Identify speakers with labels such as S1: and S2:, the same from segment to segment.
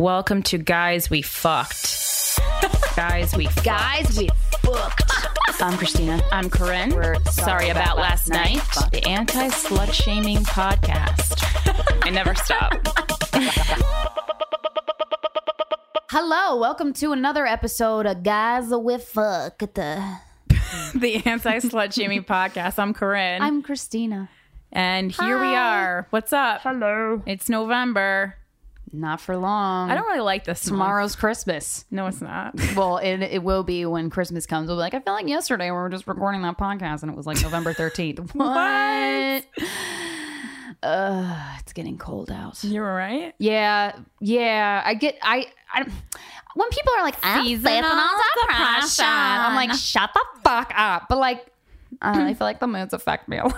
S1: Welcome to Guys We Fucked. Guys We Fucked.
S2: Guys, we booked. I'm Christina.
S1: I'm Corinne.
S2: We're
S1: sorry, about, last night.
S2: Fuck.
S1: The anti slut shaming podcast. I never stop.
S2: Hello, welcome to another episode of Guys We Fucked.
S1: the anti slut shaming podcast. I'm Corinne.
S2: I'm Christina.
S1: and here we
S2: Hi.
S1: are. What's up?
S2: Hello.
S1: It's November.
S2: Not for long.
S1: I don't really like this month.
S2: Tomorrow's Christmas.
S1: No, it's not.
S2: Well, it, it will be when Christmas comes. We'll be like, I feel like yesterday we were just recording that podcast and it was like November 13th.
S1: What?
S2: Ugh, it's getting cold out.
S1: You're all right.
S2: Yeah, yeah. I get I. I when people are like I'm
S1: Seasonal depression.
S2: I'm like shut the fuck up. But like, uh, I, don't know, I feel like the moods affect me a lot.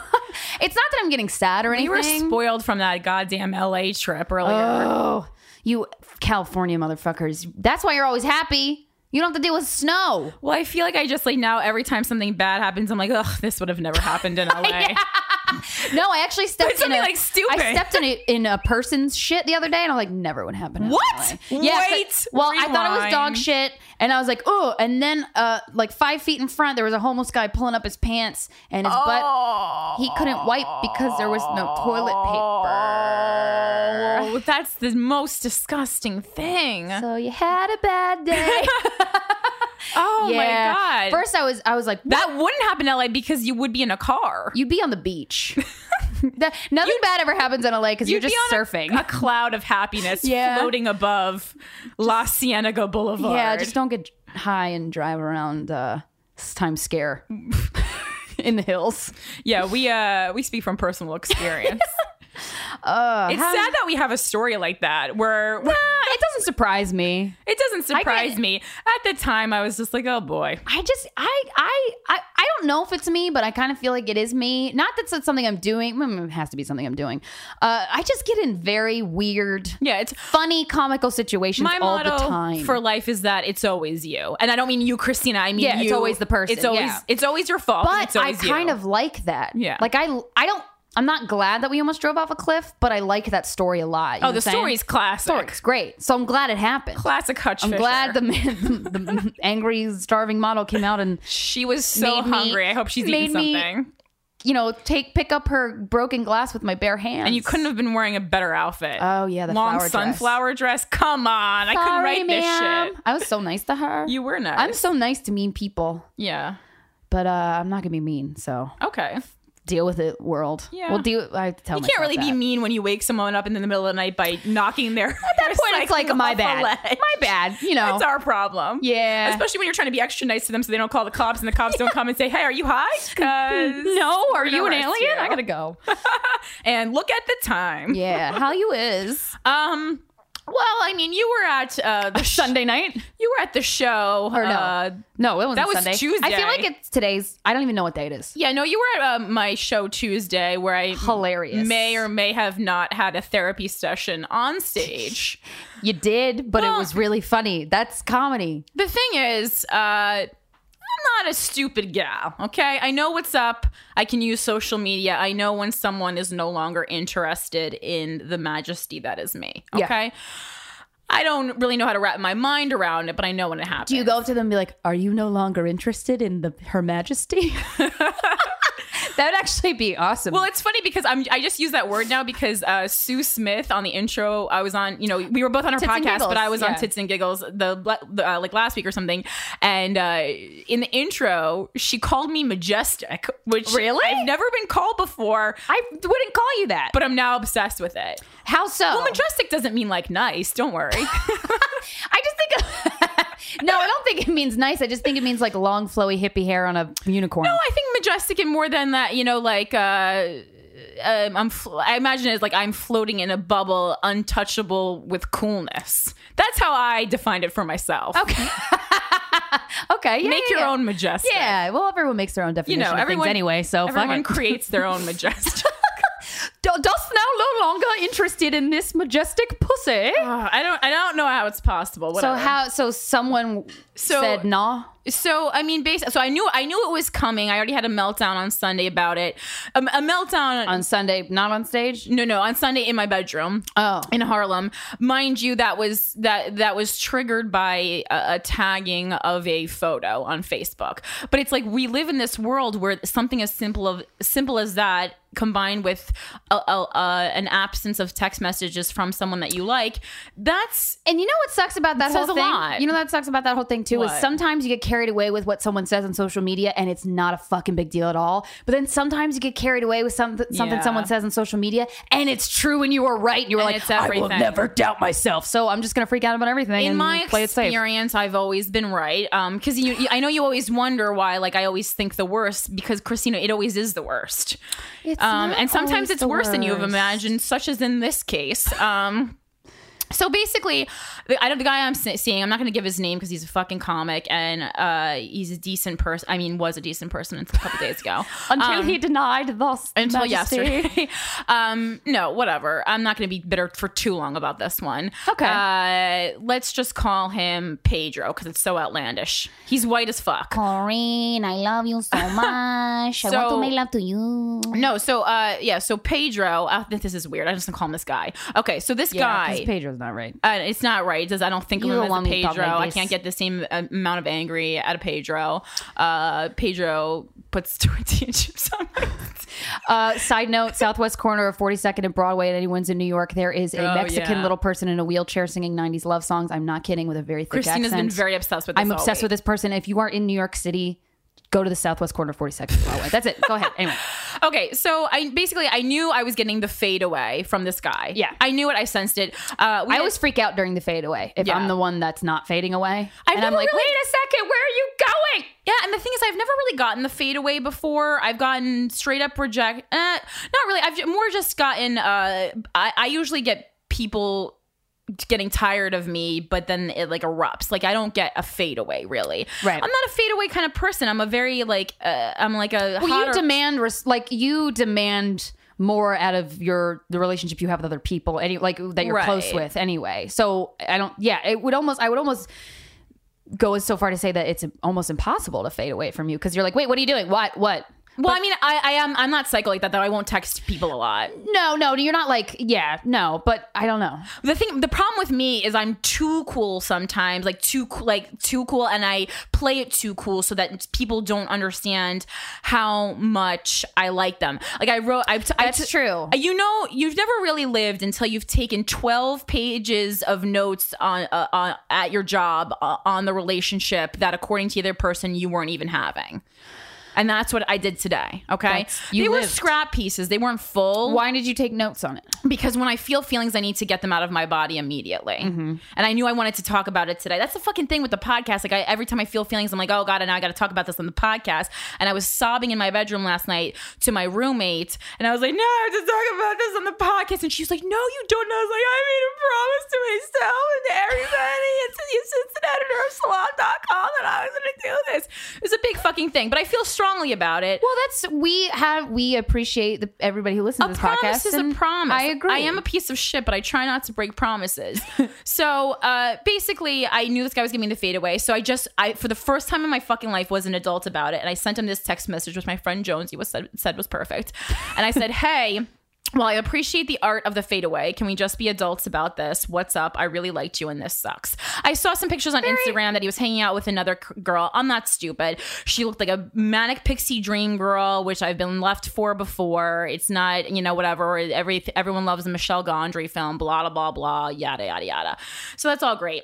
S2: It's not that I'm getting sad or
S1: You were
S2: anything.
S1: spoiled from that goddamn LA trip earlier.
S2: oh, you California motherfuckers. That's why you're always happy. You don't have to deal with snow.
S1: well, I feel like I just like now every time something bad happens, I'm like, ugh, this would have never happened in LA.
S2: No, I actually stepped in
S1: something
S2: a,
S1: like stupid.
S2: I stepped in a, in a person's shit the other day, and I'm like, never would happen. in
S1: What?
S2: LA. Yeah, 'cause-
S1: Wait,
S2: well, I thought it was
S1: rewind.
S2: dog shit, and I was like, oh. And then, uh, like five feet in front, there was a homeless guy pulling up his pants, and his butt he couldn't wipe because there was no toilet paper.
S1: Oh, that's the most disgusting thing.
S2: So you had a bad day.
S1: oh my god.
S2: First, I was I was like,
S1: that wouldn't happen in LA because you would be in a car.
S2: you'd be on the beach. That- nothing bad ever happens in LA because you're
S1: You'd
S2: just
S1: be on a-
S2: surfing.
S1: A, cloud of happiness
S2: Yeah.
S1: floating above La Cienega Boulevard.
S2: Yeah, just don't get high and drive around uh s- Times Scare in the hills.
S1: Yeah, we uh we speak from personal experience.
S2: Uh,
S1: it's
S2: how-
S1: sad that we have a story like that where
S2: Nah, it doesn't surprise me.
S1: it doesn't surprise
S2: get-
S1: me. At the time I was just like, oh boy.
S2: I just I I I, I don't know if it's me, but I kind of feel like it is me. Not that it's something I'm doing. Mm, It has to be something I'm doing. Uh, I just get in very weird,
S1: Yeah, it's
S2: funny comical situations
S1: my
S2: all
S1: motto
S2: the time.
S1: for life is that it's always you, and I don't mean you, Christina. I mean
S2: Yeah, it's
S1: you.
S2: always the person,
S1: It's always
S2: yeah.
S1: it's always your fault. and
S2: but
S1: it's
S2: I
S1: always you.
S2: kind of like that.
S1: Yeah.
S2: like I I don't. I'm not glad that we almost drove off a cliff, but I like that story a lot. You know
S1: oh the
S2: what I'm saying?
S1: story's classic.
S2: Story's great, so I'm glad it happened.
S1: Classic Hutch.
S2: I'm
S1: Fisher.
S2: glad the, man, the, the angry starving model came out and
S1: she was so
S2: made me-
S1: hungry. I hope she's eating
S2: made me-
S1: something.
S2: you know take pick up her broken glass with my bare hands.
S1: and you couldn't have been wearing a better outfit.
S2: Oh, yeah, the
S1: long
S2: flower dress.
S1: sunflower dress. Come on, I couldn't write
S2: ma'am.
S1: this shit.
S2: I was so nice to her.
S1: You were nice.
S2: I'm so nice to mean people,
S1: yeah.
S2: but uh, I'm not gonna be mean. So
S1: Okay.
S2: deal with it, world.
S1: Yeah.
S2: Well, deal. I have to tell
S1: You can't really be mean when you wake someone up in the middle of the night by knocking their. At that
S2: point, it's like, my bad.
S1: My
S2: bad. You know.
S1: That's our problem.
S2: Oh. Yeah.
S1: Especially when you're trying to be extra nice to them so they don't call the cops and the cops don't come and say, hey, are you high? 'Cause
S2: no, are
S1: we're
S2: you an
S1: gonna
S2: alien?
S1: arrest you.
S2: I gotta go.
S1: And look at the time.
S2: Yeah, how you is
S1: Um, well, I mean, you were at uh, the sh-
S2: Sunday night?
S1: you were at the show.
S2: Or no?
S1: Uh,
S2: no, it wasn't
S1: that was
S2: Sunday. I
S1: Tuesday.
S2: feel like it's today's. I don't even know what day it is.
S1: yeah, no, you were at uh, my show Tuesday where I
S2: Hilarious.
S1: may or may have not had a therapy session on stage.
S2: You did, but
S1: Well-
S2: it was really funny. That's comedy.
S1: the thing is, uh, I'm not a stupid gal, okay? I know what's up. I can use social media. I know when someone is no longer interested in the majesty that is me,
S2: Yeah.
S1: okay? I don't really know how to wrap my mind around it, but I know when it happens.
S2: Do you go up to them and be like, "Are you no longer interested in the Her Majesty?" that would actually be awesome.
S1: Well, it's funny because I'm I just use that word now because uh, Sue Smith on the intro I was on you know we were both on her
S2: Tits and
S1: podcast
S2: Giggles,
S1: but I was on
S2: yeah.
S1: Tits and Giggles the, the uh, like last week or something and uh, in the intro she called me majestic which
S2: Really?
S1: I've never been called before
S2: I wouldn't call you that.
S1: but I'm now obsessed with it.
S2: How so?
S1: Well, majestic doesn't mean like nice. Don't worry.
S2: I just think. no, I don't think it means nice. I just think it means like long, flowy, hippie hair on a unicorn.
S1: I think majestic and more than that, you know, like uh, um, I'm. Fl- I imagine it's like I'm floating in a bubble, untouchable with coolness. That's how I defined it for myself. Okay,
S2: okay, yeah,
S1: make
S2: yeah,
S1: your
S2: yeah.
S1: own majestic.
S2: Yeah, well, everyone makes their own definition
S1: you know,
S2: of
S1: everyone
S2: things anyway. So fuck
S1: everyone
S2: it.
S1: creates their own majestic.
S2: D- dost thou no longer interested in this majestic pussy?
S1: Ugh, I don't I don't know how it's possible.
S2: So
S1: Whatever.
S2: how? So someone
S1: So-
S2: said nah.
S1: So I mean, basically, so I knew I knew it was coming. I already had a meltdown on Sunday about it. Um, a meltdown
S2: on Sunday, not on stage.
S1: no no on Sunday in my bedroom.
S2: Oh,
S1: in Harlem, mind you, that was that that was triggered by a, a tagging of a photo on Facebook. But it's like we live in this world where something as simple of simple as that, combined with a, a, a, an absence of text messages from someone that you like, that's
S2: and you know what sucks about that
S1: It
S2: whole
S1: says
S2: thing?
S1: a lot.
S2: You know that sucks about that whole thing too is
S1: What?
S2: sometimes you get carried away with what someone says on social media, and it's not a fucking big deal at all. But then sometimes you get carried away with something something
S1: Yeah.
S2: someone says on social media, and it's true, and you were right, and you were
S1: And
S2: like,
S1: it's
S2: I will
S1: everything."
S2: never doubt myself. So I'm just gonna freak out about everything.
S1: in
S2: and
S1: my
S2: play it safe.
S1: experience i've always been right um because you you- i know you always wonder why like i always think the worst because christina it always is the worst
S2: It's
S1: um
S2: not
S1: and
S2: always
S1: sometimes it's
S2: the
S1: worse than you have
S2: worst.
S1: imagined such as in this case um so basically, the, I don't, the guy I'm se- seeing, I'm not going to give his name because he's a fucking comic and uh, he's a decent person. I mean, was a decent person until a couple days ago.
S2: Until
S1: Um,
S2: he denied thus
S1: until
S2: majesty.
S1: yesterday. um, no, whatever. I'm not going to be bitter for too long about this one.
S2: Okay.
S1: Uh, let's just call him Pedro because it's so outlandish. He's white as fuck.
S3: Corinne, I love you so much. I want to
S1: So-
S3: make love to you.
S1: No, so uh, yeah, so Pedro. Uh, this is weird. I just gonna call him this guy. Okay, so this
S2: Yeah, 'cause
S1: guy.
S2: Pedro's not right.
S1: uh, it's not right. It says I don't think of
S2: You
S1: him
S2: don't
S1: as a
S2: want me to talk
S1: Pedro.
S2: like
S1: I
S2: this.
S1: can't get the same uh, amount of angry out of Pedro. Uh, Pedro puts tortilla chips on. My-
S2: Uh, side note: Southwest corner of 42nd and Broadway. At anyone's in New York, there is a
S1: Oh,
S2: Mexican
S1: yeah.
S2: little person in a wheelchair singing 90s love songs. I'm not kidding. With a very thick
S1: Christina's
S2: accent.
S1: been very obsessed with. This
S2: I'm obsessed with this person. If you are in New York City, go to the Southwest corner of 42nd and Broadway. That's it. Go ahead. Anyway,
S1: Okay, so I basically I knew I was getting the fade away from this guy.
S2: Yeah.
S1: I knew it. I sensed it. Uh, we
S2: I always freak out during the fade away if
S1: Yeah.
S2: I'm the one that's not fading away,
S1: I've
S2: and I'm
S1: never
S2: like,
S1: really-
S2: wait a second, where are you going?
S1: yeah, and the thing is, I've never really gotten the fade away before. I've gotten straight up reject. Eh, not really. I've ju- more just gotten. Uh, I, I usually get people getting tired of me, but then it like erupts. Like I don't get a fade away really.
S2: Right.
S1: I'm not a fade away kind of person. I'm a very like. Uh, I'm like a.
S2: Well,
S1: hot
S2: you
S1: or-
S2: demand res- like you demand more out of your the relationship you have with other people any like that you're close
S1: Right.
S2: with anyway so i don't yeah it would almost i would almost go as so far to say that it's almost impossible to fade away from you because you're like wait what are you doing what what
S1: Well, I mean, I, I am. I'm not psycho like that though. I won't text people a lot.
S2: no no you're not like yeah no but i don't know
S1: The thing, the problem with me is I'm too cool sometimes, like too, co- like too cool, and I play it too cool so that people don't understand how much I like them. Like I wrote, I, I
S2: That's true.
S1: You know, you've never really lived until you've taken 12 pages of notes on, uh, on at your job uh, on the relationship that, according to the other person, you weren't even having. And that's what I did today. Okay,
S2: That's- you
S1: they were
S2: lived.
S1: scrap pieces; they weren't full
S2: why did you take notes on it
S1: because when I feel feelings, I need to get them out of my body immediately. And I knew I wanted to talk about it today. That's the fucking thing with the podcast. Like I, every time I feel feelings, I'm like, oh god, and now I got to talk about this on the podcast. And I was sobbing in my bedroom last night to my roommate, and I was like, no, I have to talk about this on the podcast. And she's like, no, you don't. And I was like, I made a promise to myself and to everybody, and to the assistant editor of Salon.com that I was going to do this. It's a big fucking thing, but I feel strongly about it.
S2: well that's we have we appreciate the, everybody who listens to this
S1: promise
S2: podcast
S1: is a
S2: and
S1: promise.
S2: i agree
S1: I am a piece of shit, but I try not to break promises. so uh, basically, I knew this guy was giving me the fade away. So I just, I for the first time in my fucking life, was an adult about it, and I sent him this text message, which my friend Jonesy was said, said was perfect, and I said, "Hey." Well, I appreciate the art of the fade away. Can we just be adults about this? What's up? I really liked you, and this sucks. I saw some pictures on Instagram that he was hanging out with another c- girl. I'm not stupid. She looked like a manic pixie dream girl, which I've been left for before. It's not, you know, whatever. Every everyone loves the Michelle Gondry film. Blah blah blah. Yada yada yada. So that's all great.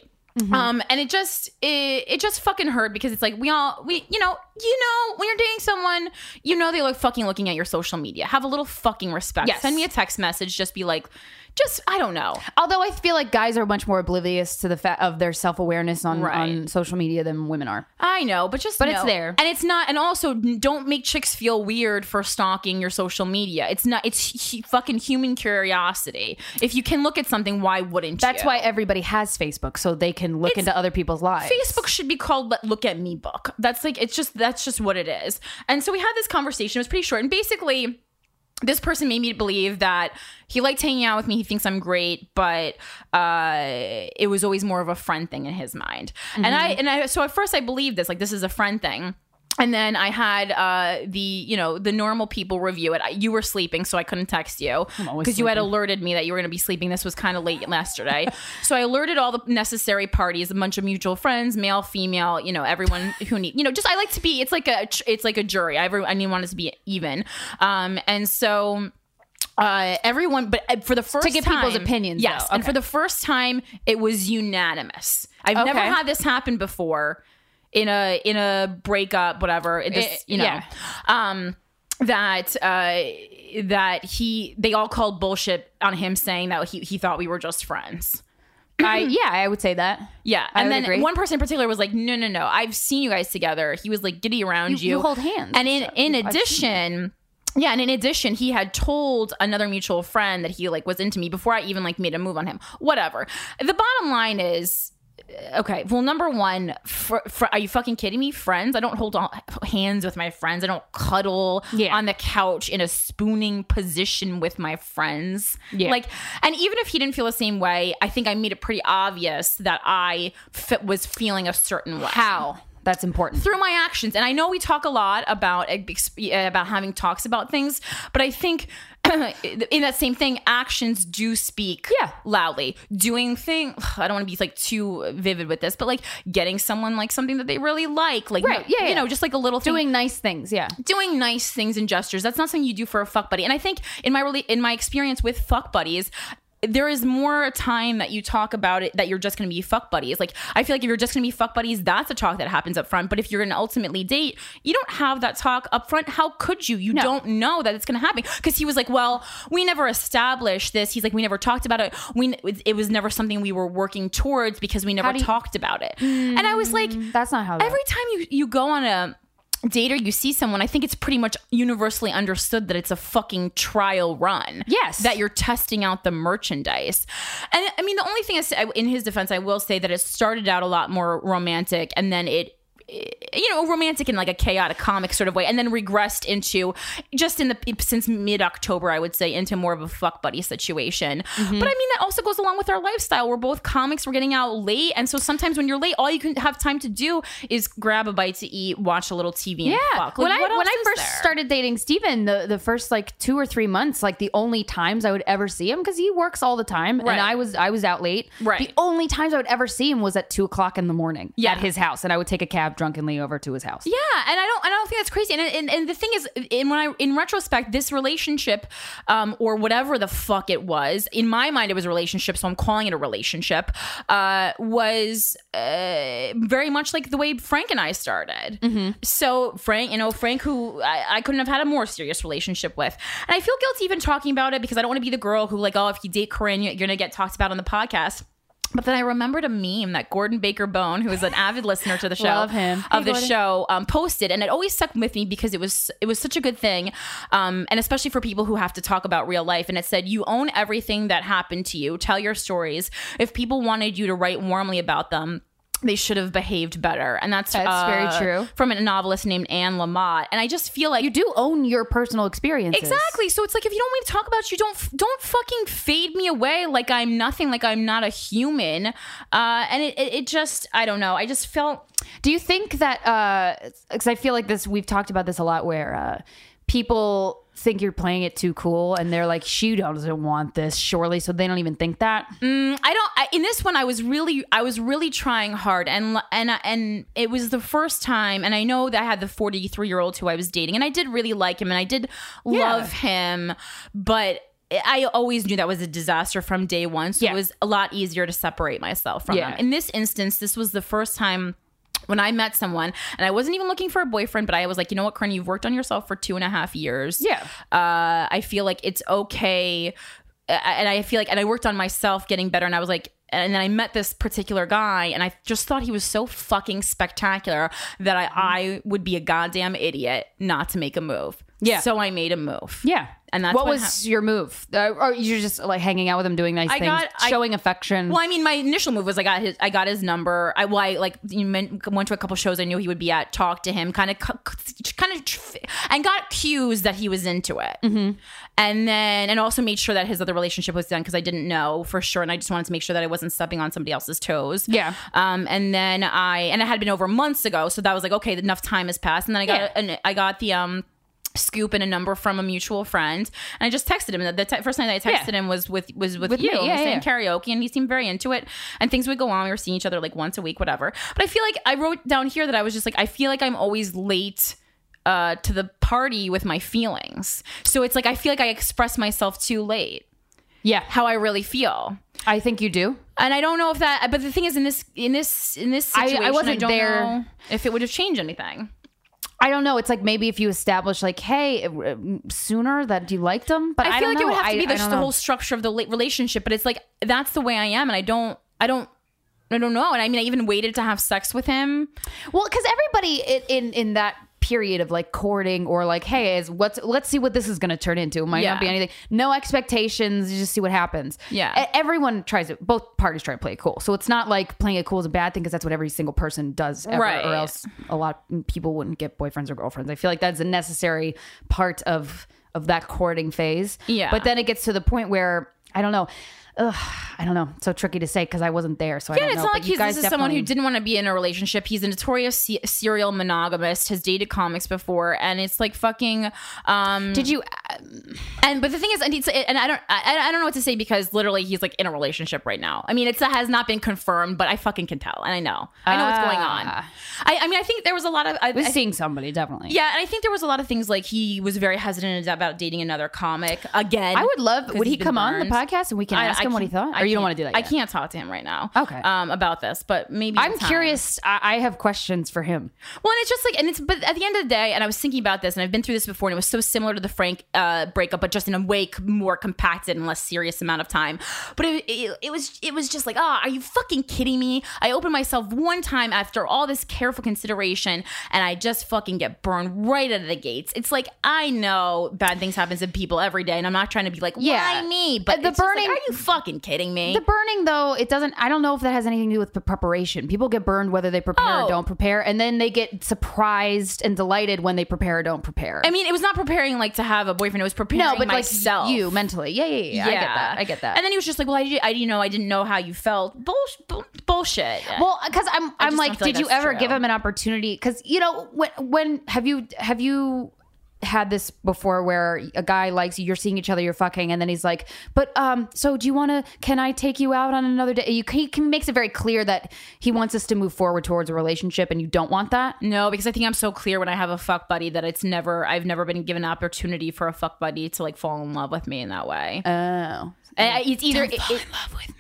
S1: Um, and it just it, it just fucking hurt because it's like we all we you know you know when you're dating someone you know they look fucking looking at your social media have a little fucking respect
S2: Yes.
S1: send me a text message just be like just I don't know
S2: Although I feel like guys are much more oblivious to the fact of their self awareness on,
S1: Right.
S2: on social media than women are.
S1: I know, but just but
S2: it's there.
S1: and it's not. And also, n- don't make chicks feel weird for stalking your social media. It's not. It's hu- fucking human curiosity. If you can look at something, why wouldn't
S2: That's
S1: you?
S2: why everybody has Facebook, so they can look into other people's lives.
S1: Facebook should be called "Let Look at Me" book. That's like it's just that's just what it is. And so we had this conversation. It was pretty short, and basically. this person made me believe that he liked hanging out with me. He thinks I'm great, but uh, it was always more of a friend thing in his mind. And
S2: Mm-hmm.
S1: I and I so at first I believed this, like this is a friend thing. And then I had uh, the you know the normal people review it. I, you were sleeping, so I couldn't text you
S2: always
S1: because you had alerted me that you were going to be sleeping. This was kind of late yesterday, so I alerted all the necessary parties, a bunch of mutual friends, male, female, you know, everyone who need, you know, just I like to be. It's like a it's like a jury. I every, anyone wants to be even, um, and so uh, everyone, but uh, for the first
S2: get
S1: time,
S2: people's opinions,
S1: Yes,
S2: though.
S1: and for the first time, it was unanimous. I've never
S2: Okay.
S1: had this happen before in a in a breakup, whatever. It just,
S2: It-
S1: you know,
S2: yeah.
S1: um, that uh, that he they all called bullshit on him saying that he he thought we were just friends.
S2: I yeah, I would say that.
S1: Yeah,
S2: I
S1: and
S2: would
S1: then
S2: agree.
S1: one person in particular was like, "No, no, no! I've seen you guys together." He was like, "Giddy around
S2: You-
S1: you,
S2: you hold hands
S1: And in
S2: and stuff.
S1: in
S2: I've seen
S1: addition, yeah, and in addition, he had told another mutual friend that he like was into me before I even like made a move on him. Whatever. The bottom line is. uh, Okay. Well, number one, fr- fr- are you fucking kidding me? Friends, I don't hold on- hands with my friends. I don't cuddle
S2: Yeah.
S1: on the couch in a spooning position with my friends.
S2: Yeah.
S1: Like, and even if he didn't feel the same way, I think I made it pretty obvious that I fe- was feeling a certain way.
S2: How? That's important.
S1: Through my actions. And I know we talk a lot about ex- eh, about having talks about things, but I think in that same thing, actions do speak
S2: Yeah.
S1: loudly. Doing thing, I don't want to be like too vivid with this, but like getting someone like something that they really like, like
S2: Right. Yeah,
S1: you
S2: yeah.
S1: know, just like a little thing
S2: Doing nice things, yeah.
S1: doing nice things and gestures that's not something you do for a fuck buddy and i think in my rela- in my experience with fuck buddies there is more time that you talk about it that you're just going to be fuck buddies. Like I feel like if you're just going to be fuck buddies, that's a talk that happens up front. But if you're going to ultimately date, you don't have that talk up front. How could you? You don't know that it's going to happen. Because he was like, "Well, we never established this." He's like, "We never talked about it. We it was never something we were working towards because we never
S2: do you- Mm.
S1: talked about it." and I was like,
S2: That's not how that-
S1: every time you you go on a date or you see someone i think it's pretty much universally understood that it's a fucking trial run
S2: Yes.
S1: that you're testing out the merchandise and i mean the only thing I say, in his defense i will say that it started out a lot more romantic and then it you know romantic in like a chaotic comic sort of way and then regressed into just in the since mid-october i would say into more of a fuck buddy situation
S2: Mm-hmm.
S1: but i mean that also goes along with our lifestyle we're both comics we're getting out late and so sometimes when you're late all you can have time to do is grab a bite to eat watch a little tv and
S2: Yeah.
S1: fuck
S2: when
S1: Like, what
S2: I when
S1: else
S2: I
S1: is
S2: first
S1: there?
S2: started dating Steven, the, the first like two or three months, like the only times I would ever see him because he works all the time
S1: Right.
S2: and I was I was out late.
S1: Right.
S2: The only times I would ever see him was at two o'clock in the morning
S1: Yeah.
S2: at his house, and I would take a cab drunkenly over to his house.
S1: Yeah, and I don't, and I don't think that's crazy. And and, and the thing is, in when I in retrospect, this relationship, um, or whatever the fuck it was, in my mind it was a relationship, so I'm calling it a relationship. Uh, was uh, very much like the way Frank and I started.
S2: Mm-hmm.
S1: So Frank, you know, Frank, who I, I couldn't have had a more serious relationship with, and I feel guilty even talking about it because I don't want to be the girl who like, oh, if you date Corinne, you're gonna get talked about on the podcast. But then I remembered a meme that Gordon Baker Bone, who is an avid listener to the show,
S2: Love him.
S1: of the show, um, posted, and it always stuck with me because it was it was such a good thing, um, and especially for people who have to talk about real life. And it said, "You own everything that happened to you. Tell your stories. If people wanted you to write warmly about them." They should have behaved better, and that's
S2: That's very
S1: uh,
S2: true.
S1: From a novelist named Anne Lamott, and I just feel like
S2: You do own your personal experiences.
S1: Exactly. So it's like if you don't want me to talk about you, don't don't fucking fade me away like I'm nothing, like I'm not a human. Uh, and it, it, it just I don't know. I just felt
S2: Do you think that because I feel like this, we've talked about this a lot, where uh, people think you're playing it too cool, and they're like, "She doesn't want this, surely," so they don't even think that.
S1: Mm-hmm. Mm, I don't. I, in this one, I was really, I was really trying hard, and and uh, and it was the first time. And I know that I had the forty three year old who I was dating, and I did really like him, and I did love him, but. I always knew that was a disaster from day one, so
S2: Yeah.
S1: it was a lot easier to separate myself from
S2: Yeah.
S1: him. In this instance, this was the first time when I met someone, and I wasn't even looking for a boyfriend, but I was like, you know what, Corinne, you've worked on yourself for two and a half years
S2: Yeah.
S1: uh, I feel like it's okay. Uh, And I feel like, and I worked on myself getting better. And I was like, and then I met this particular guy, and I just thought he was so fucking spectacular that
S2: Mm-hmm.
S1: I, I would be a goddamn idiot not to make a move.
S2: Yeah.
S1: So I made a move.
S2: Yeah.
S1: and that's
S2: what
S1: what,
S2: was
S1: hap-
S2: your move? Uh, or you're just like hanging out with him, doing nice
S1: I
S2: things,
S1: got- I-
S2: showing affection.
S1: well, I mean, my initial move was I got his, I got his number. I, well, I like you meant, went to a couple shows I knew he would be at, talked to him, kind of, kind of, and got cues that he was into it,
S2: Mm-hmm.
S1: and then and also made sure that his other relationship was done because I didn't know for sure, and I just wanted to make sure that I wasn't stepping on somebody else's toes.
S2: Yeah.
S1: Um, and then I and it had been over months ago, so that was like okay, enough time has passed, and then I got
S2: Yeah.
S1: and I got the um scoop and a number from a mutual friend and i just texted him and the te- first night i texted
S2: Yeah.
S1: him was with was with,
S2: With
S1: you
S2: me,
S1: and
S2: yeah,
S1: we sang
S2: yeah.
S1: karaoke and he seemed very into it and things would go on we were seeing each other like once a week whatever but i feel like i wrote down here that i was just like i feel like i'm always late uh, to the party with my feelings so it's like i feel like i express myself too late
S2: yeah,
S1: how i really feel
S2: I think you do.
S1: and i don't know if that but the thing is in this in this in this
S2: I- I
S1: situation i,
S2: wasn't
S1: don't
S2: there.
S1: know if it would have changed anything
S2: I don't know. It's like maybe if you establish like, hey, uh, sooner that you liked him, but I,
S1: I feel
S2: don't
S1: like it would
S2: know.
S1: have to
S2: I-
S1: be
S2: I
S1: the,
S2: don't
S1: the
S2: know.
S1: whole structure of the la- relationship, but it's like that's the way I am, and I don't, I don't, I don't know. And I mean, I even waited to have sex with him.
S2: Well, because everybody i- in in that period of like courting or like, hey, is what's let's see what this is going to turn into. It might
S1: Yeah.
S2: not be anything. No expectations. You just see what happens.
S1: Yeah.
S2: E- everyone tries it. Both parties try to play it cool. So it's not like playing it cool is a bad thing because that's what every single person does, ever,
S1: Right.
S2: Or else a lot of people wouldn't get boyfriends or girlfriends. I feel like that's a necessary part of of that courting phase.
S1: Yeah.
S2: But then it gets to the point where I don't know. Ugh, I don't know. It's so tricky to say because I wasn't there. So I
S1: Yeah,
S2: don't
S1: it's
S2: know.
S1: not
S2: But
S1: like
S2: you
S1: he's
S2: guys
S1: this is someone who
S2: definitely-
S1: didn't want to be in a relationship. He's a notorious se- serial monogamist, has dated comics before, and it's like fucking. Um,
S2: Did you
S1: and but the thing is, and, it's, and I don't, I, I don't know what to say because literally he's like in a relationship right now. I mean, it's it has not been confirmed, but I fucking can tell, and I know, I know what's going on.
S2: Ah.
S1: I, I mean, I think there was a lot of. I, I
S2: was seeing somebody definitely.
S1: Yeah, and I think there was a lot of things like he was very hesitant about dating another comic again.
S2: I would love.
S1: 'cause
S2: Would
S1: he's
S2: he
S1: been
S2: come on the
S1: burned.
S2: podcast and we can
S1: I-
S2: ask
S1: I
S2: him what he
S1: can't-
S2: thought?
S1: I
S2: Or you don't
S1: can't-
S2: want to do that?
S1: I
S2: yet?
S1: can't talk to him right now.
S2: Okay.
S1: um, about this, but maybe
S2: I'm
S1: in time.
S2: curious. I, I have questions for him.
S1: Well, and it's just like, and it's but at the end of the day, and I was thinking about this, and I've been through this before, and it was so similar to the Frank uh, breakup, but just in a way c- more compacted and less serious amount of time. But it, it, it was it was just like, ah, are you fucking kidding me? I opened myself one time after all this careful consideration, and I just fucking get burned right out of the gates. It's like I know bad things happen to people every day, and I'm not trying to be like,
S2: Yeah.
S1: why me? But
S2: The
S1: the burning,
S2: burning-
S1: are you fucking kidding me?
S2: The burning, though, it doesn't. I don't know if that has anything to do with pre- preparation. People get burned whether they prepare
S1: Oh.
S2: or don't prepare, and then they get surprised and delighted when they prepare or don't prepare.
S1: I mean, it was not preparing like to have a boyfriend. It was preparing
S2: no, but
S1: myself.
S2: like you mentally, yeah, yeah, yeah, I get that. I get that.
S1: And then he was just like, "Well, I, di- I you know, I didn't know how you felt." Bullsh- bull- bullshit.
S2: Well, because I'm, I'm
S1: don't
S2: like,
S1: feel like
S2: did you
S1: that's
S2: ever
S1: true.
S2: give him an opportunity? Because you know, when, when have you, have you had this before where a guy likes you, you're seeing each other, you're fucking, and then he's like, but um, so do you want to? Can I take you out on another day? You, he can, makes it very clear that he wants us to move forward towards a relationship, and you don't want that.
S1: no, because I think I'm so clear when I have a fuck buddy that it's never, I've never been given an opportunity for a fuck buddy to like fall in love with me in that way.
S2: Oh,
S1: And I- it's either it- it-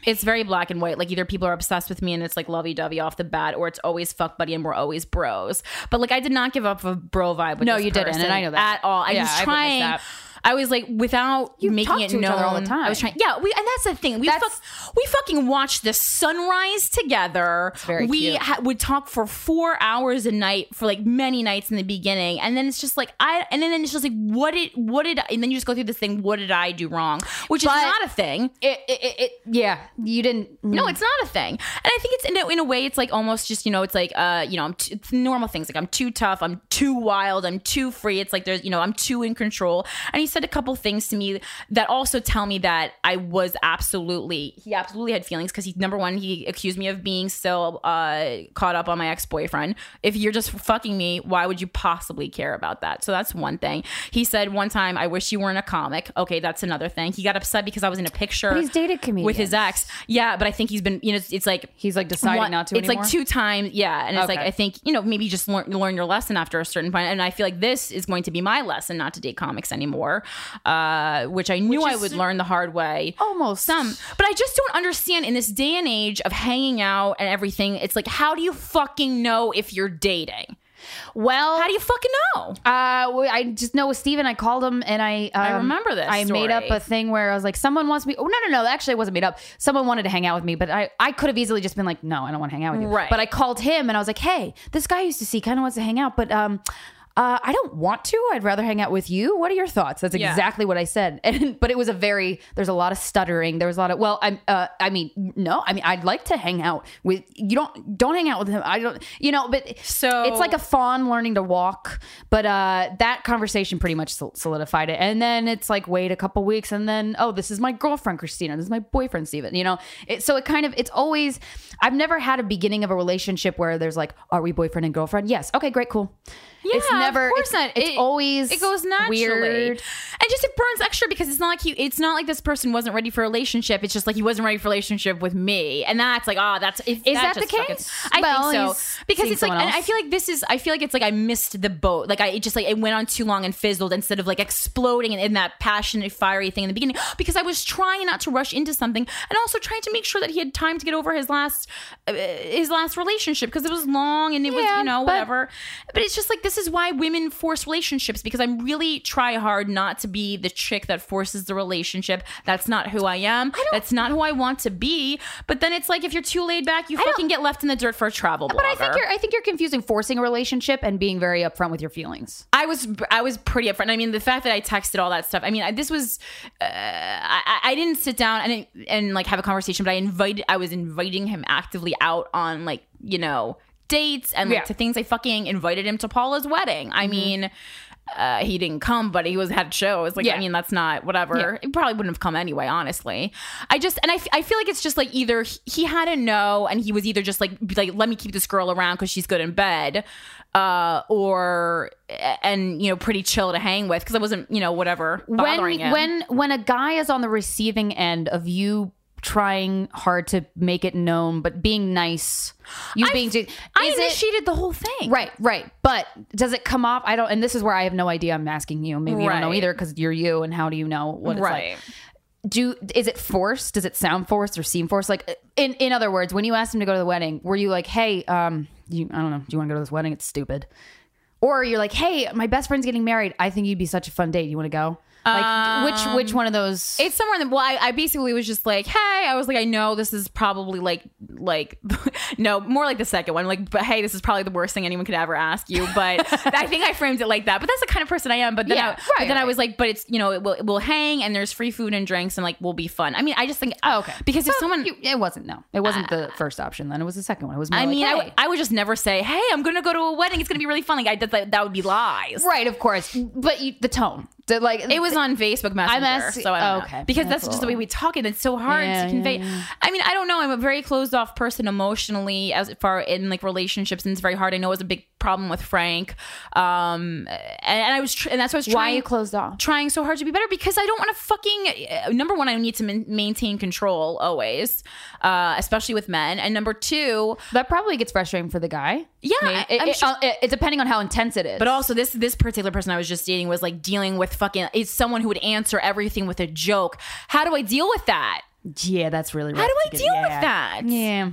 S1: it's very black and white. Like either people are obsessed with me and it's like lovey dovey off the bat, or it's always fuck buddy and we're always bros. But like I did not give up a bro vibe. With
S2: No,
S1: this
S2: you didn't,
S1: person
S2: and I know that.
S1: at all. I
S2: Yeah,
S1: was
S2: I witnessed
S1: trying.
S2: that.
S1: I was like without making
S2: talk
S1: it
S2: to each
S1: known
S2: other all the
S1: I was
S2: time.
S1: trying. Yeah, we and that's the thing. We
S2: That's-
S1: fuck, we fucking watched the sunrise together.
S2: very
S1: we
S2: cute.
S1: ha- would talk for four hours a night for like many nights in the beginning, and then it's just like I and then it's just like what did what did I- and then you just go through this thing. What did I do wrong? Which
S2: But-
S1: is not a thing.
S2: it, it, it, it yeah, you didn't.
S1: No, it's not a thing. And I think it's in a, in a way, it's like almost just you know, it's like uh, you know, I'm t- it's normal things like I'm too tough, I'm too wild, I'm too free. It's like there's you know, I'm too in control. And he said a couple things to me that also tell me that I was absolutely he absolutely had feelings because he number one he accused me of being so uh, caught up on my ex boyfriend. If you're just fucking me, why would you possibly care about that? So that's one thing. He said one time, I wish you weren't a comic. Okay, that's another thing. He got upset because I was in a picture
S2: But he's dated
S1: with his
S2: comedians.
S1: ex. Yeah, but I think he's been, you know, it's, it's like
S2: He's like deciding
S1: one-
S2: not to.
S1: It's
S2: anymore?
S1: like two times, yeah, and it's like
S2: Okay.
S1: I think you know maybe just learn learn your lesson after a certain point. And I feel like this is going to be my lesson not to date comics anymore, uh, which I knew I
S2: is- Oh,
S1: would learn the hard way.
S2: almost
S1: Some, but I just don't understand in this day and age of hanging out and everything. It's like, how do you fucking know if you're dating?
S2: Well,
S1: How do you fucking know?
S2: Uh, well, I just know with Steven, I called him and I. Um, I
S1: remember this
S2: I made up
S1: story.
S2: a thing where I was like, someone wants me. Oh, no, no, no. Actually, it wasn't made up. Someone wanted to hang out with me, but I, I could have easily just been like, no, I don't want to hang out with you.
S1: Right.
S2: But I called him and I was like, hey, this guy I used to see kind of wants to hang out, but um, uh, I don't want to. I'd rather hang out with you. What are your thoughts? That's
S1: Yeah.
S2: exactly what I said. And but it was a very there's a lot of stuttering. There was a lot of well, I'm uh, I mean no, I mean I'd like to hang out with you. Don't don't hang out with him. I don't you know. But
S1: So-
S2: it's like a fawn learning to walk. But uh, that conversation pretty much sol- solidified it. And then it's like wait a couple weeks, and then oh, this is my girlfriend Christina. This is my boyfriend Steven. You know. It, so it kind of it's always I've never had a beginning of a relationship where there's like are we boyfriend and girlfriend? Yes. Okay. Great. Cool. it's
S1: Yeah,
S2: never.
S1: Of course
S2: it's,
S1: not.
S2: It's
S1: It-
S2: always.
S1: It goes naturally.
S2: Weird.
S1: And just it burns extra because it's not like he. It's not like this person wasn't ready for a relationship. It's just like he wasn't ready for a relationship with me, and that's like ah, that's if,
S2: Is that
S1: just
S2: the
S1: fucking-
S2: case?
S1: I
S2: Well,
S1: think
S2: he's
S1: so because
S2: seen
S1: it's like,
S2: someone
S1: and I
S2: else.
S1: feel like this is. I feel like it's like I missed the boat. Like I it just like it went on too long and fizzled instead of like exploding in, in that passionate, fiery thing in the beginning because I was trying not to rush into something and also trying to make sure that he had time to get over his last uh, his last relationship because it was long and it was
S2: Yeah,
S1: you know
S2: but-
S1: whatever whatever. But it's just like this is why women force relationships because I'm really try hard not to be the chick that forces the relationship. That's not who I am. That's not who I want to be. But then it's like if you're too laid back, you fucking get left in the dirt for a travel blogger.
S2: But I think you're. I think you're confusing forcing a relationship and being very upfront with your feelings.
S1: I was I was pretty upfront. I mean, the fact that I texted all that stuff. I mean, I, this was uh, I, I I didn't sit down and and like have a conversation, but I invited I was inviting him actively out on like you know dates and like
S2: Yeah. Mm-hmm.
S1: to things. I fucking invited him to Paula's wedding. I mean. Uh, he didn't come, but he was had shows. Like,
S2: Yeah.
S1: I mean, that's not whatever. He probably wouldn't have come anyway, honestly. I just and I, f- I feel like it's just like either he, he had a no, and he was either just like be like let me keep this girl around because she's good in bed, uh, or and you know pretty chill to hang with because I wasn't you know whatever bothering
S2: When
S1: him.
S2: when when a guy is on the receiving end of you trying hard to make it known, but being nice, you being is
S1: I
S2: it-
S1: initiated the whole thing,
S2: Right, right. But does it come off? I don't, and this is where I have no idea. I'm asking you. Maybe you don't know
S1: Right.
S2: either because you're you, and how do you know what it's
S1: Right.
S2: like? Do is it forced? Does it sound forced or seem forced? Like in in other words, when you asked him to go to the wedding, were you like, hey, um, you, I don't know, do you want to go to this wedding? It's stupid. Or you're like, hey, my best friend's getting married. I think you'd be such a fun date. You want to go? Like which which one of those?
S1: Um, It's somewhere in the well. I, I basically was just like, hey. I was like, I know this is probably like like no more like the second one. Like, but hey, this is probably the worst thing anyone could ever ask you. But I think I framed it like that. But that's the kind of person I am. But then,
S2: Yeah,
S1: I,
S2: right,
S1: but then I
S2: right.
S1: was like, but it's you know it will it will hang and there's free food and drinks and like we'll be fun. I mean, I just think oh,
S2: okay.
S1: because if someone.
S2: You- it wasn't no, it wasn't the first option. Then it was the second one. It was. More
S1: Uh, I
S2: like,
S1: mean, I
S2: hey.
S1: w- I would just never say, "Hey, I'm going to go to a wedding. It's going to be really fun." Like, I, that, that would be lies.
S2: right, of course. But you, the tone, the, like
S1: It was on Facebook Messenger,
S2: asking-
S1: so I don't know.
S2: okay.
S1: because
S2: That's
S1: that's,
S2: a
S1: just the way we talk, and it's so hard
S2: Yeah, yeah,
S1: to convey. I mean, I don't know. I'm a very closed off person emotionally, as far in like relationships, and it's very hard. I know it was a big problem with Frank, um, and, and I was, tr- and that's why I was
S2: Why
S1: trying.
S2: you closed off?
S1: Trying so hard to be better because I don't want to fucking. uh, Number one, I need to man- maintain control always, uh, especially with men. And number two,
S2: That probably gets frustrating for the guy.
S1: Yeah,
S2: Maybe-
S1: I-
S2: it,
S1: I'm
S2: it-
S1: sure-
S2: uh, it- it- depending on how intense it is.
S1: But also this this particular person I was just dating was like dealing with fucking it's someone who would answer everything with a joke. How do I deal with that?
S2: yeah, that's really.
S1: How do I deal with that?
S2: Yeah,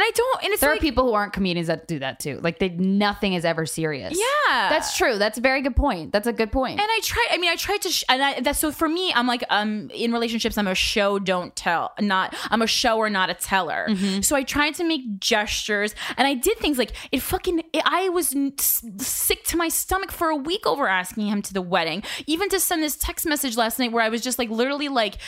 S1: And I don't and it's
S2: there are
S1: like
S2: people who aren't comedians that do that too. Like they, nothing is ever serious.
S1: Yeah.
S2: that's true. That's a very good point. That's a good point.
S1: and I try I mean I tried to sh- and I that's so for me I'm like um in relationships I'm a show don't tell not I'm a shower not a teller.
S2: Mm-hmm.
S1: So I tried to make gestures and I did things like it fucking I was n- s- sick to my stomach for a week over asking him to the wedding. Even to send this text message last night where I was just like literally like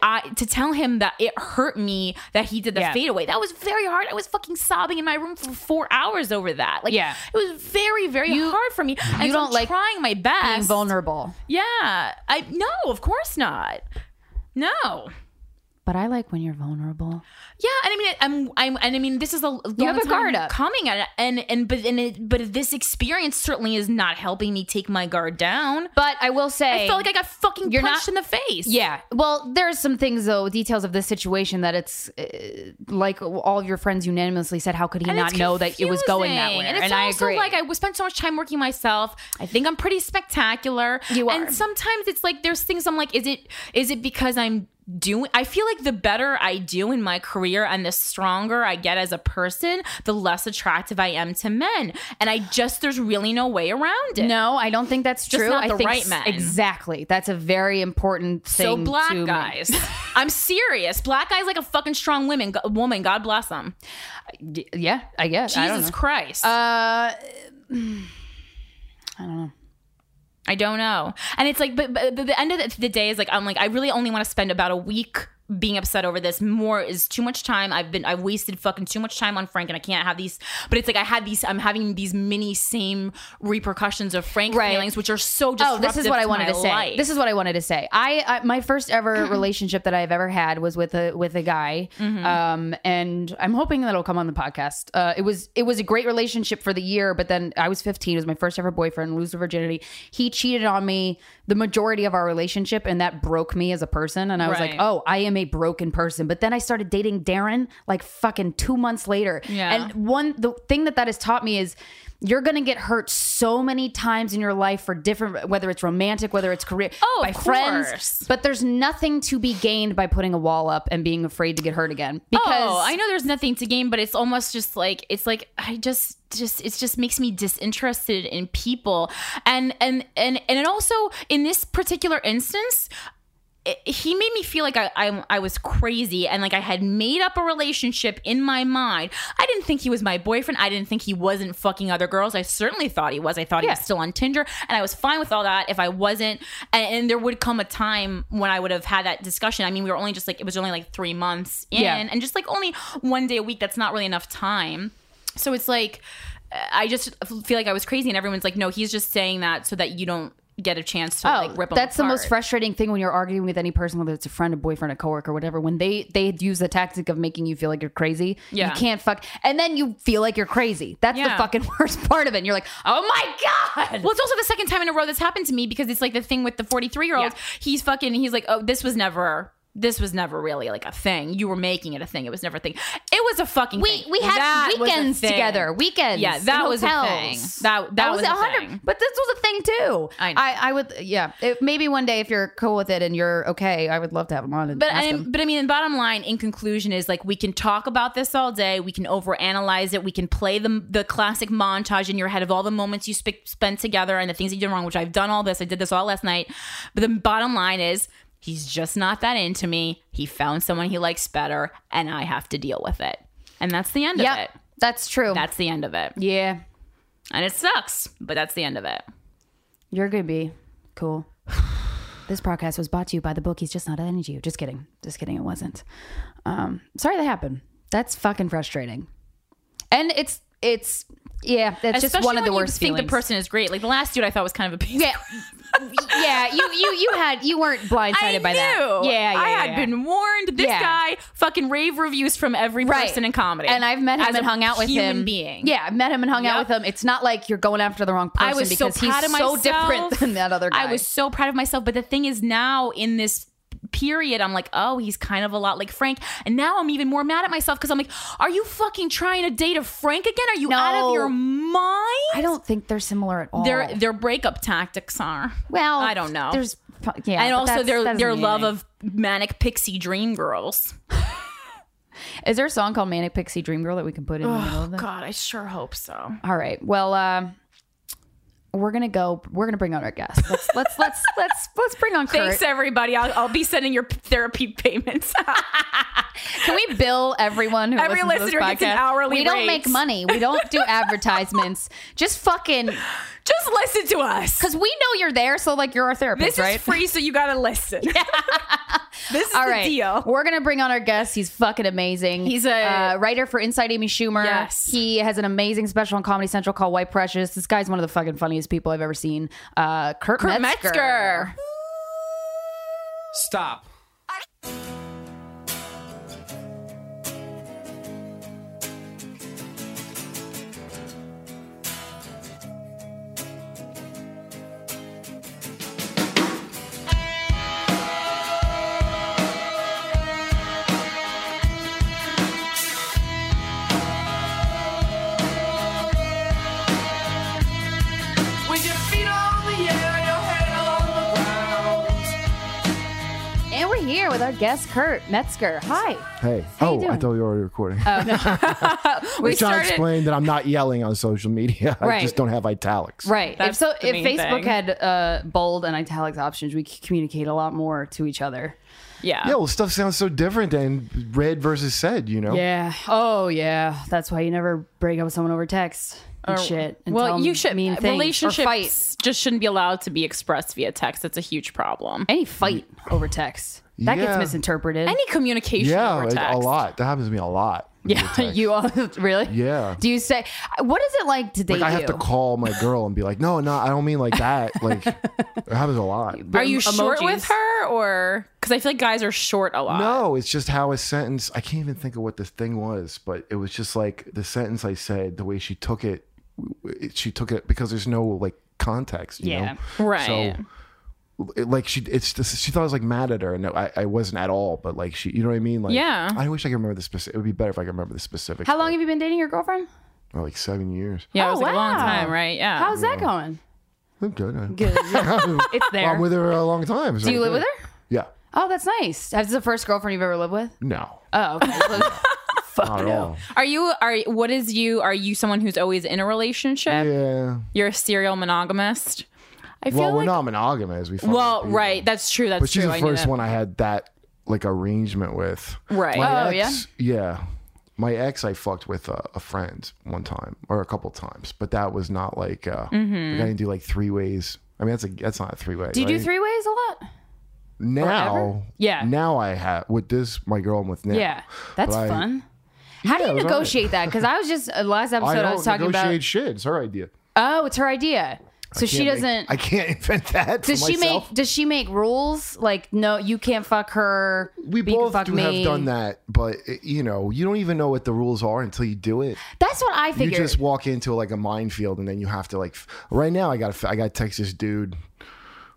S1: I, to tell him that it hurt me that he did the
S2: Yeah.
S1: fadeaway. That was very hard. I was fucking sobbing in my room for 4 hours over that. Like
S2: Yeah.
S1: it was very very hard for me. And
S2: you
S1: so
S2: don't
S1: I'm
S2: like
S1: trying my best.
S2: Being vulnerable.
S1: Yeah. I no, of course not. No.
S2: But I like when you're vulnerable.
S1: Yeah, and I mean, I'm, I'm, and I mean, this is a long
S2: have a
S1: time
S2: guard up.
S1: coming, and and and but and it, but this experience certainly is not helping me take my guard down.
S2: But I will say,
S1: I felt like I got fucking
S2: You're
S1: punched
S2: not-
S1: in the face.
S2: Yeah. Well, there's some things though, details of this situation that it's uh, like all of your friends unanimously said, how could he
S1: And
S2: not
S1: it's
S2: know that it was going that way?
S1: confusing. And it's also
S2: I agree.
S1: like I w- spent so much time working myself. I think I'm pretty spectacular.
S2: You are.
S1: And sometimes it's like there's things I'm like, is it is it because I'm doing I feel like the better I do in my career and the stronger I get as a person, the less attractive I am to men. And I just there's really no way around it.
S2: No, I don't think that's
S1: Just
S2: true.
S1: not
S2: I
S1: the
S2: think
S1: right
S2: s-
S1: men.
S2: Exactly. That's a very important thing.
S1: So black
S2: to-
S1: guys. I'm serious. Black guys like a fucking strong woman go- woman, God bless them.
S2: Y- Yeah, I guess. I don't
S1: Jesus
S2: know.
S1: Christ.
S2: Uh, I don't know.
S1: I don't know. And it's like, but, but the end of the, the day is like, I'm like, I really only want to spend about a week being upset over this. More is too much time. I've been, I've wasted fucking too much time on Frank and I can't have these. But it's like, I had these, I'm having these mini same repercussions of Frank
S2: Right.
S1: feelings, which are so
S2: Oh,
S1: disruptive
S2: this is what I wanted
S1: my
S2: to say.
S1: life. Mm-hmm.
S2: This is what I wanted to say. I, I my first ever relationship that I've ever had was with a with a guy, um, and I'm hoping that'll come on the podcast. Uh, it was it was a great relationship for the year, but then I was 15. It was my first ever boyfriend. Lose the virginity. He cheated on me the majority of our relationship, and that broke me as a person. And I was
S1: Right.
S2: like, oh, I am a broken person. But then I started dating Darren like fucking two months later,
S1: Yeah.
S2: and one the thing that that has taught me is you're going to get hurt so many times in your life for different whether it's romantic whether it's career
S1: Oh,
S2: by
S1: of course.
S2: friends but there's nothing to be gained by putting a wall up and being afraid to get hurt again because
S1: oh, I know there's nothing to gain, but it's almost just like it's like I just just it just makes me disinterested in people, and and and and it also in this particular instance. i he made me feel like I, I I was crazy and like I had made up a relationship in my mind. I didn't think he was my boyfriend. I didn't think he wasn't fucking other girls. I certainly thought he was. I thought he was
S2: Yeah.
S1: still on Tinder, and I was fine with all that. If I wasn't, and, and there would come a time when I would have had that discussion. I mean, we were only just like it was only like three months in,
S2: Yeah.
S1: and just like only one day a week. That's not really enough time. So it's like I just feel like I was crazy, and everyone's like, "No, he's just saying that so that you don't get a chance to like rip." 'em
S2: Oh, that's the most
S1: apart."
S2: frustrating thing when you're arguing with any person, whether it's a friend, a boyfriend, a coworker, whatever. When they they use the tactic of making you feel like you're crazy,
S1: Yeah.
S2: you can't fuck, and then you feel like you're crazy. That's
S1: Yeah.
S2: the fucking worst part of it. And you're like, oh my god,
S1: Well, it's also the second time in a row that's happened to me because it's like the thing with the 43 year old.
S2: Yeah.
S1: He's fucking, he's like, oh, this was never. This was never really like a thing. You were making it a thing. It was never a thing. It was a fucking.
S2: We-
S1: thing.
S2: we had
S1: was a
S2: weekends
S1: thing.
S2: together. Weekends
S1: Yeah,
S2: in
S1: that was a thing.
S2: hotels. Oh,
S1: That that, was, a thing.
S2: But this was a thing too.
S1: I know.
S2: I, I would, yeah. It, maybe one day if you're cool with it and you're okay, I would love to have him on. And
S1: But I,
S2: ask him.
S1: but I mean, the bottom line in conclusion is like we can talk about this all day. We can overanalyze it. We can play the the classic montage in your head of all the moments you sp- spent together and the things that you did wrong. Which I've done all this. I did this all last night. But the bottom line is he's just not that into me. He found someone he likes better, and I have to deal with it. And that's the end
S2: yeah,
S1: of it.
S2: that's true.
S1: That's the end of it.
S2: yeah,
S1: And it sucks, but that's the end of it.
S2: you're gonna be cool. This podcast was brought to you by the book. He's just not that into you. Just kidding. Just kidding. It wasn't. Um, sorry that happened. That's fucking frustrating. And it's it's yeah. That's just
S1: Especially
S2: one of the
S1: when you
S2: worst
S1: Think
S2: feelings.
S1: the person is great. Like the last dude, I thought was kind of a piece. of
S2: yeah, yeah. You you you had you weren't blindsided
S1: I
S2: by
S1: knew.
S2: that. Yeah, yeah.
S1: I
S2: yeah,
S1: had
S2: yeah.
S1: been warned. This
S2: Yeah.
S1: guy fucking rave reviews from every person in comedy,
S2: And I've met him
S1: As
S2: and
S1: a
S2: hung out with
S1: human
S2: him.
S1: Being,
S2: Yeah, I've met him and hung out
S1: Yep.
S2: with him. It's not like you're going after the wrong person
S1: I was
S2: because
S1: so proud
S2: he's
S1: of myself.
S2: so different than that other guy.
S1: I was so proud of myself. But the thing is, now in this period, I'm like, oh, he's kind of a lot like Frank. And now I'm even more mad at myself because I'm like, are you fucking trying to date a Frank again? Are you out of
S2: No.
S1: your mind?
S2: I don't think they're similar at all.
S1: Their their breakup tactics are
S2: well,
S1: I don't know.
S2: There's yeah,
S1: and
S2: but
S1: also
S2: that's- that
S1: their
S2: doesn't
S1: their
S2: mean
S1: love
S2: anything.
S1: of manic pixie dream girls.
S2: Is there a song called Manic Pixie Dream Girl that we can put in the middle of this?
S1: God, I sure hope so.
S2: All right. Well, um, we're gonna go. We're gonna bring on our guest. Let's let's let's let's let's bring on Kurt.
S1: Thanks, everybody. I'll, I'll be sending your p- therapy payments.
S2: Can we bill everyone who
S1: Every
S2: listens to
S1: listener
S2: this podcast?
S1: gets an hourly
S2: we don't
S1: rate.
S2: make money. We don't do advertisements. Just fucking
S1: Just listen to us.
S2: because we know you're there, so like you're our therapist,
S1: This
S2: right?
S1: is free, so you gotta listen. this is
S2: All
S1: the
S2: right,
S1: deal.
S2: we're gonna bring on our guest. He's fucking amazing.
S1: He's a-
S2: uh, writer for Inside Amy Schumer.
S1: Yes.
S2: he has an amazing special on Comedy Central called White Precious. This guy's one of the fucking funniest people I've ever seen. Uh, Kurt,
S1: Kurt
S2: Metzger.
S1: Metzger.
S4: Stop. With your feet on the air, your head on the ground.
S2: and we're here with our guest Kurt Metzger. Hi.
S5: Hey.
S2: How you
S5: oh, I
S2: doing? Oh,
S5: thought you were already recording.
S1: We
S5: Which I explained that I'm not yelling on social media.
S2: Right.
S5: I just don't have italics.
S2: Right. If
S1: That's
S2: so,
S1: the
S2: if
S1: main
S2: Facebook
S1: thing.
S2: had uh, bold and italics options, we could communicate a lot more to each other.
S1: yeah.
S5: Yeah, well, stuff sounds so different than read versus said, you know?
S2: Yeah. Oh, yeah. That's why you never break up with someone over text. and shit. And tell
S5: um,
S1: well,
S2: 'em
S1: you should. uh,
S2: mean things
S1: relationships
S2: or fight
S1: just shouldn't be allowed to be expressed via text. That's a huge problem.
S2: any fight over text that
S5: Mm. Yeah.
S2: gets misinterpreted.
S1: Any communication
S5: Yeah,
S1: over
S5: like,
S1: text.
S5: a lot. That happens to me a lot.
S2: yeah, you all really?
S5: Yeah.
S2: Do you say what is it like to date
S5: Like I have
S2: you?
S5: to call my girl and be like, no, no, I don't mean like that. Like it happens a lot.
S1: Are you short with
S2: Emojis.
S1: her, or because I feel like guys are short a lot?
S5: No, it's just how a sentence. I can't even think of what this thing was, but it was just like the sentence I said. The way she took it, w- w- it- she took it because there's no like context. You
S2: Yeah.
S5: know?
S1: Right.
S5: So, it, like she, it's just, she thought I was like mad at her, and I, I wasn't at all. But like she, you know what I mean? Like,
S1: Yeah.
S5: I wish I could remember the specific. It would be better if I could remember the specific.
S2: How long have you been dating your girlfriend?
S5: like seven years.
S1: Yeah, it
S2: Oh,
S1: was like a long
S2: wow.
S1: time, right? Yeah.
S2: How's
S5: Mm.
S2: that going?
S5: I'm good. I-
S2: Good. it's there.
S5: I'm with her a long time.
S2: Do you live with her?
S5: Yeah.
S2: Oh, that's nice. That's the first girlfriend you've ever lived with.
S5: No.
S2: Oh, okay.
S5: not at all.
S1: are you? Are what is you? Are you someone who's always in a relationship?
S5: Yeah.
S1: You're a serial monogamist. I feel
S5: Well, we're
S1: like.
S5: not monogamous. We fuck
S1: well,
S5: other people.
S1: right. That's true. That's
S5: But she's
S1: true.
S5: the
S1: I knew
S5: first
S1: that.
S5: one I had that like arrangement with.
S1: Right.
S2: Oh,
S5: My ex, yeah. My ex, I fucked with a, a friend one time or a couple times, but that was not like, uh, like I didn't do like three ways. I mean, that's a that's not a three way.
S2: Mm-hmm. do you do three ways a lot?
S5: now?
S2: Yeah.
S5: Now I have with this my girl I'm with now.
S2: Yeah, that's
S5: But I-
S2: fun. How do
S5: Yeah, it
S2: you
S5: was all right.
S2: negotiate that? Because I was just uh, last
S5: I
S2: episode
S5: don't
S2: I, was talking
S5: negotiate
S2: about.
S5: shit. It's her idea.
S2: Oh, it's her idea. So she
S5: Can't
S2: doesn't.
S5: make- I can't invent that.
S2: does
S5: for
S2: she
S5: myself.
S2: make? Does she make rules like no, you can't fuck her.
S5: We
S2: you can
S5: both
S2: fuck
S5: do
S2: me.
S5: have done that, but it- you know, you don't even know what the rules are until you do it.
S2: That's what I
S5: You
S2: figured.
S5: just walk into like a minefield, and then you have to like. f- Right now, I got to I got to text this dude.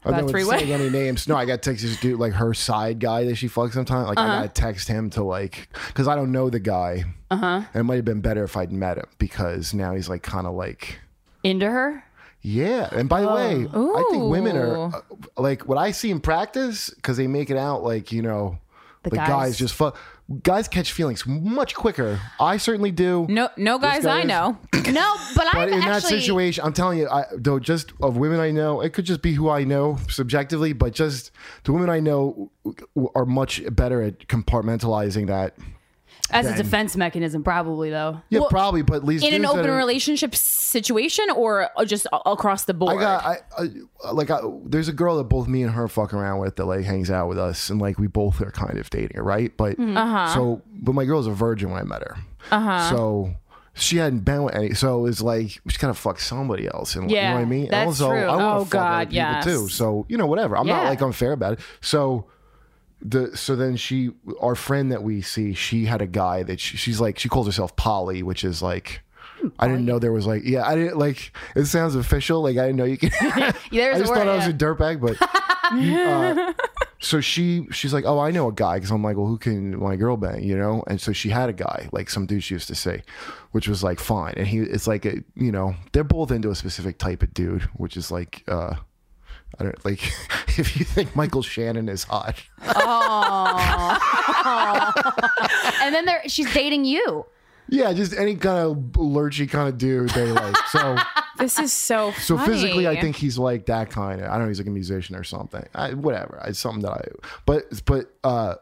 S5: I don't
S1: three
S5: saying any names. No, I got to text this dude, like her side guy that she fucks sometimes. Like I got to text him to like, because I don't know the guy. Uh huh. And it might have been better if I'd met him because now he's like kind of like.
S2: into her.
S5: Yeah, and by the way, I think women
S1: Ooh.
S5: are uh, like what I see in practice because they make it out like you know, the
S2: guys.
S5: guys. just fuck. Guys catch feelings much quicker. I certainly do.
S1: No, no guys
S5: guy
S1: I
S5: is-
S1: know.
S2: No, but,
S5: But
S2: I've
S5: in that
S2: actually.
S5: situation, I'm telling you, I, though, just of women I know, it could just be who I know subjectively, but just the women I know w- are much better at compartmentalizing that.
S2: as a defense mechanism, probably though.
S5: Yeah, probably, but at least
S1: In an
S5: dudes that
S1: open
S5: are-
S1: relationship situation, or just a- across the board?
S5: I got I, I like I, there's a girl that both me and her fuck around with that like hangs out with us and like we both are kind of dating her, right? But
S1: Mm-hmm.
S5: so but my girl's a virgin when I met her, uh-huh. so she hadn't been with any, so it's like she's gonna fuck somebody else, and you
S2: Yeah,
S5: know what I mean?
S2: that's
S5: and also,
S2: true.
S5: I want to
S1: Oh,
S5: fuck
S1: God,
S5: other people
S1: yes.
S5: too, so you know whatever. I'm
S2: Yeah.
S5: not like unfair about it. So the so then she our friend that we see she had a guy that she, she's like she calls herself Polly, which is like. I didn't know there was like yeah I didn't like it sounds official like I didn't know you can
S2: There's
S5: I just
S2: a word,
S5: thought I was
S2: yeah.
S5: a dirtbag but uh, so she she's like oh I know a guy because I'm like well who can my girl bang you know and so she had a guy like some dude she used to say which was like fine and he it's like a, you know they're both into a specific type of dude which is like uh I don't like if you think Michael Shannon is hot
S2: and then there, she's dating you.
S5: yeah just any kind of lurchy kind of dude they like so.
S1: This is so.
S5: So
S1: funny.
S5: physically, I think he's like that kind of. I don't know. He's like a musician or something. I, whatever. It's something that I. But but uh,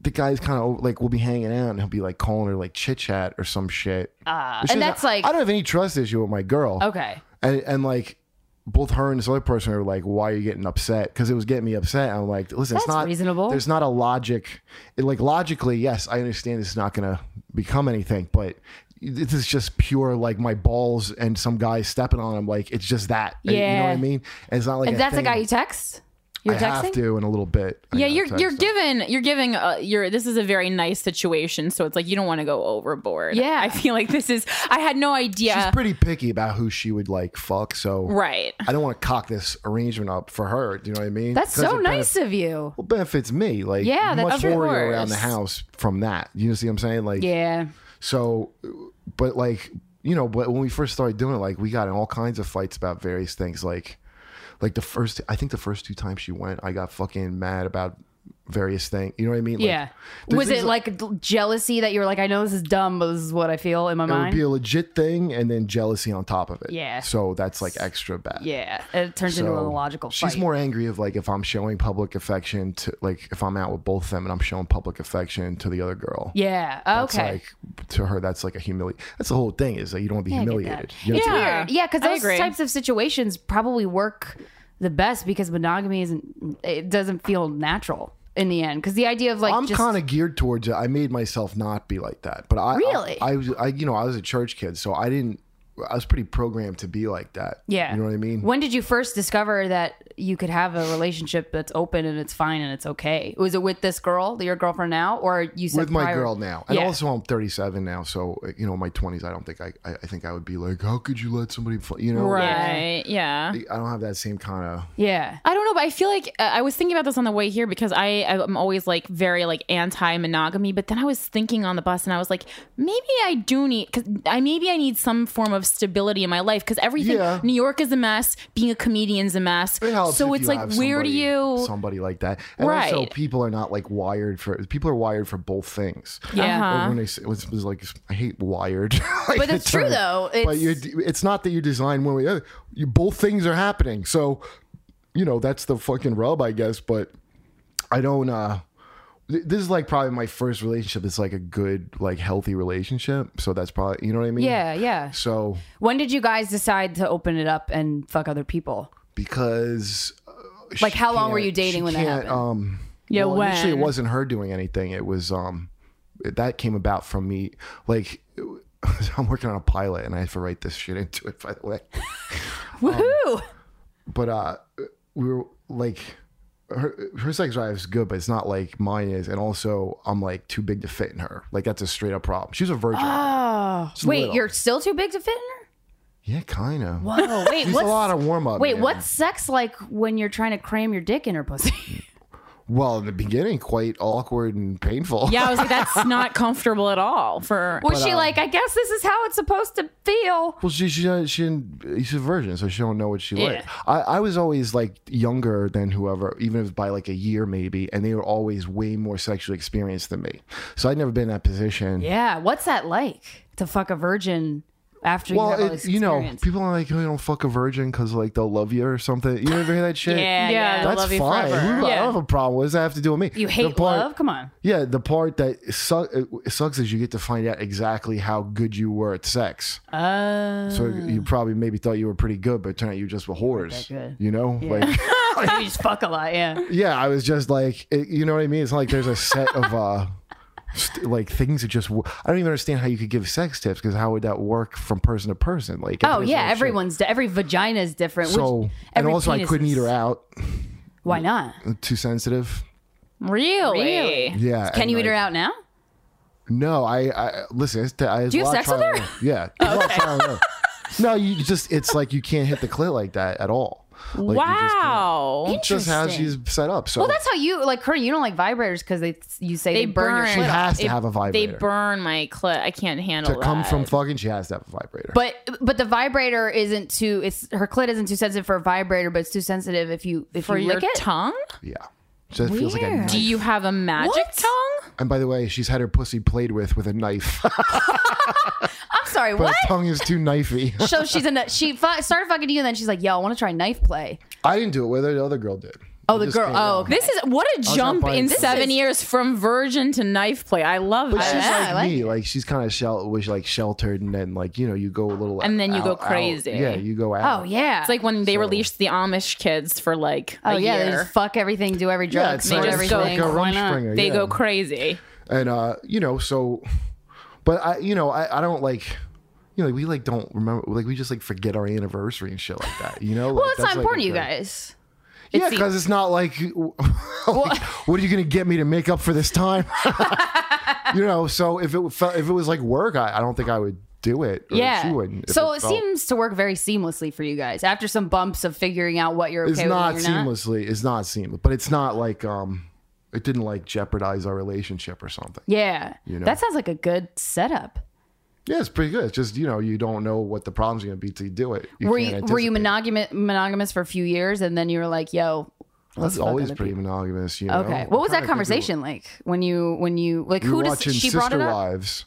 S5: the guy's kind of like we'll be hanging out and he'll be like calling her like chit chat or some shit. Uh,
S2: and that's, like-
S5: I don't have any trust issue with my girl.
S2: Okay.
S5: And and like. Both her and this other person are like, "Why are you getting upset?" Because it was getting me upset. I'm like, "Listen, it's
S2: That's
S5: not
S2: reasonable.
S5: There's not a logic. It, like logically, yes, I understand it's not going to become anything, but this is just pure like my balls and some guy stepping on them. Like it's just that. You know what
S2: Yeah.
S5: I mean? And it's not like
S2: If that's a
S5: thing
S2: guy you text, you're
S5: I
S2: texting.
S5: have to in a little bit. I
S1: Yeah,
S5: gotta
S1: you're
S5: text
S1: you're
S5: him.
S1: given you're giving uh, you're this is a very nice situation, so it's like you don't want to go overboard.
S2: Yeah.
S1: I feel like this is I had no idea.
S5: She's pretty picky about who she would like fuck, so
S1: right.
S5: I don't want to cock this arrangement up for her. Do you know what I mean?
S2: That's
S5: 'Cause
S2: so
S5: it
S2: nice of you.
S5: benef- benefits me. Like
S2: Yeah, that's-
S5: much
S2: of
S5: more around
S1: course.
S5: the house from that. You see what I'm saying? Like
S2: Yeah.
S5: So, but like you know, but when we first started doing it, like we got in all kinds of fights about various things. Like, like the first, I think the first two times she went, I got fucking mad about various things. You know what I mean? Like,
S2: yeah.
S5: there's
S2: Was
S5: these,
S2: it like d- jealousy that you were like, I know this is dumb, but this is what I feel in my
S5: it would be
S2: mind?
S5: a legit thing and then jealousy on top of it.
S2: Yeah.
S5: So that's like extra bad.
S2: yeah. It turns into an
S5: So
S2: illogical fight.
S5: She's more angry of like if I'm showing public affection to like if I'm out with both of them and I'm showing public affection to the other girl.
S2: Yeah.
S5: It's
S2: Okay.
S5: like to her that's like a humili. That's the whole thing is that you don't want to be
S2: I get that.
S5: humiliated. You know,
S2: It's
S5: it's-
S1: Yeah.
S2: weird. Yeah, because
S1: I
S2: those
S1: agree.
S2: types of situations probably work the best because monogamy isn't. It doesn't feel natural in the end. Because the idea of like
S5: I'm
S2: just
S5: kind of geared towards it. I made myself not be like that, but I
S2: Really?
S5: I, I was I you know I was a church kid, so I didn't. I was pretty programmed to be like that.
S2: yeah.
S5: you know what I mean.
S2: When did you first discover that you could have a relationship that's open and it's fine and it's okay? Was it with this girl, your girlfriend now, or you said
S5: with my
S2: prior-
S5: girl now, and
S2: Yeah.
S5: also I'm 37 now, so uh, you know my 20s. I don't think I, I, I think I would be like, how could you let somebody, fl-? you know,
S1: Right. Yeah.
S5: I don't have that same kind of.
S2: Yeah.
S1: I don't know, but I feel like uh, I was thinking about this on the way here because I I'm always like very like anti monogamy, but then I was thinking on the bus and I was like, maybe I do need because I maybe I need some form of stability in my life because everything
S5: Yeah.
S1: New York is a mess, being a comedian's a mess,
S5: It helps
S1: so it's
S5: if you
S1: like
S5: have
S1: where do
S5: somebody-
S1: you?
S5: somebody like that? And also,
S1: Right.
S5: people are not like wired for. People are wired for both things.
S2: Yeah.
S5: Like,
S1: Uh-huh.
S5: When they say, it's, it's like I hate wired, like,
S2: But it's
S5: the
S2: true,
S5: term.
S2: though.
S5: but
S2: It's-
S5: you it's not that you design one way. or the other. You both things are happening, so you know that's the fucking rub, I guess. But I don't. uh th- This is like probably my first relationship. It's like a good, like healthy relationship. So that's probably you know what I mean.
S2: Yeah, yeah.
S5: So
S2: When did you guys decide to open it up and fuck other people?
S5: because uh,
S2: Like,
S5: she
S2: how long were
S5: can't-
S2: you dating
S5: she
S2: when that
S5: can't,
S2: happened?
S5: Um,
S1: Yeah,
S5: well, initially it
S1: when?
S5: wasn't her doing anything. It was um, it- that came about from me. Like I'm working on a pilot, and I have to write this shit into it. By the way, um,
S2: Woohoo!
S5: but uh, we were like. Her, her sex drive is good, but it's not like mine is. And also, I'm like too big to fit in her. Like that's a straight up problem. She's a virgin.
S1: Oh.
S5: She's
S2: Wait,
S5: little.
S2: you're still too big to fit in
S5: yeah, kind of.
S2: her?
S1: Oh,
S2: Whoa, wait,
S5: She's
S2: what's
S5: a lot of warm up.
S2: Wait, what's sex like when you're trying to cram your dick in her pussy?
S5: Well, in the beginning, quite awkward and painful.
S1: yeah, I was like, that's not comfortable at all for.
S2: Was
S5: uh,
S2: she like, I guess this is how it's supposed to feel?
S5: Well, she she uh, she didn't, she's a virgin, so she don't know what she like. I, I was always like younger than whoever, even if by like a year maybe, and they were always way more sexually experienced than me. So I'd never been in that position.
S2: Yeah, what's that like to fuck a virgin after you
S5: Well,
S2: have all
S5: it-
S2: this
S5: you know,
S2: experience?
S5: people are like, "Oh, you don't fuck a virgin because like they'll love you or something." You ever hear that shit?
S1: yeah, yeah,
S5: that's
S1: love you
S5: fine.
S1: forever.
S5: Who- I don't have a problem. What does that have to do with me?
S2: you hate love? Come on.
S5: Yeah, the part that su- it sucks is you get to find out exactly how good you were at sex.
S2: Uh,
S5: So you probably maybe thought you were pretty good, but it turned out you just were whores.
S2: good.
S5: You know, like
S2: you just fuck a lot, yeah.
S5: yeah, I was just like, it, you know what I mean? It's not like there's a set of uh, st- like things that just. wo- I don't even understand how you could give sex tips because how would that work from person to person? Like,
S2: Oh
S5: everybody's
S2: yeah,
S5: like, shit.
S2: everyone's di- every vagina is different. which-
S5: So and
S2: every
S5: also, I
S2: penis
S5: couldn't
S2: is-
S5: eat her out.
S2: Why not?
S5: Too sensitive.
S1: Really?
S5: Yeah.
S2: Can
S5: and,
S2: you eat her
S5: like,
S2: out now?
S5: No, I, I listen. It's, I, Do
S2: you have sex with her?
S5: Yeah. there's a lot of trial and error. No, you just. It's like you can't hit the clit like that at all. Like, you just can't.
S1: Wow.
S5: It's just how she's set up. So
S2: Well, that's how you like her. You don't like vibrators because they you say they,
S1: They
S2: burn,
S1: burn.
S2: your
S5: she
S2: clit. off.
S5: has to
S1: It-
S5: have a
S1: They
S5: vibrator.
S1: burn my clit. I can't handle
S5: to come
S1: that.
S5: from fucking, she has to have a vibrator.
S2: But but the vibrator isn't too. It's her clit isn't too sensitive for a vibrator, but it's too sensitive if you if
S1: for
S2: you
S1: your
S2: lick it.
S1: tongue?
S5: Yeah. So it feels like a
S2: Weird.
S5: knife.
S1: Do you have a magic
S2: What?
S1: tongue?
S5: and by the way, she's had her pussy played with with a knife. but
S2: I'm sorry, what?
S5: her tongue is too knifey.
S2: so she's in. A, she fu- started fucking you, and then she's like, "Yo, I want to try knife play."
S5: I didn't do it with her. The other girl did.
S2: Oh,
S5: It
S2: the
S5: just
S2: girl.
S5: came
S2: Oh,
S5: out.
S2: okay.
S1: This is what a
S5: not
S1: jump
S5: buying
S1: in
S5: this.
S1: seven
S2: is-
S1: years from virgin to knife play. I love
S5: But
S1: that.
S5: she's
S2: Yeah,
S5: like
S2: I like
S5: me, like she's kind of shell, was like sheltered, and then like you know you go a little,
S1: And then you go
S5: out- out.
S1: crazy.
S5: Yeah, you go out.
S2: oh yeah.
S1: It's like when they released the Amish kids for like
S2: oh
S1: a
S2: yeah. They
S1: year.
S2: just fuck everything, do every drug,
S5: yeah, it's
S2: snort
S5: like,
S1: just
S5: it's
S2: everything.
S5: like a
S2: Why not?
S5: Rumspringer.
S1: they
S5: Oh, yeah.
S1: go crazy.
S5: and uh, you know, so, but I, you know, I, I don't like, you know, like, we like don't remember, like we just like forget our anniversary and shit like that. You know,
S2: Well, it's not important, to you guys.
S5: Yeah,
S2: the-
S5: because it's not like, like, what are you going to get me to make up for this time? you know, so if it felt, if it was like work, I, I don't think I would do it. or
S2: Yeah.
S5: she wouldn't. if
S2: so it,
S5: felt-
S2: seems to work very seamlessly for you guys after some bumps of figuring out what you're okay
S5: it's
S2: with.
S5: not
S2: and you're
S5: seamlessly. It's not seamless, but it's not like um, it didn't like jeopardize our relationship or something.
S2: Yeah.
S5: know?
S2: That sounds like a good setup.
S5: Yeah, it's pretty good. It's just you know you don't know what the problem's going to be till you do it.
S2: were you
S5: can't
S2: were you
S5: anticipate.
S2: monogamous monogamous for a few years and then you were like, yo,
S5: That's
S2: fuck
S5: always
S2: other
S5: pretty monogamous, you know.
S2: Okay.
S5: I'm
S2: what was that
S5: trying to think of-
S2: conversation like when you when you like
S5: We were
S2: who does
S5: watching
S2: she
S5: Sister
S2: brought it up?
S5: Wives.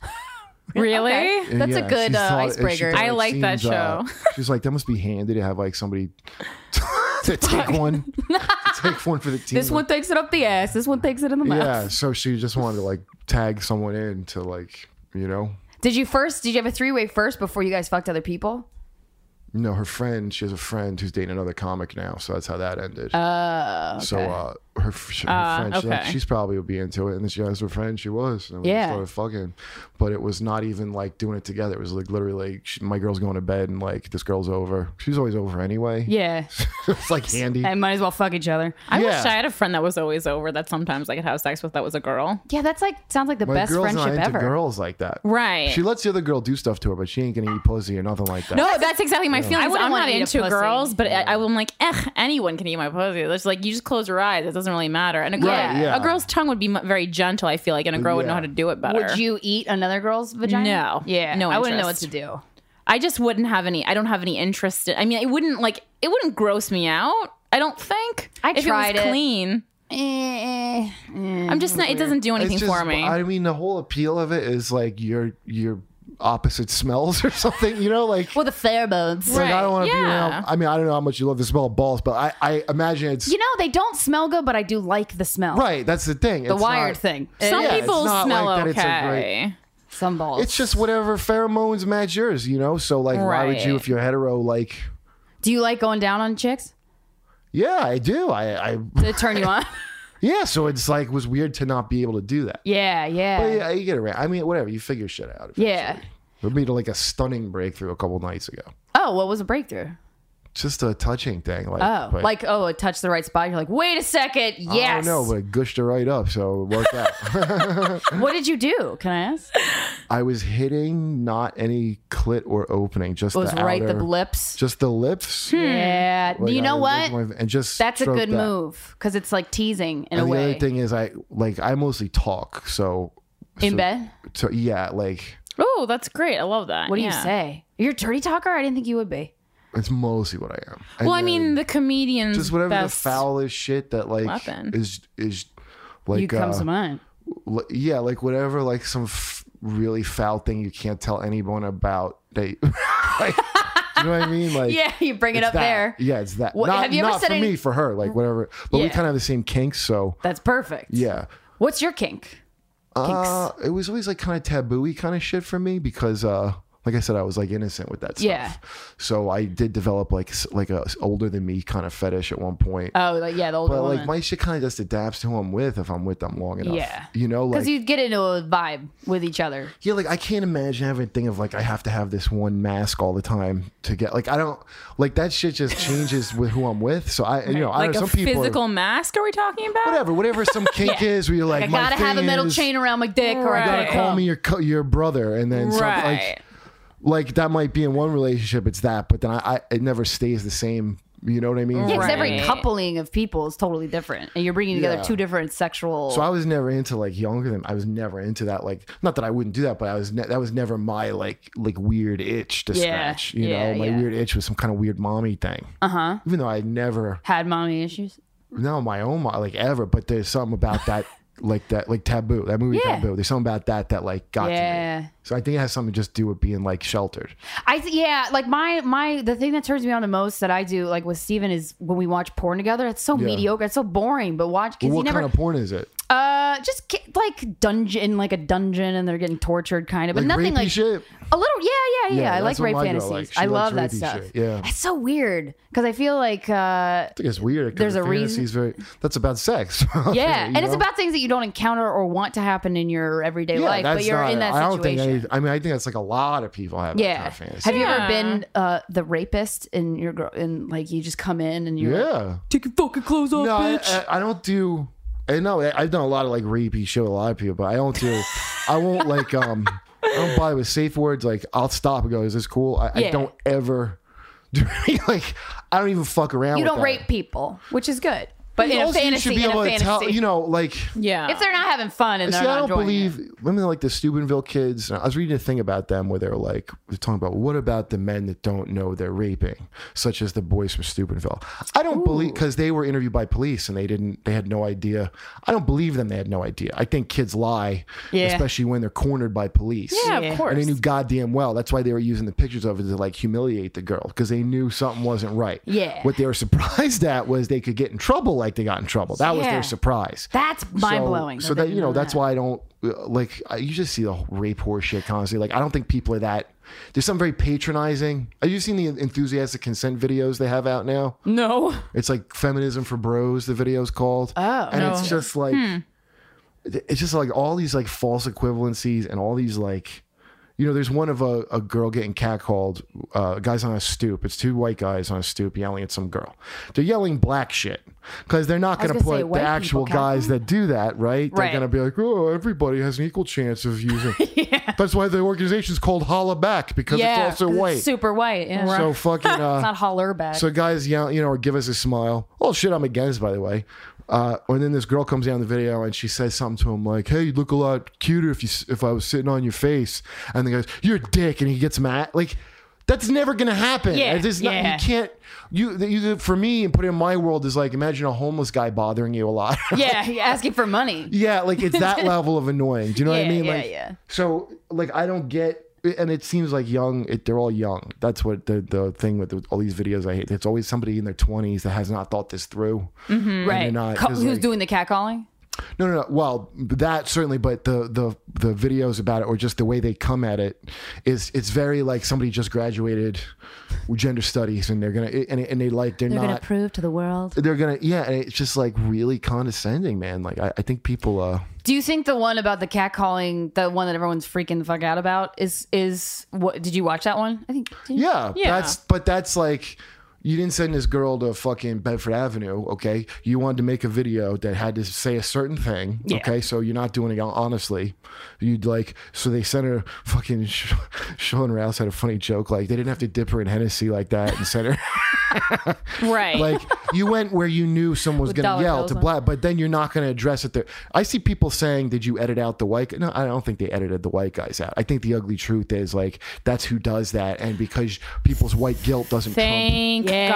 S1: Really?
S2: Okay.
S5: and
S2: That's a
S5: yeah,
S2: good,
S5: she
S2: uh,
S5: thought- and she
S2: icebreaker.
S5: thought
S1: I
S5: it
S1: like that
S5: seems, uh,
S1: show.
S5: she's like, that must be handy to have like somebody to take one, to take one for the team.
S2: This one takes it up the ass. This one takes it in the mouth.
S5: yeah. So she just wanted to like tag someone in to like, you know,
S2: Did you first? Did you have a three way first before you guys fucked other people?
S5: you know, her friend. She has a friend who's dating another comic now, so that's how that ended. Oh. So uh, her, f- her friend, she's, like,
S1: okay.
S5: she's probably would be into it, and then she has her friend. She was, and we
S2: Yeah.
S5: started fucking, but it was not even like doing it together. It was like literally like she, my girl's going to bed, and like this girl's over. She's always over anyway.
S2: Yeah.
S5: it's like handy.
S2: I might as well fuck each other.
S1: I wish
S5: Yeah.
S1: I had a friend that was always over that sometimes I could have sex with that was a girl.
S2: Yeah, that's like sounds like the
S5: My
S2: best
S5: girl's
S2: friendship
S5: not into
S2: ever.
S5: girls like that.
S1: Right.
S5: She lets the other girl do stuff to her, but she ain't gonna eat pussy or nothing like that.
S1: No,
S2: Oh,
S1: that's exactly my feelings.
S2: wouldn't
S1: I'm
S2: wanna
S1: not
S2: eat a
S1: into
S2: pussy.
S1: girls, but I, I'm like, eh, anyone can eat my pussy. It's like you just close your eyes; it doesn't really matter. And a girl,
S5: Right, yeah.
S1: a girl's tongue would be mu- very gentle. I feel like, and a girl would know how
S5: Yeah.
S1: to do it better.
S2: Would you eat another girl's vagina?
S1: No.
S2: Yeah.
S1: No
S2: I wouldn't know what
S1: interest.
S2: to do.
S1: I just wouldn't have any. I don't have any interest. In, I mean, it wouldn't like it wouldn't gross me out. I don't think.
S2: I
S1: if
S2: tried
S1: it was
S2: it. Mm,
S1: clean.
S5: Eh.
S1: I'm just not. It doesn't do anything
S5: It's
S1: for me.
S5: I mean, the whole appeal of it is like your your opposite smells or something. You know, like.
S2: Well, the pheromones.
S5: like, I
S1: Right,
S5: don't want to be
S1: yeah.
S5: around. I mean, I don't know how much you love the smell of balls, but I, I imagine it's
S2: You know, they don't smell good, but I do like the smell.
S5: right. That's the thing.
S2: The wired thing.
S1: Some
S5: yeah, it's
S1: people
S5: not
S1: smell
S5: like that it's a
S1: okay.
S2: Some balls.
S5: It's just whatever pheromones match yours. You know, so like, why would you
S1: Right.
S5: if you're hetero? Like,
S2: do you like going down on chicks?
S5: yeah, I do. I, I
S2: Did it turn you on?
S5: yeah. So it's like was weird to not be able to do that.
S2: yeah, yeah.
S5: But yeah, you get around. I mean, whatever. You figure shit out.
S2: Yeah.
S5: We made like a stunning breakthrough a couple nights ago.
S2: Oh, what was a breakthrough?
S5: Just a touching thing. Like,
S2: Oh,
S5: but-
S2: like oh, it touched the right spot. You're like, wait a second,
S5: I
S2: yes.
S5: don't know, but it gushed her right up, so it worked out.
S2: what did you do? Can I ask?
S5: I was hitting not any clit or opening, just
S2: It was
S5: the
S2: right the
S5: outer-
S2: lips.
S5: just the lips.
S2: Yeah.
S5: Like,
S2: Hmm. you
S5: I
S2: know
S5: was
S2: what?
S5: with my- and just
S2: That's a
S5: stroke
S2: good
S5: that.
S2: move because it's like teasing in a
S5: And the
S2: way.
S5: other thing is, I like I mostly talk, so
S2: in
S5: so-
S2: bed,
S5: so- yeah, like
S1: Oh, that's great. I love that.
S2: what do
S1: Yeah.
S2: you say? You're a dirty talker. I didn't think you would be.
S5: it's mostly what I am. And
S1: Well, I
S5: then
S1: mean, the comedians
S5: just whatever
S1: best
S5: the foulest shit that like
S1: weapon.
S5: is is like
S2: you come
S5: uh,
S2: to mind.
S5: li- yeah, like whatever, like some f- really foul thing you can't tell anyone about. They, like, do you know what I mean? Like,
S2: Yeah, you bring it
S5: it's
S2: up
S5: that.
S2: there.
S5: Yeah, it's that.
S2: What-
S5: not
S2: have you ever
S5: not
S2: said
S5: for
S2: any-
S5: me, for her, like whatever. But we
S2: Yeah.
S5: kind of have the same kinks, so
S2: That's perfect.
S5: yeah.
S2: What's your kink?
S5: Uh, it was always like kind of taboo-y kind of shit for me because, uh, like I said, I was like innocent with that stuff.
S2: Yeah.
S5: So I did develop like s- like a s- older than me kind of fetish at one point.
S2: Oh, like, yeah, the older
S5: but
S2: woman.
S5: like my shit kind of just adapts to who I'm with if I'm with them long enough.
S2: Yeah.
S5: You know, like
S2: because you get into a vibe with each other.
S5: Yeah, like I can't imagine having a thing of like I have to have this one mask all the time to get like I don't like that shit just changes with who I'm with. So I you know I
S1: like
S5: don't know
S1: a
S5: some people
S1: physical
S5: are,
S1: mask are we talking about?
S5: whatever whatever some kink is where you're like
S2: I
S5: my
S2: gotta have a
S5: thing
S2: metal
S5: is,
S2: chain around my dick, or I
S1: Right.
S2: gotta
S5: Call
S2: call
S5: me your co- your brother and then some-
S1: Right.
S5: like like that might be in one relationship it's that but then I, I it never stays the same. You know what I mean?
S1: Yeah,
S2: Because every
S1: Right.
S2: coupling of people is totally different, and you're bringing together
S5: Yeah.
S2: two different sexual.
S5: So I was never into like younger than I was never into that like not that I wouldn't do that, but I was ne- that was never my like like weird itch to
S2: Yeah.
S5: scratch. You
S2: Yeah,
S5: know, my
S2: yeah. Uh-huh.
S5: weird itch was some kind of weird mommy thing. Uh huh. Even though I never
S2: had mommy issues.
S5: no my own mo- like ever, but there's something about that like that like taboo that movie
S2: Yeah.
S5: taboo. There's something about that that like got to
S2: Yeah.
S5: me. So I think it has something to just do with being like sheltered.
S2: I th- yeah, like my my the thing that turns me on the most that I do like with Steven is when we watch porn together. It's so mediocre, it's so boring. But watch because
S5: Well,
S2: he
S5: what
S2: never
S5: kind of porn is it?
S2: uh just ki- like dungeon like a dungeon and they're getting tortured kind of, but
S5: Like
S2: nothing
S5: rapey
S2: like
S5: shit.
S2: a little yeah yeah yeah.
S5: Yeah,
S2: I like
S5: that's what
S2: rape
S5: my girl
S2: fantasies.
S5: likes. She
S2: I
S5: likes
S2: love that
S5: rapey
S2: stuff.
S5: shit, yeah.
S2: it's so weird because I feel like uh
S5: I think it's weird. 'cause
S2: There's
S5: the
S2: a reason-
S5: fantasy's Very, that's about sex.
S2: yeah, and it's
S5: about.
S2: about things that you don't encounter or want to happen in your everyday life, but you're in that situation.
S5: I don't think. any- I mean, I think that's like a lot of people have. Yeah.
S2: Yeah.
S5: Kind of fantasy.
S2: Have you ever
S1: Yeah.
S2: been uh, the rapist and your girl and like you just come in and you're like,
S5: yeah.
S2: take your fucking clothes off,
S5: No, I,
S2: bitch?
S5: I, I don't do. I know I- I've done a lot of like rapey shit with a lot of people, but I don't do. I won't like. Um, I don't bother with safe words. Like I'll stop and go. Is this cool? I, I
S2: Yeah.
S5: don't ever do any like. I don't even fuck around.
S2: you
S5: with
S2: don't
S5: that.
S2: rape people, which is good.
S1: but in a
S5: also,
S1: fantasy, in a fantasy.
S5: you know, like.
S1: yeah.
S2: If they're not having fun and
S5: See,
S2: they're
S5: I
S2: not
S5: don't
S2: enjoying
S5: believe women like the Steubenville kids. I was reading a thing about them where they were like they're talking about what about the men that don't know they're raping, such as the boys from Steubenville. I don't believe because they were interviewed by police and they didn't. They had no idea. I don't believe them. They had no idea. I think kids lie, especially when they're cornered by police.
S1: yeah, of course.
S5: And they knew goddamn well. That's why they were using the pictures of it to like humiliate the girl because they knew something wasn't right.
S2: Yeah.
S5: What they were surprised at was they could get in trouble like they got in trouble. That was
S2: Yeah.
S5: their surprise.
S2: That's mind blowing.
S5: So, so that you know, that's why I don't uh, like. I, you just see the whole rape horse shit constantly. Like I don't think people are that. There's something very patronizing. Have you seen the enthusiastic consent videos they have out now?
S1: no.
S5: It's like feminism for bros. The video's called. Oh, and it's just like
S2: Hmm.
S5: it's just like all these like false equivalencies and all these like. You know, there's one of a, a girl getting catcalled. Uh, guys on a stoop. It's two white guys on a stoop yelling at some girl. They're yelling black shit because they're not going to
S2: gonna say,
S5: put
S2: white
S5: the
S2: people
S5: actual
S2: catcall?
S5: guys that do that, right? They're
S1: Right.
S5: going to be like, oh, everybody has an equal chance of using. That's why the organization's called Holla Back because
S1: Yeah,
S5: it's also white.
S2: Super white. Yeah.
S5: so fucking. Uh,
S2: not holler back.
S5: So guys yell, you know, or give us a smile. Oh shit, I'm against, by the way. Uh, and then this girl comes down the video and she says something to him like, "Hey, you'd look a lot cuter if you s- if I was sitting on your face." And the guy's, "You're a dick," and he gets mad. Like that's never gonna happen.
S1: Yeah,
S5: It's just not-
S1: yeah.
S5: you can't. You, you for me and put it in my world is like imagine a homeless guy bothering you a lot.
S2: yeah, you're asking for money.
S5: Yeah, like it's that level of annoying. Do you know what I
S2: Yeah,
S5: mean?
S2: yeah,
S5: like,
S2: yeah.
S5: So, like, I don't get. And it seems like young. It, they're all young. That's what the the thing with all these videos I hate. It's always somebody in their twenties that has not thought this through.
S2: Mm-hmm.
S5: And they're not,
S2: Co-
S5: 'cause,
S2: who's
S5: like-
S2: doing the catcalling?
S5: No, no, no. Well, that certainly, but the the the videos about it, or just the way they come at it, is it's very like somebody just graduated with gender studies, and they're gonna and, and they like they're, not.
S2: prove to the world.
S5: they're gonna yeah, and it's just like really condescending, man. Like I, I think people. uh
S2: Do you think the one about the catcalling, the one that everyone's freaking the fuck out about, is is what? Did you watch that one? I think. did you-
S5: Yeah,
S1: Yeah.
S5: That's but that's like you didn't send this girl to fucking Bedford Avenue, okay? You wanted to make a video that had to say a certain thing, okay? So you're not doing it honestly. You'd like so they sent her fucking Sh- Sean Rouse had a funny joke like they didn't have to dip her in Hennessy like that and send her
S1: Right.
S5: like you went where you knew someone was going
S2: dollar
S5: to yell
S2: bills
S5: to
S2: on
S5: black, but then you're not going to address it. There, I see people saying, "Did you edit out the white?" guy?" No, I don't think they edited the white guys out. I think the ugly truth is like that's who does that, and because people's white guilt doesn't trump.
S1: Thank
S2: Yeah.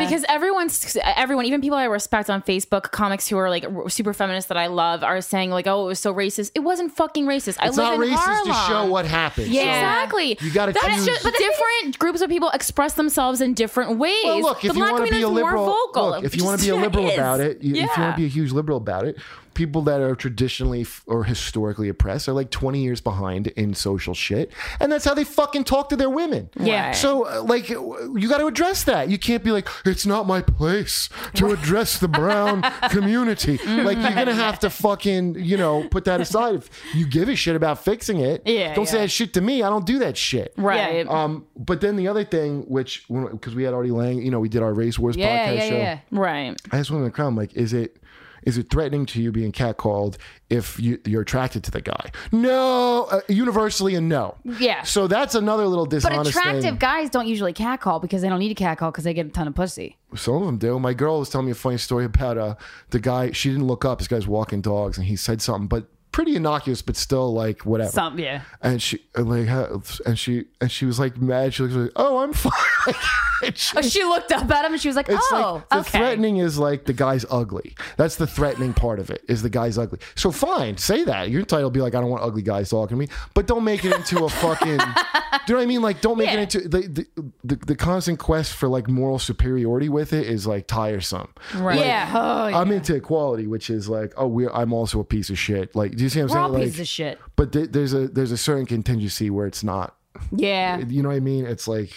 S1: God. Because everyone's everyone, even people I respect on Facebook, comics who are like r- super feminists that I love, are saying like, "Oh, it was so racist." It wasn't fucking racist. I
S5: It's
S1: live
S5: not
S1: in
S5: racist
S1: Harlem.
S5: to show what happened.
S2: Yeah.
S1: Exactly.
S5: You gotta
S1: That's
S5: choose-
S1: just but different groups of people express themselves in different ways.
S5: Well, look,
S1: the
S5: if you
S1: black
S5: want to be a
S1: community's more
S5: liberal,
S1: vocal.
S5: look, if you want to
S1: Just-
S5: be a liberal
S1: is.
S5: about it, you, if you
S1: Yeah.
S5: want to be a huge liberal about it, people that are traditionally f- or historically oppressed are like 20 years behind in social shit, and that's how they fucking talk to their women.
S1: Yeah. Right.
S5: So uh, like w- you got to address that. You can't be like it's not my place to address the brown community.
S1: Mm-hmm.
S5: Like you're going to have to fucking, you know, put that aside if you give a shit about fixing it.
S1: Yeah,
S5: Don't say
S1: yeah.
S5: that shit to me. I don't do that shit.
S1: right.
S5: Um, but then the other thing, which because we had already Lang, you know, we did our race wars
S2: Yeah,
S5: podcast
S2: yeah,
S5: show.
S2: yeah.
S1: right.
S5: I just wanted to crown like, is it is it threatening to you being catcalled if you, you're attracted to the guy? No, uh, universally a no.
S2: Yeah.
S5: So that's another little
S2: But
S5: dishonest
S2: attractive
S5: thing.
S2: guys don't usually catcall because they don't need to catcall because they get a ton of pussy.
S5: Some of them do. My girl was telling me a funny story about uh, the guy. She didn't look up. This guy's walking dogs, and he said something, but pretty innocuous, but still like whatever.
S2: Some, yeah.
S5: and she and like ha- and she and she was like mad. She looks like, oh, I'm fine. Like, and she-
S2: Oh, she looked up at him and she was like,
S5: It's
S2: "Oh,
S5: like the
S2: okay."
S5: threatening is like the guy's ugly. That's the threatening part of it is the guy's ugly. So fine, say that. You're entitled to be like, I don't want ugly guys talking to me, but don't make it into a fucking. do you know what I mean? Like, don't make it into the the, the the constant quest for like moral superiority with it is like tiresome. Right.
S2: yeah. Oh,
S5: I'm into equality, which is like, oh, we're I'm also a piece of shit. Like, do you see what I'm
S2: we're
S5: saying?
S2: all
S5: like,
S2: pieces of shit.
S5: But th- there's a there's a certain contingency where it's not
S2: Yeah.
S5: you know what I mean? It's like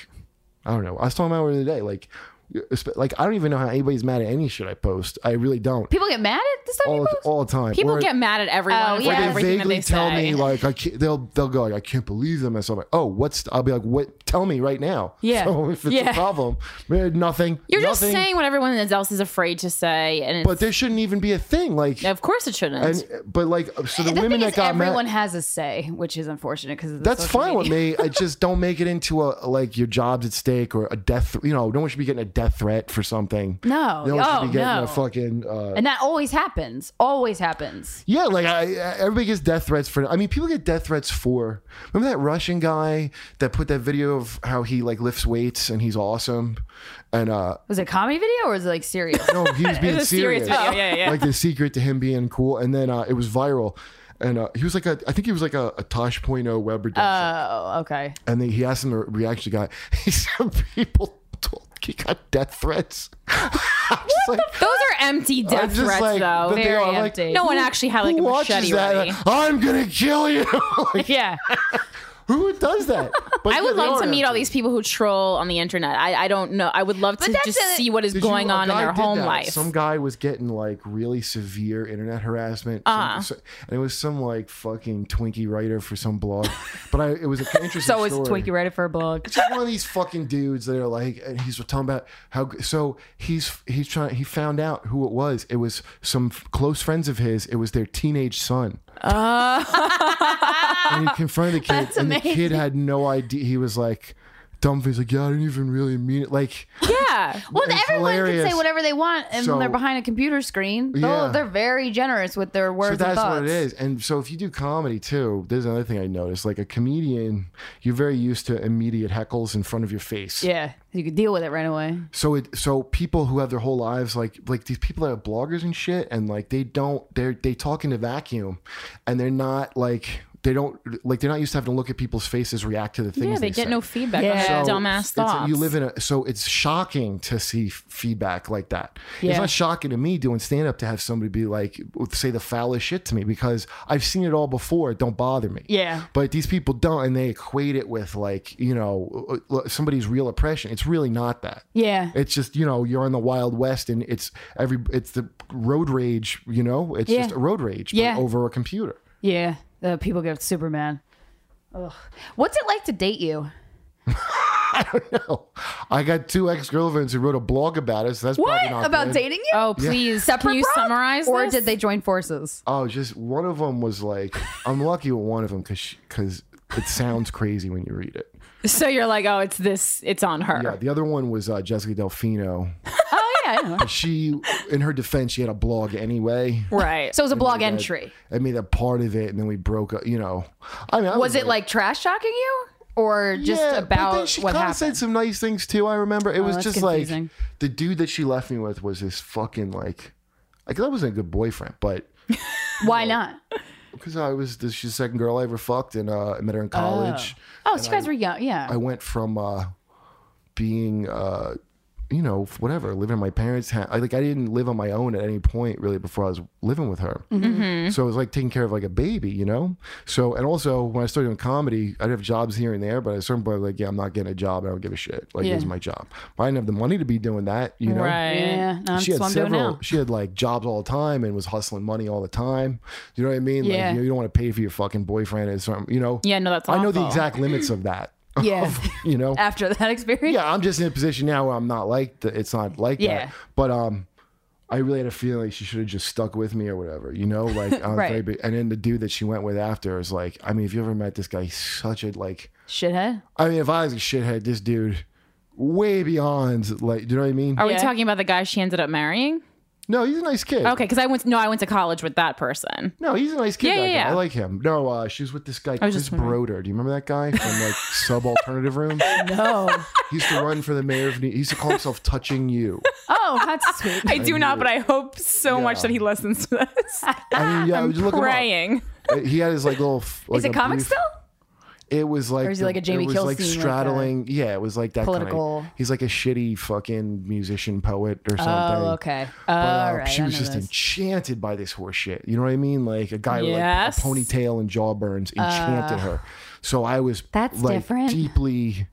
S5: I don't know. I was talking about it the other day. Like, espe- like I don't even know how anybody's mad at any shit I post. I really don't.
S2: People get mad at the stuff
S5: all
S2: you
S5: the,
S2: post?
S5: all the time.
S1: People
S5: Or-
S1: get mad at everyone
S2: Oh,
S1: for
S2: yeah. They
S1: everything that
S5: vaguely
S1: they
S5: tell
S1: say.
S5: me like I can't, they'll they'll go like I can't believe them. And so I'm like, oh, what's I'll be like, what? Tell me right now.
S1: Yeah.
S5: So if it's
S1: Yeah.
S5: a problem, eh, nothing.
S1: You're just
S5: nothing.
S1: saying what everyone else is afraid to say, and it's,
S5: But there shouldn't even be a thing. Like,
S1: of course it shouldn't.
S5: and but like, so the,
S2: the
S5: women
S2: thing
S5: that
S2: is,
S5: got mad.
S2: everyone has a say, which is unfortunate because
S5: That's fine with me. I just don't make it into a like your job's at stake or a death. You know, no one should be getting a death threat for something.
S2: No.
S5: They always should
S2: Oh,
S5: be getting
S2: no.
S5: a fucking uh,
S2: And that always happens. Always happens.
S5: yeah, like I, I- everybody gets death threats for. I mean, people get death threats for. Remember that Russian guy that put that video of how he like lifts weights and he's awesome, and uh,
S2: Was it a comedy video or was it like serious?
S5: no, he was being
S1: It's a serious
S5: serious.
S1: video. Yeah, yeah, yeah.
S5: Like the secret to him being cool, and then uh, it was viral, and uh, he was like a, I think he was like a, a Tosh.0 web redemption,
S1: Uh,
S2: oh, okay.
S5: and then he asked him to react to the guy. He said people told he got death threats. I'm just like,
S1: Those are empty
S5: I'm
S1: death
S5: just
S1: threats,
S5: like,
S1: though.
S5: but they
S2: Very
S5: are, like,
S2: empty.
S1: no one actually had like
S5: who
S1: a
S5: watches
S1: machete
S5: that?
S1: ready.
S5: I'm gonna kill you. Like,
S2: Yeah.
S5: Who does that? But
S1: I
S5: yeah,
S1: would
S5: they
S1: love
S5: are
S1: to meet all
S5: empty.
S1: these people who troll on the internet. I, I don't know. I would love to
S2: that's
S1: just
S2: a-
S1: see what is
S5: Did you-
S1: going
S5: a
S1: on in
S5: guy
S1: their
S5: did
S1: home
S5: that.
S1: life.
S5: Some guy was getting like really severe internet harassment, Some-
S1: Uh-huh.
S5: so- and it was some like fucking Twinkie writer for some blog. but I, it was an interesting.
S2: So is
S5: story.
S2: Twinkie ready for a blog?
S5: It's just one of these fucking dudes that are like, and he's talking about how. So he's he's trying. He found out who it was. It was some f- close friends of his. It was their teenage son.
S2: Oh.
S5: and he confronted the kid, and the kid had no idea. He was like, dumb. He's like, yeah, I didn't even really mean it. Like,
S1: yeah.
S2: Well,
S5: It's
S2: everyone can
S5: hilarious.
S2: say whatever they want, and
S5: So-
S2: when they're behind a computer screen, they'll-
S5: Yeah.
S2: they're very generous with their words
S5: So
S2: and
S5: that's
S2: thoughts.
S5: what it is. And so if you do comedy too, there's another thing I noticed. Like a comedian, you're very used to immediate heckles in front of your face.
S2: Yeah, you could deal with it right away.
S5: So it so people who have their whole lives like like these people that are bloggers and shit and like they don't they're they talk in a vacuum and they're not like they don't like they're not used to having to look at people's faces react to the things.
S1: Yeah, they
S5: say.
S1: get no feedback
S2: Yeah.
S1: on
S5: So
S1: their dumbass
S5: it's- it's-
S1: thoughts.
S5: You live in a so it's shocking to see f- feedback like that.
S2: Yeah.
S5: It's not shocking to me doing stand up to have somebody be like say the foulest shit to me because I've seen it all before. It don't bother me.
S2: Yeah.
S5: But these people don't, and they equate it with like you know uh, uh, somebody's real oppression. It's really not that.
S2: Yeah.
S5: It's just you know you're in the wild west and it's every it's the road rage. You know it's
S2: Yeah.
S5: just a road rage but
S2: Yeah.
S5: over a computer.
S2: Yeah, the people get Superman. Ugh. What's it like to date you?
S5: I got two ex girlfriends who wrote a blog about it. So that's probably not
S2: about
S5: good.
S2: dating you?
S1: oh, please. Can you summarize
S2: or
S1: this?
S2: did they join forces?
S5: Oh, just one of them was like, I'm lucky with one of them because because it sounds crazy when you read it.
S1: So you're like, oh, it's this, it's on her.
S5: Yeah, the other one was uh, Jessica Delfino.
S2: Oh yeah, I know.
S5: She, in her defense, she had a blog anyway.
S1: Right.
S2: So it was a blog entry.
S5: I made a part of it, and then we broke up. You know, I mean, I
S2: Was it like trash talking you, or just
S5: yeah,
S2: about
S5: But then she
S2: what
S5: kinda
S2: happened? Oh,
S5: said some nice things too. I remember it was
S2: that's
S5: just
S2: confusing.
S5: like the dude that she left me with was this fucking like, like that wasn't a good boyfriend, but
S2: Why not?
S5: because I was this she's the second girl I ever fucked, and uh, I met her in college.
S2: Oh, so you guys were young. Yeah.
S5: I went from uh, being, uh, you know, whatever, living in my parents' house. I, like I didn't live on my own at any point really before I was living with her.
S2: Mm-hmm.
S5: So it was like taking care of like a baby, you know. So and also when I started doing comedy, I'd have jobs here and there, but at a certain point, I was like, yeah, I'm not getting a job. I don't give a shit. Like
S2: Yeah.
S5: this is my job. But I didn't have the money to be doing that, you know.
S1: right.
S2: yeah, no, that's
S5: She had
S2: what I'm doing
S5: several.
S2: now.
S5: She had like jobs all the time and was hustling money all the time. You know what I mean?
S2: Yeah.
S5: Like you, you don't want to pay for your fucking boyfriend or something. You know?
S1: Yeah, no, that's
S5: I know the
S1: awful.
S5: exact limits of that.
S2: Yeah.
S5: Of, you know.
S2: After that experience,
S5: Yeah, I'm just in a position now where I'm not like the, it's not like
S2: Yeah.
S5: that. But um, I really had a feeling like she should have just stuck with me or whatever. You know, like I was
S2: Right.
S5: very big- and then the dude that she went with after is like, I mean, if you ever met this guy, he's such a like.
S2: shithead.
S5: I mean, if I was a shithead, this dude. Way beyond, like, do you know what I mean?
S1: Are we
S2: Yeah.
S1: talking about the guy she ended up marrying?
S5: No, he's a nice kid.
S1: Okay, because I went. No, I went to college with that person.
S5: No, he's a nice kid.
S1: Yeah,
S5: that
S1: yeah,
S5: guy.
S1: yeah.
S5: I like him. No, uh, she was with this guy, Chris
S1: just wondering.
S5: Broder. Do you remember that guy from like Sub Alternative Room?
S2: No.
S5: He used to run for the mayor of New. He used to call himself Touching You.
S2: oh, that's sweet.
S1: I do not, but I hope so much
S5: Yeah.
S1: that he listens to this.
S5: I mean, yeah,
S1: I'm
S5: just look him up.
S1: praying.
S5: Uh, He had his like little. f- Like
S2: Is it comic
S5: brief-
S2: still?
S5: It was like
S2: is he like a Jamie
S5: It was like
S2: Kilstein, like, uh,
S5: straddling. yeah, it was like that
S2: political-
S5: Kind of, he's like a shitty fucking musician poet or something.
S2: Oh, okay.
S5: But,
S2: All
S5: uh,
S2: right.
S5: she
S2: I
S5: was
S2: know
S5: just
S2: this.
S5: enchanted by this horse shit. You know what I mean? Like a guy
S1: Yes.
S5: with like a ponytail and jawburns
S2: Uh.
S5: enchanted her. So I was
S3: That's
S5: like
S3: different.
S5: deeply.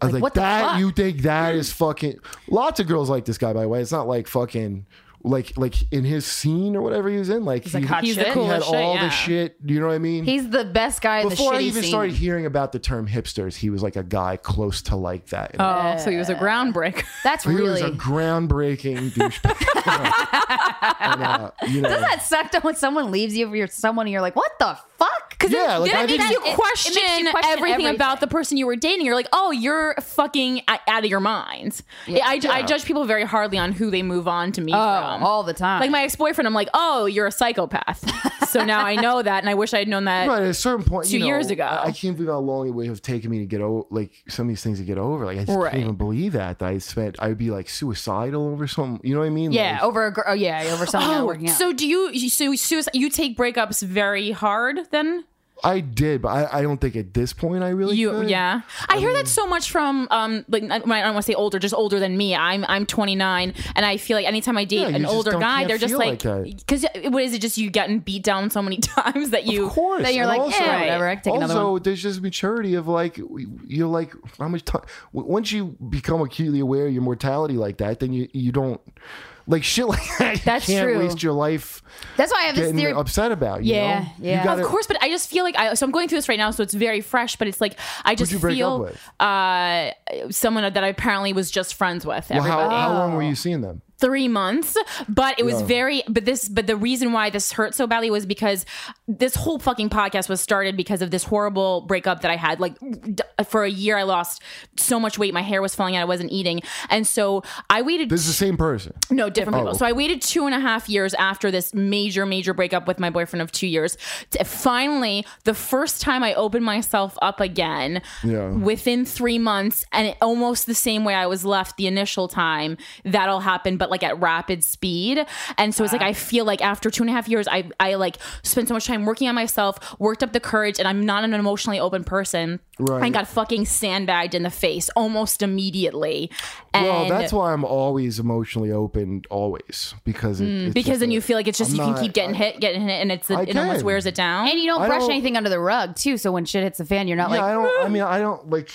S5: I was like,
S2: what the
S5: that
S2: fuck?"
S5: you think that is fucking lots of girls like this guy, by the way. It's not like fucking like like in his scene or whatever he was in. Like, he,
S1: He's
S5: he
S1: the
S5: had
S1: coolest shit.
S5: all
S1: yeah.
S5: the shit. You know what I mean?
S2: He's the best guy in
S5: Before
S2: the
S5: I
S2: shitty
S5: even
S2: scene.
S5: started hearing about the term hipsters, he was like a guy close to like that. in
S1: Oh, so he was a groundbreaker.
S2: That's
S5: he
S2: really.
S5: was a groundbreaking douchebag. And, uh, you know,
S2: Doesn't that suck though when someone leaves you for your someone and you're like, what the fuck?
S1: Because
S5: Yeah,
S1: then,
S5: like,
S1: then
S5: I
S1: it, makes
S5: didn't-
S1: you
S5: It- it
S1: question
S2: makes you question
S1: everything,
S2: everything.
S1: about the person you were dating. You're like, oh, you're fucking o- out of your mind. I, I judge people very hardly on who they move on to me from.
S2: Oh, all the time.
S1: like my ex boyfriend, I'm like, oh, you're a psychopath. so now I know that, and I wish I had known that.
S5: But at a certain point,
S1: Two
S5: you know,
S1: years ago.
S5: I I can't believe how long it would have taken me to get over like some of these things to get over. Like I just
S1: Right.
S5: can't even believe that, that I spent. I'd be like suicidal over something. You know what I mean?
S1: Yeah,
S5: Like,
S2: over a girl. Oh, yeah, over someone not working out.
S1: So do you? you- So suicide, you take breakups very hard then?
S5: I did, but I, I don't think at this point I really.
S1: You
S5: could.
S1: yeah. I, hear that so much from um like I I don't want to say older, just older than me. I'm I'm 29, and I feel like anytime I date
S5: Yeah, you
S1: an
S5: just
S1: older
S5: don't-
S1: guy,
S5: can't
S1: they're just
S5: feel
S1: like
S5: like that.
S1: because what is it? Just you gotten beat down so many times that you
S5: Of course.
S2: Then you're
S5: and
S2: like,
S5: also,
S2: eh, whatever, I can take
S5: also,
S2: another
S5: there's just maturity of like, you're like, how much time? Once you become acutely aware of your mortality like that, then you you don't like shit like that. You
S2: That's
S5: can't
S2: true.
S5: waste your life
S2: That's why I have this
S5: getting
S2: theory.
S5: upset about. You
S2: Yeah,
S5: know? You
S2: yeah. Of
S5: gotta-
S1: Of course, but I just feel like I. So I'm going through this right now, so it's very fresh. But it's like I just
S5: you break
S1: feel
S5: up with?
S1: Uh, someone that I apparently was just friends with.
S5: Well,
S1: every-
S5: how, how long
S2: Oh.
S5: were you seeing them?
S1: three months, but it was
S5: Yeah.
S1: very. But this. But the reason why this hurt so badly was because this whole fucking podcast was started because of this horrible breakup that I had. Like d- for a year, I lost so much weight. My hair was falling out. I wasn't eating, and so I waited.
S5: This is the same person.
S1: No, different people.
S5: Oh.
S1: So I waited two and a half years after this major, major breakup with my boyfriend of two years. To finally, the first time I opened myself up again
S5: Yeah.
S1: within three months, and it, almost the same way I was left the initial time, that all happened, but like at rapid speed. And so it's
S5: Ah.
S1: like I feel like after two and a half years, I I like spent so much time working on myself, worked up the courage, and I'm not an emotionally open person.
S5: Right.
S1: I got fucking sandbagged in the face almost immediately. And
S5: well, that's why I'm always emotionally open, always because it,
S2: Mm,
S5: it's
S1: because
S5: just
S1: then
S5: a-
S1: you feel like it's just
S5: I'm
S1: you can
S5: not-
S1: keep getting
S5: I-
S1: hit, getting hit, and it's
S5: I
S1: it almost
S5: can.
S1: wears it down.
S2: and you don't
S5: I
S2: brush
S5: don't-
S2: anything under the rug, too. So when shit hits the fan, you're not
S5: Yeah, I
S2: like,
S5: don't. I mean, I don't like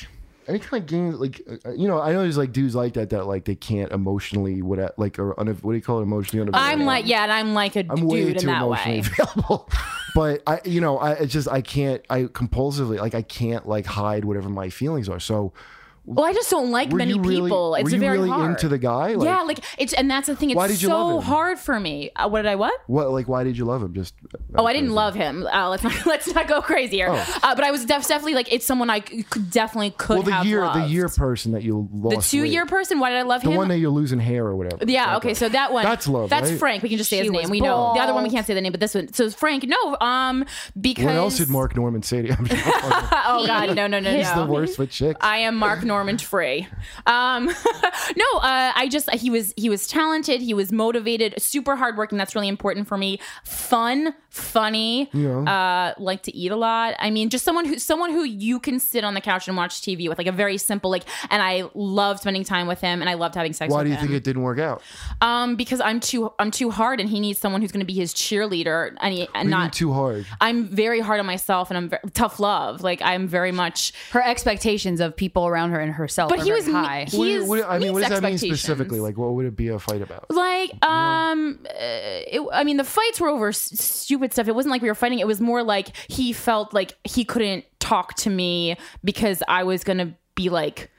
S5: any kind of games. Like uh, you know, I know there's like dudes like that that like they can't emotionally what uh, like or un, what do you call it emotionally unavailable.
S1: I'm like, yeah, and I'm like a
S5: I'm way
S1: dude in
S5: too
S1: that
S5: emotionally
S1: way.
S5: available. but I, you know, I it's just I can't. I compulsively like I can't like hide whatever my feelings are. So
S1: Well, I just don't like
S5: were
S1: many
S5: you really
S1: people. It's
S5: were you
S1: very
S5: really
S1: hard.
S5: into the guy? Like,
S1: yeah, like it's and that's the thing. It's
S5: Why did you
S1: so
S5: love him?
S1: hard for me. Uh, what did I what?
S5: what? Like why did you love him? Just
S1: Oh, I didn't love him. Uh, let's not let's not go crazy here. Uh, but I was def- definitely like it's someone I c- could definitely could
S5: Oh. Well, the
S1: have
S5: year the
S1: loved.
S5: year person that you lost
S1: the two
S5: weight.
S1: year person. Why did I love
S5: the
S1: him?
S5: one that you're losing hair or whatever. uh,
S1: Yeah. Okay. So that one.
S5: That's love,
S1: That's
S5: right?
S1: Frank. We can just say
S2: She
S1: his
S2: was
S1: name. We know the other one. We
S2: bald.
S1: can't say the name, but this one. So Frank. No. Um. Because
S5: What else did Mark Norman say to you? I'm
S1: Oh God. No. No. No.
S5: He's
S1: no.
S5: the worst with chicks.
S1: I am Mark Norman free. Um, no, uh, I just he was he was talented. He was motivated, super hardworking. That's really important for me. Fun, funny. Uh, like to eat a lot. I mean, just someone who someone who you can sit on the couch and watch TV with, like a very simple like. And I loved spending time with him, and I loved having sex.
S5: Why
S1: with
S5: do you
S1: him.
S5: think it didn't work out?
S1: Um, because I'm too I'm too hard, and he needs someone who's going to be his cheerleader. And, he, and
S5: Maybe
S1: not
S5: too hard.
S1: I'm very hard on myself, and I'm very, tough love. Like I'm very much.
S2: her expectations of people around her and herself.
S1: But
S2: are
S1: he
S2: very
S1: was me-
S2: high.
S1: he-
S5: What do you-
S1: is-
S5: what do- I mean, what
S1: meets
S5: does that mean specifically?
S1: expectations.
S5: Like, what would it be a fight about?
S1: Like, um, uh, it, I mean, the fights were over s- stupid stuff. It wasn't like we were fighting. It was more like he felt like he couldn't talk to me because I was gonna be like,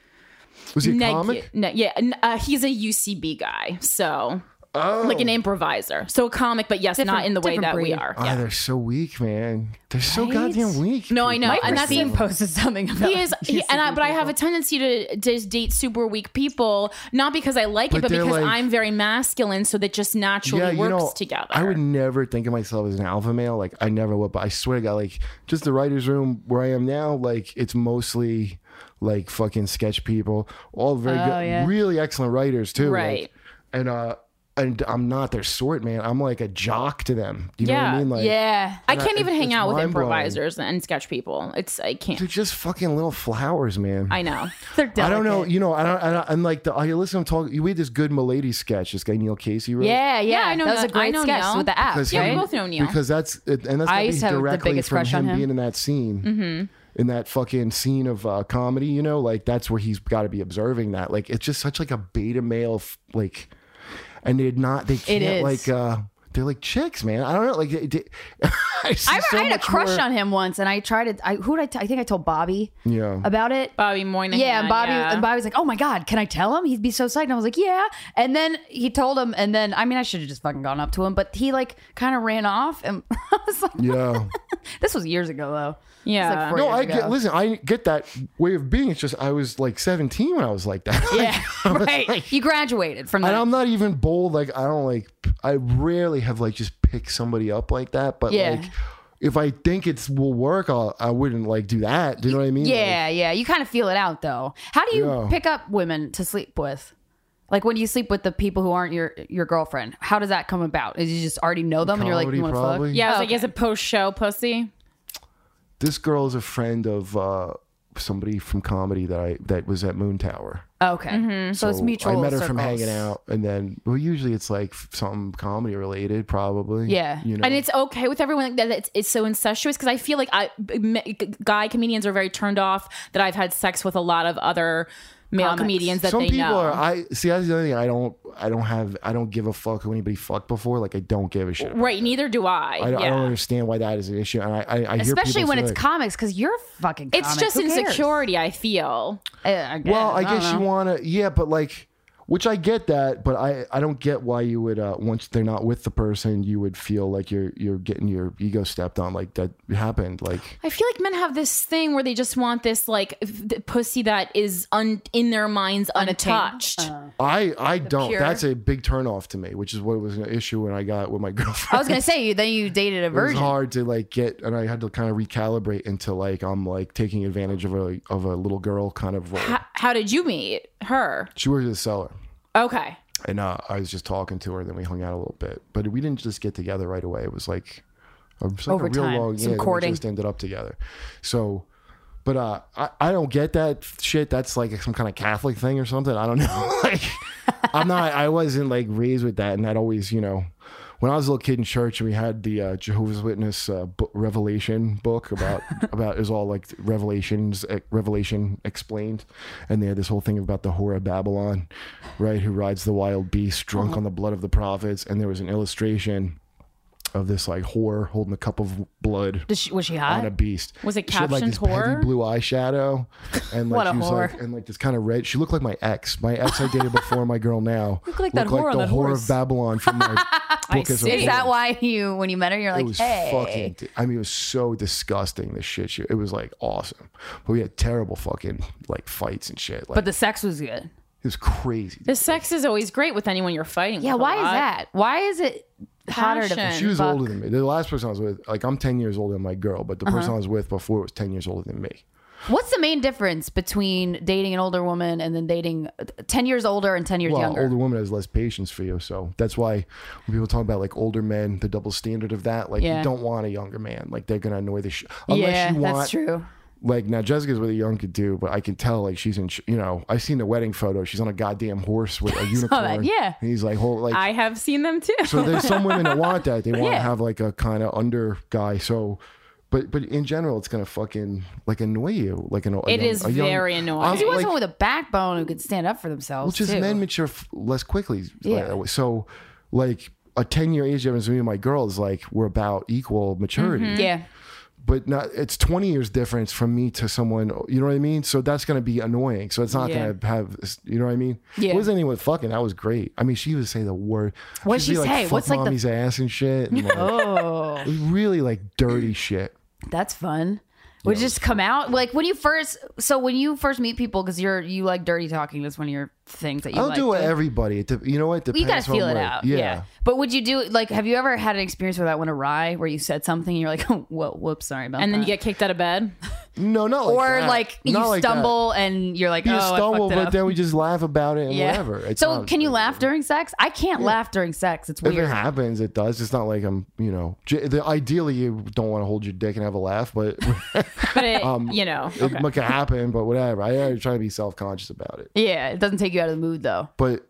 S5: Was he a
S1: neg-
S5: comic?
S1: ne- yeah, n- uh, he's a UCB guy, so
S5: Oh,
S1: like an improviser, so a comic, but yes, not in the way
S2: different
S1: that we
S2: breed.
S1: are.
S5: Ah,
S1: Yeah.
S5: they're so weak, man. They're so goddamn weak.
S1: No, I know,
S5: people.
S1: and that's the
S2: Christine posted something about
S1: He is, he, and I, but I have a tendency to just date super weak people, not because I like it,
S5: But
S1: but
S5: they're
S1: because
S5: like-
S1: I'm very masculine, so that just naturally
S5: yeah, you
S1: works
S5: know,
S1: together.
S5: I would never think of myself as an alpha male. Like, I never would. But I swear to God, like, just the writer's room where I am now, like, it's mostly like fucking sketch people, all very good,
S2: yeah.
S5: really excellent writers too. like,
S1: Oh, Right.
S5: and uh, and I'm not their sort, man. I'm like a jock to them. Do you know what
S1: Yeah,
S5: I mean? Like,
S2: yeah.
S1: I can't even
S5: it's-
S1: hang
S5: it's
S1: out with
S5: mind-blowing.
S1: improvisers and sketch people. It's I
S5: They're
S1: can't.
S5: just fucking little flowers, man.
S1: I know.
S2: They're delicate.
S5: I don't know. You know, I don't. I don't I'm like the. I listen. I'm talking. We had this good Milady sketch. This guy Neil Casey wrote.
S2: Yeah, yeah.
S1: I know
S2: that was
S1: that-
S2: a
S1: I
S2: great
S1: know
S2: sketch
S1: now.
S2: with the app,
S5: Because
S1: Yeah, we
S5: he-
S1: both know Neil.
S5: Because that's it- and that's
S2: I
S5: I
S2: used to have the
S5: directly
S2: biggest
S5: from
S2: crush on
S5: him,
S2: him. Mm-hmm.
S5: being in that scene. In that fucking scene of uh, comedy, you know, like that's where he's got to be observing that. Like, it's just such like a beta male, f- like, and they're not. They can't
S2: is.
S5: like. uh they're like chicks, man. I don't know. Like, it- it- I, see
S2: I,
S5: so
S2: I had a
S5: much
S2: crush
S5: more-
S2: on him once, and I tried to. I, who did I? T- I think I told Bobby
S5: Yeah.
S2: about it.
S1: Bobby Moynihan.
S2: yeah, and Bobby and Bobby was like, "Oh my god, can I tell him?" He'd be so psyched. And I was like, "Yeah." And then he told him, and then I mean, I should have just fucking gone up to him, but he like kind of ran off, and I was like,
S5: Yeah.
S2: "This was years ago, though."
S1: Yeah.
S2: It's like four
S5: No,
S2: years
S5: I
S2: ago.
S5: get. Listen, I get that way of being. It's just I was like 17 when I was like that. Like,
S2: Yeah, right. You graduated from that.
S5: and I'm not even bold. Like I don't like. I rarely have like just picked somebody up like that. But
S2: Yeah.
S5: like, if I think it's will work, I'll, I wouldn't like do that. Do you know what I mean?
S2: Yeah, yeah. You kind of feel it out though. How do you
S5: Yeah.
S2: pick up women to sleep with? Like when you sleep with the people who aren't your your girlfriend, how does that come about? Is you just already know them and you're like,
S5: Comedy,
S2: you want to
S5: probably.
S2: fuck?
S1: yeah, I was like,
S2: Okay.
S1: is it post show pussy?
S5: This girl is a friend of uh, somebody from comedy that I that was at Moon Tower.
S2: Okay,
S1: Mm-hmm.
S2: so, it's mutual.
S5: I met her from
S2: circles.
S5: hanging out, and then well, usually it's like f- something comedy related, probably.
S2: Yeah.
S5: you know.
S1: And it's okay with everyone like, that it's, it's so incestuous because I feel like I m- guy comedians are very turned off that I've had sex with a lot of other male
S2: Comics.
S1: comedians that
S5: some
S1: they
S5: people
S1: know.
S5: are. I see. That's the other thing. I don't. I don't have. I don't give a fuck who anybody fucked before. Like I don't give a shit. about
S1: right, neither do I.
S5: I don't,
S1: yeah.
S5: I don't understand why that is an issue, and I, I, I hear
S2: especially
S5: people
S2: when
S5: say,
S2: it's
S5: like,
S2: comics because you're fucking.
S1: it's
S2: comics.
S1: just
S2: Who cares?
S1: insecurity, I feel.
S2: Uh, I guess.
S5: Well, I,
S2: don't
S5: guess
S2: know.
S5: you want to, yeah, but like, which I get that, but I, I don't get why you would uh, once they're not with the person, you would feel like you're you're getting your ego stepped on, like that happened, like
S1: I feel like men have this thing where they just want this like f- th- pussy that is un- in their minds untouched.
S5: I I don't.
S2: pure-
S5: That's a big turnoff to me, which is what was an issue when I got with my girlfriend.
S2: I was gonna say then you dated a
S5: it was
S2: virgin.
S5: hard to like get, and I had to kind of recalibrate into like I'm like taking advantage of a of a little girl kind of role.
S1: H- how did you meet her?
S5: she worked at the cellar.
S1: Okay.
S5: and uh, I was just talking to her, and then we hung out a little bit. But we didn't just get together right away. It was like, it was like
S2: Over
S5: a real
S2: time,
S5: long
S2: some
S5: yeah, then
S2: courting.
S5: We just ended up together. So, but uh, I I don't get that shit. That's like some kind of Catholic thing or something. I don't know. like, I'm not. I wasn't like raised with that, and that always, you know. When I was a little kid in church, and we had the uh, Jehovah's Witness uh, book, Revelation book about about it was all like revelations, eh, Revelation explained, and they had this whole thing about the whore of Babylon, right? Who rides the wild beast, drunk on the blood of the prophets, and there was an illustration of this like whore holding a cup of blood
S2: Does she, was she
S5: on a
S2: hot?
S5: beast.
S1: Was it
S5: She had, like
S1: captioned
S5: this heavy
S1: whore?
S5: blue eyeshadow, and like
S2: What a
S5: she was
S2: whore.
S5: like and like this kind of red. She looked like my ex. My ex I dated before my girl now. Look
S2: like that whore on
S5: the
S2: that
S5: whore
S2: horse.
S5: of Babylon from my book as a
S1: see.
S2: Is
S5: whore.
S2: that why you when you met her you're
S5: It
S2: like,
S5: was
S2: hey?
S5: fucking. I mean, it was so disgusting. This shit. She, it was like awesome, but we had terrible fucking like fights and shit. Like
S2: But the sex was good.
S5: it was crazy.
S1: The sex is always great with anyone you're fighting.
S2: Yeah,
S1: with a
S2: why is
S1: lot.
S2: that? Why is it hotter to
S1: Passion.
S5: she was
S2: fuck? Uh-huh.
S5: older than me. The last person I was with, like I'm 10 years older than my girl, but the person I was with before was 10 years older than me.
S2: What's the main difference between dating an older woman and then dating uh, 10 years older and 10 years
S5: Well,
S2: younger?
S5: older woman has less patience for you, so that's why when people talk about like older men, the double standard of that, like
S2: Yeah.
S5: you don't want a younger man, like they're gonna annoy the shit. Unless
S2: yeah,
S5: you want,
S2: that's true.
S5: like now Jessica's with a young could do, but I can tell like she's in, sh- you know, I've seen the wedding photo. She's on a goddamn horse with a unicorn.
S2: that, yeah.
S5: and he's like, hold, like
S1: I have seen them too.
S5: so there's some women that want that. They want to have like a kind of under guy. So, but but in general, it's gonna fucking like annoy you. Like an, a
S1: It
S5: young-
S1: is
S5: a young-
S1: very annoying.
S5: I'm,
S1: Because
S2: You want
S5: like-
S2: someone with a backbone who could stand up for themselves.
S5: which is
S2: too.
S5: men mature f- less quickly. like
S2: Yeah.
S5: that way. so, like a ten year age difference between me and my girl is like we're about equal maturity,
S2: Mm-hmm. Yeah.
S5: but not it's twenty years difference from me to someone. You know what I mean? So that's gonna be annoying. So it's not
S1: Yeah.
S5: gonna have. You know what I mean?
S2: Yeah.
S5: It wasn't even fucking. That was great. I mean, she would say the word.
S2: What'd
S5: She'd be
S2: she say?
S5: Like,
S2: What's,
S5: Fuck
S2: like, the-
S5: mommy's ass and shit. And like,
S2: Oh,
S5: it was really like dirty shit.
S2: that's fun. Would it just come out like when you first. So when you first meet people, because you're you like dirty talking. That's one of your things that you
S5: I don't
S2: like.
S5: do it
S2: to-
S5: everybody. It de- you know what? Depends
S2: You gotta
S5: on
S2: feel it
S5: what-
S2: out. Yeah. But would you do like? Have you ever had an experience where that went awry, where you said something and you're like, oh, whoa, whoops, sorry about
S1: and
S2: that.
S1: then you get kicked out of bed.
S5: No, not like
S2: or
S5: that.
S2: like you
S5: Not like that.
S2: stumble and you're like,
S5: You
S2: oh,
S5: stumble,
S2: I fucked it
S5: but
S2: up.
S5: then we just laugh about it and
S2: yeah.
S5: whatever. It's
S2: so
S5: not-
S2: can you laugh during sex? I can't laugh during sex. It's
S5: If
S2: weird.
S5: it happens, it does. It's not like I'm, you know. j- the- Ideally, you don't want to hold your dick and have a laugh, but
S1: But it,
S5: Um,
S1: you know,
S5: it might can happen. But whatever. I already try to be self conscious about it.
S2: Yeah, it doesn't take you out of the mood though.
S5: But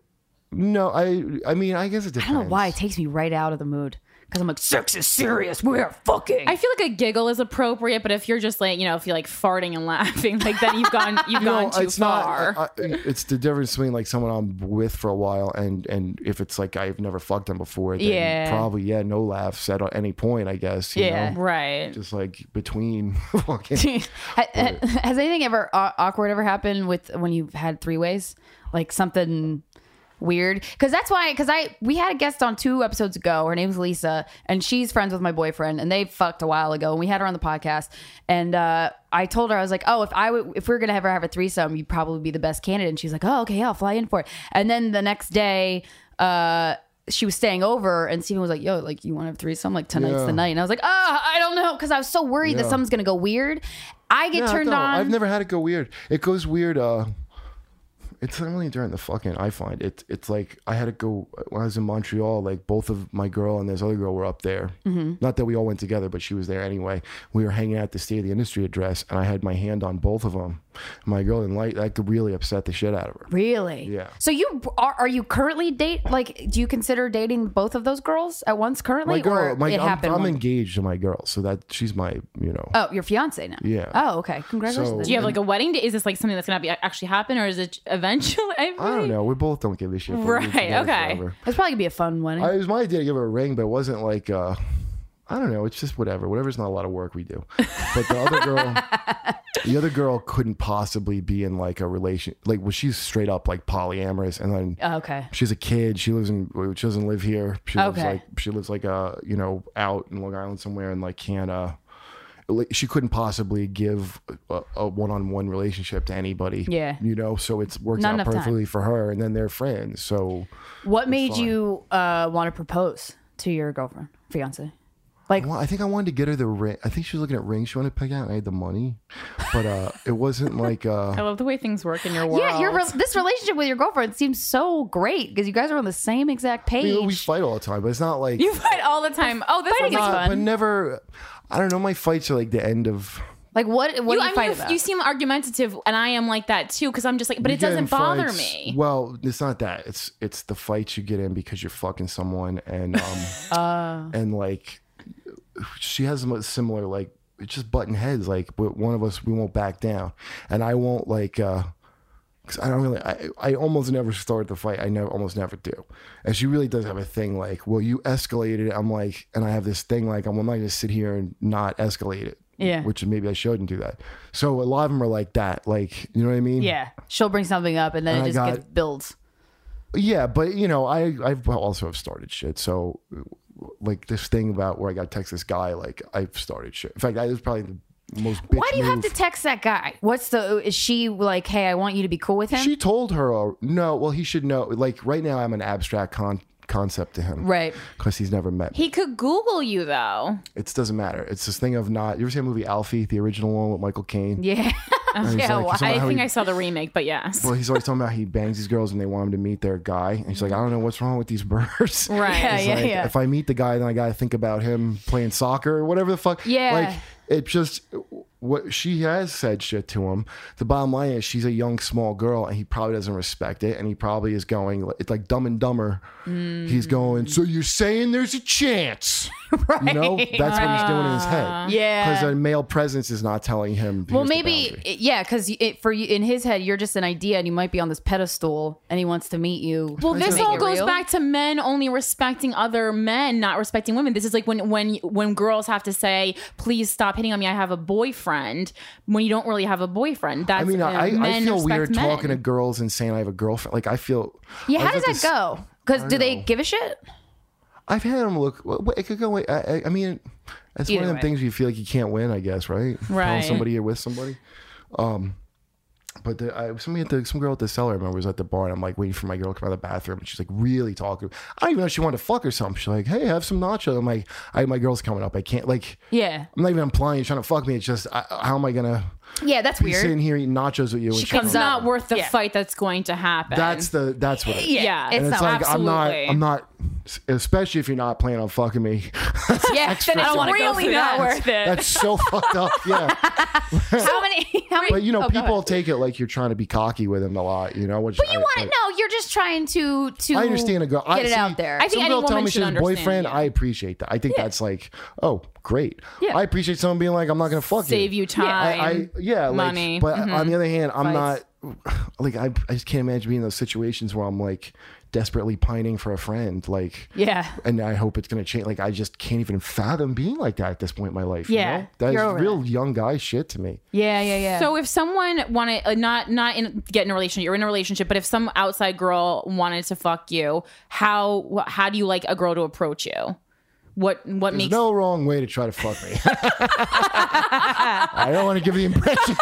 S5: no, I. I mean, I guess it
S2: I
S5: depends.
S2: don't know why it takes me right out of the mood. because I'm like, sex is serious. We're fucking.
S1: I feel like a giggle is appropriate, but if you're just like, you know, if you're like farting and laughing, like then you've gone you've gone too
S5: it's
S1: far.
S5: not. I, I- it's the difference between like someone I'm with for a while and and if it's like I've never fucked them before, then
S1: Yeah.
S5: probably yeah, no laughs at any point. I guess. You
S2: Yeah.
S5: Know?
S1: right.
S5: Just like between fucking.
S2: Ha- ha- Has anything ever aw- awkward ever happened with when you've had three ways, like something weird? Because that's why. Because I we had a guest on two episodes ago. Her name's Lisa, and she's friends with my boyfriend, and they fucked a while ago. And we had her on the podcast, and uh, I told her I was like, oh, if I would, if we are gonna ever have a threesome, you'd probably be the best candidate. And she's like, oh, okay, I'll fly in for it. And then the next day, uh. She was staying over, and Steven was like, "Yo, like, you want to have a threesome? Like, tonight's
S5: Yeah.
S2: the night." And I was like, "Ah, I don't know," because I was so worried that
S5: Yeah.
S2: something's gonna go weird. I get
S5: Yeah,
S2: turned
S5: no,
S2: on.
S5: I've never had it go weird. It goes weird. uh It's not really during the fucking. I find it. It's like I had to go when I was in Montreal. Like both of my girl and this other girl were up there.
S2: Mm-hmm.
S5: Not that we all went together, but she was there anyway. We were hanging out at the State of the Industry address, and I had my hand on both of them. My girl didn't like that. Could really upset the shit out of her.
S2: really?
S5: Yeah.
S2: So you are are you currently date like do you consider dating both of those girls at once currently
S5: My girl,
S2: or
S5: my,
S2: it
S5: I'm,
S2: happened?
S5: I'm
S2: when-
S5: engaged to my girl, so that she's my, you know.
S2: oh, your fiance now.
S5: Yeah.
S2: Oh, okay. Congratulations.
S1: Do you have like a wedding day? Is this like something that's gonna be actually happen or is it eventually
S5: I don't know. We both don't give a shit. but we've been
S1: Right,
S5: together
S1: okay.
S5: forever.
S2: it's probably gonna be a fun wedding.
S5: I, it was my idea to give her a ring, but it wasn't like uh I don't know. It's just whatever. Whatever's not a lot of work we do. But the other girl, the other girl couldn't possibly be in like a relation. Like, well, she's straight up like polyamorous, and then
S2: Oh, okay.
S5: she's a kid. She lives in. well, She doesn't live here. She lives
S2: Okay.
S5: like she lives like uh you know out in Long Island somewhere, and like can't uh. like, She couldn't possibly give a- a one-on-one relationship to anybody.
S2: Yeah.
S5: you know, so it's works
S2: Not
S5: out
S2: enough time.
S5: perfectly for her, and then they're friends. So
S2: What made
S5: fine.
S2: you uh, want to propose to your girlfriend, fiance? Like,
S5: Well, I think I wanted to get her the ring. I think she was looking at rings she wanted to pick out. And I had the money, but uh, it wasn't like
S1: I
S5: uh,
S1: love the way things work in your world.
S2: yeah, your re- this relationship with your girlfriend seems so great because you guys are on the same exact
S5: I mean, we
S2: page.
S5: fight all the time, but it's not like Uh,
S1: you fight all the time. Oh, this is
S2: Fighting is
S1: fun.
S5: but never. I don't know. My fights are like the end of.
S2: Like, what? What
S1: You,
S2: do you
S1: I
S2: fight
S1: mean, you,
S2: about?
S1: you seem argumentative, and I am like that too. Because I'm just like, but
S5: You
S1: it
S5: get in
S1: doesn't bother
S5: fights-
S1: me.
S5: Well, it's not that. It's it's the fights you get in because you're fucking someone and um
S1: Uh.
S5: and like she has a similar like it's just button heads like but one of us we won't back down and I won't like uh 'cause I don't really I, I almost never start the fight I never almost never do and she really does have a thing like well you escalated it I'm like and I have this thing like I'm, I'm not gonna sit here and not escalate it
S2: Yeah.
S5: which maybe I shouldn't do that so a lot of them are like that like you know what I mean
S2: yeah, she'll bring something up and then
S5: And
S2: it
S5: I
S2: just
S5: got-
S2: gets builds.
S5: yeah but you know i i've also have started shit so like this thing about where i got to text this guy like i've started shit in fact that was probably the most bitch
S2: Why do you have
S5: move.
S2: to text that guy? What's the is she like, hey, I want you to be cool with him?
S5: she told her uh, no well he should know like right now i'm an abstract con- concept to him
S2: right.
S5: because he's never met me.
S1: He could Google you though.
S5: it doesn't matter it's this thing of not you ever seen the movie alfie the original one with michael caine
S2: Yeah.
S5: And he's
S2: yeah,
S5: like- he's talking
S1: I
S5: about how
S1: think
S5: he-
S1: I saw the remake, but yes.
S5: Oh, well, he's always talking about he bangs these girls and they want him to meet their guy. And he's like, I don't know what's wrong with these birds.
S1: Right. Yeah,
S5: It's
S2: yeah,
S5: like,
S2: yeah.
S5: If I meet the guy, then I got to think about him playing soccer or whatever the fuck.
S2: Yeah.
S5: Like, it just, what she has said shit to him. The bottom line is she's a young, small girl and he probably doesn't respect it. And he probably is going, it's like dumb and dumber.
S2: Mm.
S5: He's going, So you're saying there's a chance? You know, that's what he's doing in his head.
S2: Yeah.
S5: Because a male presence is not telling him.
S2: Well,
S5: "Here's the
S2: maybe
S5: boundary."
S2: yeah, because it, for you in his head, you're just an idea, and you might be on this pedestal, and he wants to meet you.
S1: Well,
S2: to
S1: this
S2: make
S1: all
S2: it
S1: goes
S2: real.
S1: back to men only respecting other men, not respecting women. This is like when when when girls have to say, "Please stop hitting on me. I have a boyfriend." When you don't really have a boyfriend, that's
S5: I mean,
S1: uh,
S5: I, I
S1: men
S5: feel
S1: respect
S5: weird
S1: men.
S5: talking to girls and saying I have a girlfriend. Like, I feel.
S2: Yeah,
S5: I
S2: how does
S5: was at
S2: that
S5: this-
S2: go? Because do they
S5: know.
S2: give a shit?
S5: I've had them look. well, It could go. I, I, I mean, that's one
S2: Either
S5: of them
S2: way.
S5: things you feel like you can't win. I guess right. Telling
S1: Right.
S5: somebody you're with somebody. Um, but the, I, somebody at the some girl at the cellar I remember was at the bar and I'm like waiting for my girl to come out of the bathroom and she's like really talking. I don't even know if she wanted to fuck or something. She's like, hey, have some nachos. I'm like, I my girl's coming up. I can't like.
S2: Yeah,
S5: I'm not even implying you're trying to fuck me. It's just I, how am I gonna
S2: yeah, that's
S5: be
S2: weird.
S5: sitting here eating nachos with you? She
S1: It's not worth the
S2: Yeah.
S1: fight that's going to happen.
S5: That's the that's what. It is.
S1: yeah.
S2: It's
S5: and it's
S2: not-
S5: like I'm not
S1: absolutely.
S5: I'm not especially if you're not planning on fucking me.
S2: Yeah, then
S1: I don't
S2: it's
S1: want to go
S2: really
S1: through
S2: not
S1: that.
S2: worth it.
S5: That's so fucked up. Yeah.
S2: How many? How many?
S5: But you know,
S2: Oh, go
S5: people
S2: ahead.
S5: take it like you're trying to be cocky with them a lot, you know. Which but
S2: You want to know? You're just trying to to.
S5: I understand a girl.
S2: Get
S5: I,
S2: it
S5: see,
S2: out there.
S1: I think
S5: some
S1: any
S5: girl tell
S1: woman
S5: me she's
S1: should
S5: a
S1: understand,
S5: boyfriend.
S1: yeah.
S5: I appreciate that. I think that's like, oh, great.
S2: Yeah.
S5: I appreciate someone being like, I'm not gonna fuck
S1: Save you time.
S5: I, I yeah,
S1: money. Mm-hmm.
S5: Like, but on the other hand, I'm not like I, I just can't imagine being in those situations where I'm like desperately pining for a friend, like
S1: yeah.
S5: and I hope it's gonna change. Like I just can't even fathom being like that at this point in my life.
S1: Yeah,
S5: you know? that
S2: you're over
S5: is real young guy shit to me.
S2: Yeah, yeah, yeah.
S1: So if someone wanted uh, not not in get in a relationship, you're in a relationship, but if some outside girl wanted to fuck you, how wh- how do you like a girl to approach you? What what
S5: There's
S1: makes
S5: no wrong way to try to fuck me. I don't want to give the impression.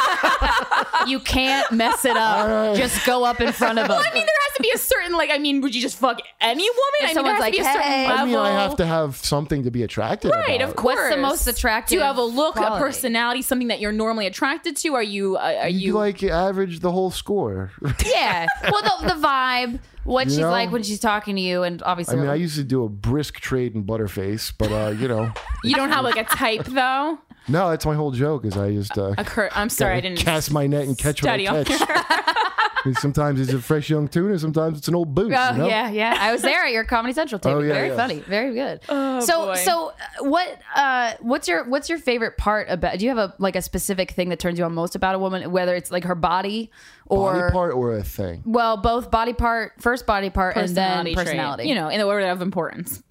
S2: you can't mess it up.
S5: right.
S2: Just go up in front of them.
S1: I mean, there has to be a certain like. I mean, would you just fuck any woman? I mean, there
S2: someone's
S1: has to be a
S2: like,
S1: certain
S2: "Hey."
S1: level.
S5: I mean, I have to have something to be attracted.
S1: Right,
S5: about.
S1: of course.
S2: What's the most attractive?
S1: Do you have a look, a
S2: quality?
S1: personality, something that you're normally attracted to? Are you? Uh, are
S5: You,
S1: you?
S5: like average the whole score.
S2: Yeah. Well, the, the vibe, what she's
S5: know?
S2: like when she's talking to you, and
S5: I
S2: obviously,
S5: mean, I used to do a brisk trade in butterface, but uh, you know,
S1: you don't have like a type though.
S5: no, that's my whole joke. Is I just uh,
S1: A cur- I'm sorry, I didn't
S5: cast my net and catch what I
S1: study on
S5: catch. I mean, sometimes it's a fresh young tuna, sometimes it's an old booze.
S2: Oh,
S5: you know?
S2: yeah, yeah. I was there at your Comedy Central table.
S5: Oh, yeah,
S2: very
S5: yeah.
S2: funny, very good. so,
S1: boy.
S2: so uh, what? Uh, what's your what's your favorite part about? Do you have a like a specific thing that turns you on most about a woman? Whether it's like her body or
S5: Body part or a thing.
S2: well, both body part, first body part, and then
S1: personality, trait,
S2: personality.
S1: you know, in the order of importance.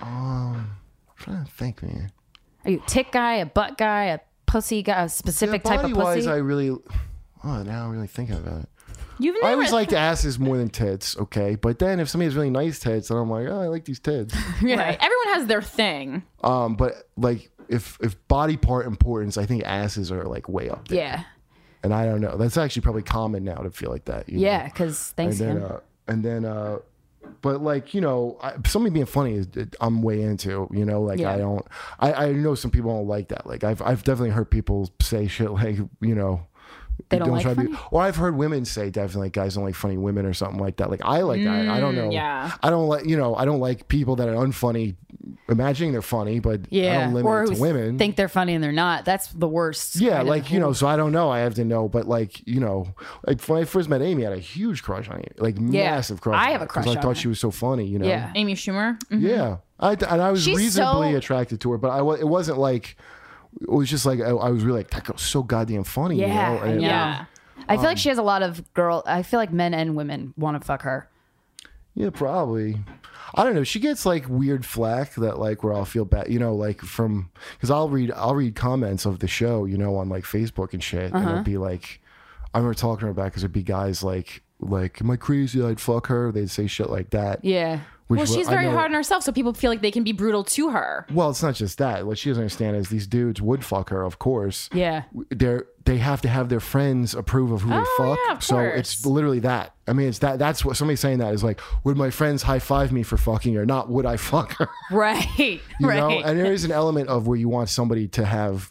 S5: I'm trying to think, man.
S2: are you a tick guy, a butt guy, a pussy guy, a specific type of
S5: body wise,
S2: pussy?
S5: I really. Oh, now I'm really thinking about it.
S1: You've never
S5: I always liked asses more than tits, okay? But then if somebody has really nice tits, then I'm like, oh, I like these tits.
S1: Right. Everyone has their thing.
S5: Um, but like if if body part importance, I think asses are like way up there.
S2: yeah,
S5: And I don't know. That's actually probably common now to feel like that. you know?
S2: yeah. Because
S5: And
S2: thanks,
S5: then
S2: man.
S5: uh, and then uh, but like you know, I, somebody being funny is I'm way into. You know, like
S2: Yeah.
S5: I don't. I I know some people don't like that. Like I've I've definitely heard people say shit like you know.
S2: They don't like
S5: try to be,
S2: funny?
S5: or I've heard women say definitely like, guys don't like funny women or something like that. Like I like that. I don't
S2: Mm,
S5: know.
S1: yeah.
S5: I don't like you know. I don't like people that are unfunny, imagining they're funny, but I
S2: yeah,
S5: don't limit
S2: or
S5: it to
S2: who
S5: women.
S2: think they're funny and they're not. That's the worst.
S5: Yeah,
S2: kind of
S5: like you know, so I don't know. I have to know, but like you know, like when I first met Amy, I had a huge crush on Amy, like massive crush.
S2: I
S5: on
S2: have
S5: her,
S2: a crush
S5: 'cause I
S2: on
S5: thought
S2: her.
S5: she was so funny. You know.
S2: Yeah. Mm-hmm.
S1: Amy Schumer. Mhm.
S5: Yeah. I and I was
S2: She's
S5: reasonably
S2: so-
S5: attracted to her, but I wa- it wasn't like it was just like I, I was really like that girl's so goddamn funny. you
S2: Yeah,
S5: know?
S2: I
S5: And- um,
S2: know.
S1: Yeah.
S2: I feel like she has a lot of girl. I feel like men and women want to fuck her.
S5: Yeah, probably. I don't know. She gets like weird flack that like where I'll feel bad, you know, like from because I'll read I'll read comments of the show, you know, on like Facebook and shit, and
S1: Uh-huh.
S5: it'll be like, I remember talking to her about because it'd be guys like like, am I crazy? I'd fuck her. They'd say shit like that.
S2: Yeah.
S5: which
S1: Well,
S5: wa-
S1: she's
S5: I
S1: very
S5: know-
S1: hard on herself, so people feel like they can be brutal to her.
S5: Well, it's not just that. What she doesn't understand is these dudes would fuck her, of course.
S2: Yeah.
S5: They're they have to have their friends approve of who
S2: Oh,
S5: they
S1: yeah,
S5: fuck.
S1: of
S5: so
S1: course.
S5: it's literally that. I mean, it's that. That's what somebody saying that is like, would my friends high five me for fucking her? Not would I fuck her?
S2: Right.
S5: You know, and there is an element of where you want somebody to have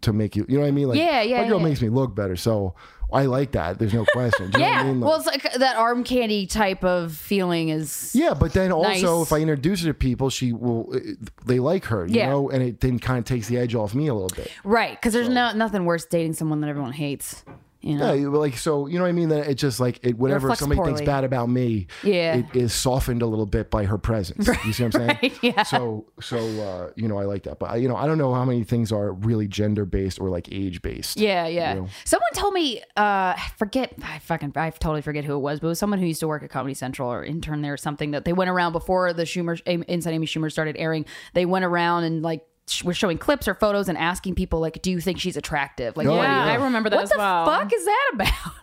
S5: to make you. You know what I mean? Like,
S2: Yeah, yeah,
S5: My girl
S2: yeah.
S5: makes me look better, so I like that. There's no question. Do you know what I
S2: Yeah.
S5: mean? Like-
S2: Well, it's like that arm candy type of feeling is.
S5: yeah, but then also
S2: Nice.
S5: if I introduce her to people, she will. eh, They like her, you
S2: Yeah.
S5: know, and it then kind of takes the edge off me a little bit.
S2: Right. Because there's no nothing worse dating someone that everyone hates. You know.
S5: Yeah, you- like so, you know what I mean. That it just like it, whatever
S2: reflects
S5: somebody thinks
S2: poorly.
S5: bad about me,
S2: Yeah.
S5: it is softened a little bit by her presence. you see what I'm saying? yeah. So, so uh, you know, I like that, but I, you know, I don't know how many things are really gender based or like age based.
S2: Yeah, yeah. Someone told me, uh, I forget, I fucking, I totally forget who it was, but it was someone who used to work at Comedy Central or intern there or something that they went around before the Schumer, Am- Inside Amy Schumer started airing. They went around and like, sh- were showing clips or photos and asking people like, "Do you think she's attractive?" Like,
S5: Oh,
S2: what-
S1: Yeah,
S5: yeah.
S1: I remember that
S2: what
S1: as
S2: the
S1: well.
S2: fuck is that about?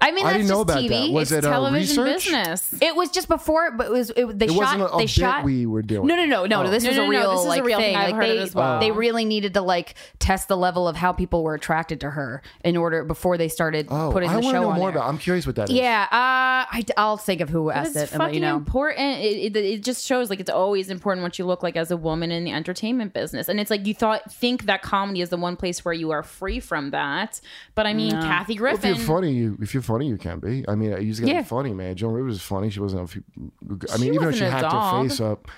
S2: I mean,
S5: I
S2: that's
S5: didn't know
S2: just
S5: about
S2: TV.
S5: that.
S2: It's
S5: Was it a
S1: Television
S5: research?
S1: business.
S2: it was just before, but it was it, they
S5: It
S2: shot.
S5: wasn't a- a
S2: they
S5: bit
S2: shot.
S5: we were doing.
S2: No, no, no, no. This
S1: No,
S2: was
S1: no,
S2: a
S1: no,
S2: real
S1: this is a
S2: like
S1: real
S2: thing.
S1: thing. I've
S2: Like
S1: heard
S2: they
S1: it as well.
S2: they really needed to like test the level of how people were attracted to her in order before they started
S5: Oh,
S2: putting
S5: I
S2: the
S5: want to
S2: show
S5: know
S2: on
S5: more
S2: air.
S5: about. I'm curious what that is.
S2: yeah, uh, I, will think of who asked
S1: It's
S2: it
S1: fucking
S2: and let uh, you know.
S1: important. It, it, it just shows like it's always important what you look like as a woman in the entertainment business. And it's like you thought think that comedy is the one place where you are free from that, but I mean Kathy
S5: If you're
S1: Griffin.
S5: funny, you if you're funny you can be. I mean, you just got to
S2: Yeah.
S5: be funny, man. Joan Rivers is funny. She wasn't. A few, I mean,
S1: She
S5: even though
S1: wasn't
S5: she
S1: a
S5: hacked her
S1: dog.
S5: face up,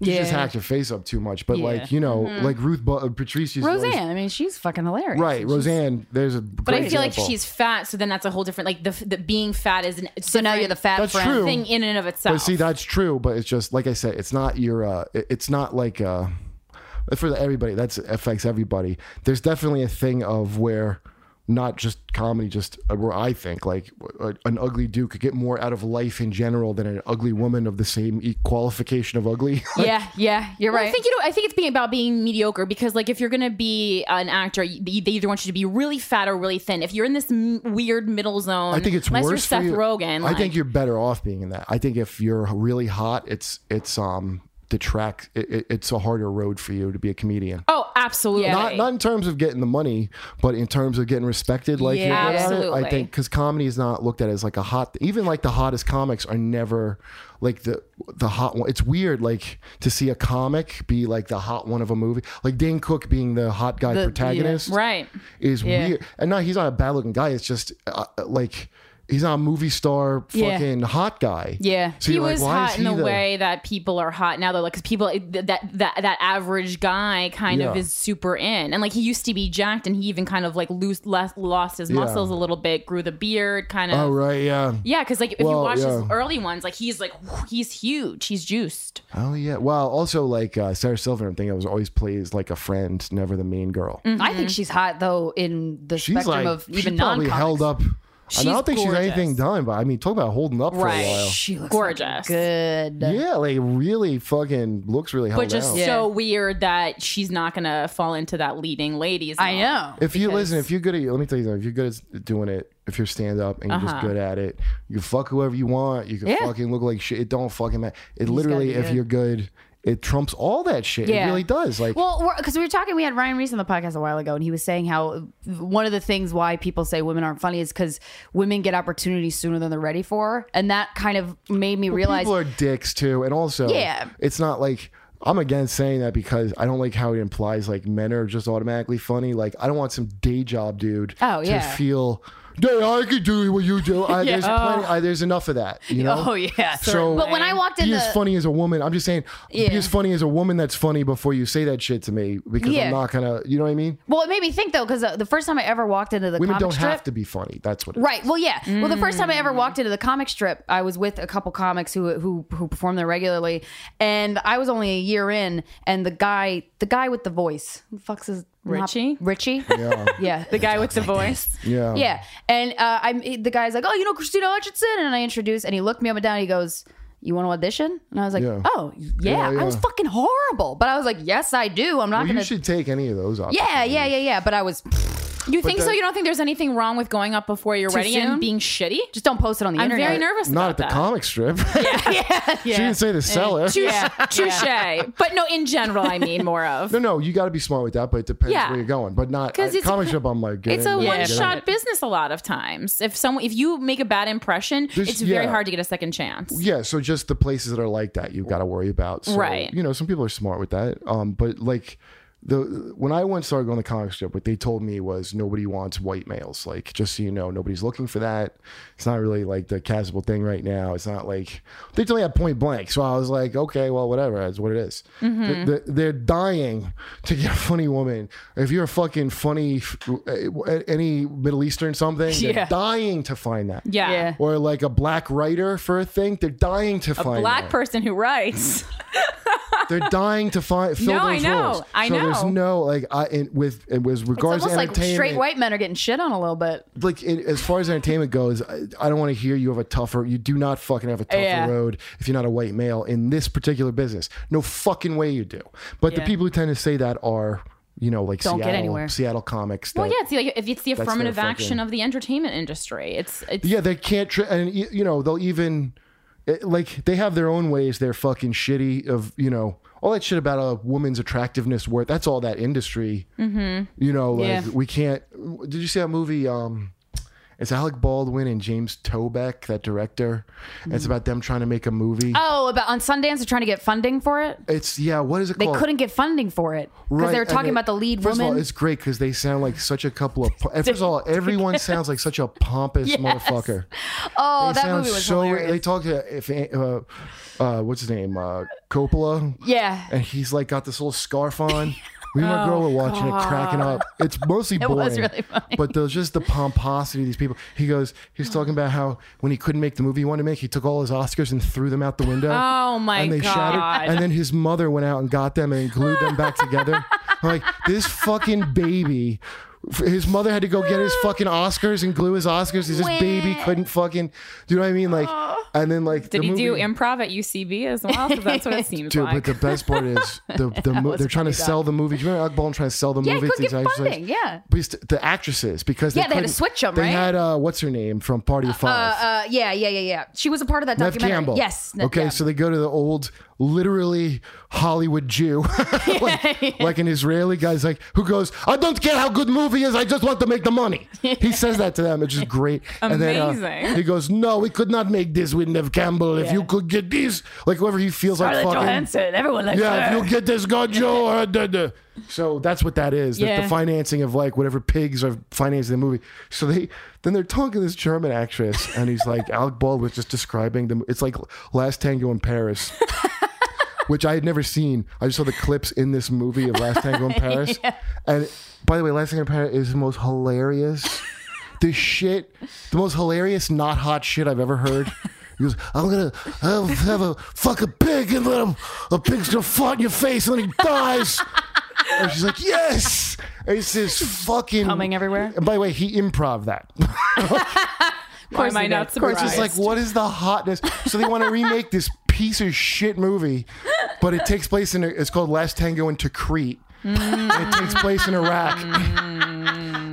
S5: she just
S2: Yeah.
S5: hacked her face up too much. But
S2: Yeah. Mm-hmm.
S5: like you know, like Ruth but- Patrice, used to always-
S2: Roseanne. I mean, she's fucking hilarious.
S5: right? Roseanne, there's a.
S1: But I feel like she's fat, so then that's a whole different like the, the being fat is an
S2: So now you're the fat
S5: That's
S2: friend.
S5: true.
S1: thing in and of itself.
S5: But see, that's true. But it's just like I said, it's not your. Uh, it- it's not like uh, for everybody. That's affects everybody. There's definitely a thing of where not just comedy, just uh, where I think like uh, an ugly dude could get more out of life in general than an ugly woman of the same e- qualification of ugly. Like,
S2: Yeah, yeah, you're
S1: Well,
S2: right.
S1: I think you know. I think it's being about being mediocre because, like, if you're gonna be an actor, y- they they either want you to be really fat or really thin. If you're in this m- weird middle zone,
S5: I think it's
S1: unless
S5: worse
S1: you're Seth
S5: for you.
S1: Rogen.
S5: I think
S1: you
S5: you're better off being in that. I think if you're really hot, it's it's um detract. It, it, it's a harder road for you to be a comedian.
S1: Oh, absolutely.
S5: not not in terms of getting the money, but in terms of getting respected. Like
S2: Yeah.
S5: you're good at it, I
S1: Absolutely.
S5: think because comedy is not looked at as like a hot. Even like the hottest comics are never like the the hot one. It's weird like to see a comic be like the hot one of a movie. Like Dane Cook being the hot guy protagonist,
S1: right.
S5: Is weird. And not he's not a bad looking guy. It's just uh, like. He's not a movie star,
S2: Yeah.
S5: fucking hot guy.
S2: Yeah.
S5: so
S1: he
S5: you're like,
S1: was
S5: why is
S1: hot in
S5: he
S1: the
S5: the-
S1: way that people are hot now. Though, like, because people that that that average guy kind of
S5: Yeah.
S1: is super in, and like he used to be jacked, and he even kind of like loose less, lost his
S5: Yeah.
S1: muscles a little bit, grew the beard, kind of.
S5: Oh right, yeah.
S1: Yeah, because like if you
S5: Well,
S1: watch his
S5: yeah.
S1: early ones, like he's like he's huge, he's juiced.
S5: Oh yeah. Well, also like uh, Sarah Silverman, I'm thinking I was always plays like a friend, never the mean girl.
S2: I think she's hot though in the
S5: She's
S2: Mm. spectrum
S5: like
S2: of
S5: she
S2: even non
S5: probably held
S2: comics.
S5: up. and I
S1: She's
S5: don't think she's anything
S1: gorgeous.
S5: done, but I mean, talk about holding up for
S1: Right.
S5: a while.
S2: She looks
S1: Gorgeous.
S2: good.
S5: Yeah, like really fucking looks really held
S1: But just
S5: out.
S2: Yeah.
S1: so weird that she's not gonna fall into that leading ladies.
S2: I
S1: mode.
S2: know.
S5: If you listen, if you're good at, let me tell you something. If you're good at doing it, if you're stand up and you're just good at it, you can fuck whoever you want. You can
S2: Uh-huh. Yeah.
S5: fucking look like shit. It don't fucking matter. It literally,
S2: be
S5: if
S2: good.
S5: you're good, it trumps all that shit.
S2: Yeah.
S5: It really does. Like,
S2: Well, because we were talking, we had Ryan Reese on the podcast a while ago, and he was saying how one of the things why people say women aren't funny is because women get opportunities sooner than they're ready for, and that kind of made me realize.
S5: people are dicks too, and also,
S2: Yeah.
S5: it's not like. I'm against saying that because I don't like how it implies like men are just automatically funny. Like I don't want some day job dude
S2: Oh,
S5: to
S2: yeah.
S5: feel, yeah, I could do what you do. I, There's plenty, I, there's enough of that. You know.
S2: oh yeah.
S5: So,
S2: but when I walked in
S5: be
S2: the
S5: as funny as a woman. I'm just saying, be
S2: Yeah.
S5: as funny as a woman that's funny before you say that shit to me because
S2: Yeah.
S5: I'm not gonna. You know what I mean?
S2: well, it made me think though because the first time I ever walked into the
S5: Women
S2: comic
S5: don't
S2: strip,
S5: have to Mm. be funny. That's what. It
S2: Right. Well, yeah. Well, the first time I ever walked into the comic strip, I was with a couple comics who who who perform there regularly, and I was only a year in, and the guy the guy with the voice, who the fuck's his
S1: Richie?
S2: Richie,
S5: Yeah.
S2: yeah,
S1: The guy with the voice.
S5: Yeah.
S2: yeah. And uh, I'm the guy's like, oh, you know Christina Hutchinson, and I introduced, and he looked me up and down. And he goes. You want to audition? And I was like,
S5: Yeah.
S2: "Oh, yeah.
S5: Yeah,
S2: I was
S5: yeah.
S2: fucking horrible, but I was like, "Yes, I do. I'm not
S5: Well,
S2: gonna."
S5: you should take any of those options.
S2: yeah, yeah, yeah, yeah. But I was
S1: You think so?
S5: that-
S1: You don't think there's anything wrong with going up before you're ready
S2: soon?
S1: and being shitty?
S2: just don't post it on the
S1: I'm
S2: internet.
S1: very nervous.
S5: Not
S1: about
S5: at the
S1: that.
S5: comic strip. She didn't say the seller.
S1: Touche, touche. But no, in general, I mean more of
S5: No, no, you got to be smart with that, but it depends
S1: Yeah.
S5: where you're going. But not
S1: 'Cause
S5: at
S1: it's-
S5: comic strip. I'm like, get
S1: it's
S5: in,
S1: a
S5: get in,
S1: one
S5: get in.
S1: shot business. A lot of times, if someone if you make a bad impression,
S5: There's-
S1: it's very
S5: yeah.
S1: hard to get a second chance.
S5: Yeah, so just the places that are like that, you got to worry about. So,
S1: Right.
S5: You know, some people are smart with that. Um, but like the when I once started going to comic strip, what they told me was nobody wants white males. Like, just so you know, nobody's looking for that. It's not really like the casual thing right now. It's not like they told me at point blank. So I was like, okay, well, whatever. That's what it is.
S1: Mm-hmm.
S5: The- the- they're dying to get a funny woman. If you're a fucking funny, uh, any Middle Eastern something, they're
S2: Yeah.
S5: dying to find that
S1: Yeah.
S2: Yeah.
S5: or like a black writer for a thing. They're dying to find
S1: Black
S5: that.
S1: person who writes.
S5: Mm-hmm. They're dying to find fill
S1: No, I
S5: those
S1: know.
S5: roles.
S1: I
S5: so there's
S1: know.
S5: no like I in, with and with regards
S2: It's almost
S5: to
S2: like
S5: entertainment.
S2: straight white men are getting shit on a little bit.
S5: Like in, as far as entertainment goes, I, I don't want to hear you have a tougher. You do not fucking have a tougher
S2: Yeah.
S5: road if you're not a white male in this particular business. No fucking way you do. But the people who tend to say that are you know like
S2: Don't get
S5: Seattle,
S2: anywhere.
S5: Seattle comics.
S1: Well,
S5: that-
S1: yeah, it's like if it's the
S5: their
S1: affirmative action
S5: fucking-
S1: of the entertainment industry. It's it's
S5: Yeah, they can't. Tri- and y- you know, they'll even it, like they have their own ways. They're fucking shitty. Of you know all that shit about a woman's attractiveness worth. That's all that industry. Mm-hmm. You know, like
S2: Yeah.
S5: we can't. Did you see that movie? Um, It's Alec Baldwin and James Tobeck, that director. And
S2: Mm-hmm.
S5: It's about them trying to make a movie.
S2: Oh, about on Sundance, they're trying to get funding for it.
S5: it's yeah. What is it
S2: They
S5: called?
S2: couldn't get funding for it because
S5: Right,
S2: they were
S5: and
S2: talking
S5: it-
S2: about the lead
S5: first Of
S2: woman.
S5: all, it's great because they sound like such a couple of. First of all, everyone sounds like such a pompous motherfucker.
S2: oh,
S5: They
S2: that
S5: sound
S2: movie was
S5: so.
S2: hilarious.
S5: They talked to if uh, uh, what's his name uh, Coppola.
S2: yeah,
S5: and he's like got this little scarf on. We and my girl were watching it, cracking up. It's mostly boring,
S2: Oh, was really funny.
S5: but there's just the pomposity of these people. He goes, he was talking about how when he couldn't make the movie he wanted to make, he took all his Oscars and threw them out the window.
S1: Oh, my
S5: And they
S1: God.
S5: shattered, and then his mother went out and got them and glued them back together. I'm like this fucking baby. His mother had to go get his fucking Oscars and glue his Oscars. 'cause This baby couldn't fucking. Do you know what I mean? Like, and then like
S1: Did
S5: the
S1: he do
S5: movie-
S1: improv at UCB as well? 'Cause that's what it seems
S5: Dude,
S1: like.
S5: but the best part is the, the mo- they're trying to sell the movie. Do you remember Alec Baldwin trying to sell the
S2: yeah,
S5: movie?
S2: could get
S5: to these actresses?
S2: funding. Yeah,
S5: But it's the- the actresses because
S2: Yeah, they had to
S5: couldn't-
S2: switch 'em,
S5: They
S2: right?
S5: had uh, what's her name from Party of Five.
S2: uh, yeah, yeah, yeah, yeah. She was a part of that
S5: Nev
S2: documentary.
S5: Campbell.
S2: Yes. Ne-
S5: Okay,
S2: yeah.
S5: so they go to the old, literally Hollywood Jew, like, like an Israeli guy's like who goes, "I don't care how good movie is. I just want to make the money." He says that to them. It's just great. And then uh,
S1: Amazing.
S5: he goes, "No, we could not make this with Nev Campbell. If you could get this, like whoever he feels like fucking."
S1: Everyone likes
S5: Yeah, if you get this Gojo or da, da. so that's what that is. That
S1: Yeah.
S5: the financing of like whatever pigs are financing the movie. So they then they're talking to this German actress, and he's like Alec Baldwin's just describing them. It's like Last Tango in Paris. Which I had never seen. I just saw the clips in this movie of Last Tango in Paris. And by the way, Last Tango in Paris is the most hilarious the shit, the most hilarious, not hot shit I've ever heard. He goes, I'm gonna I'll have a fuck a pig and let him, a pig's gonna fart in your face and then he dies. and she's like, yes. It's this fucking
S1: Coming everywhere?
S5: And by the way, he improv that.
S1: Why am I not
S5: It's
S1: surprised?
S5: just like, what is the hotness? So they want to remake this piece of shit movie, but it takes place in a, it's called Last Tango in Tikrit. And it takes place in Iraq.
S1: Mm.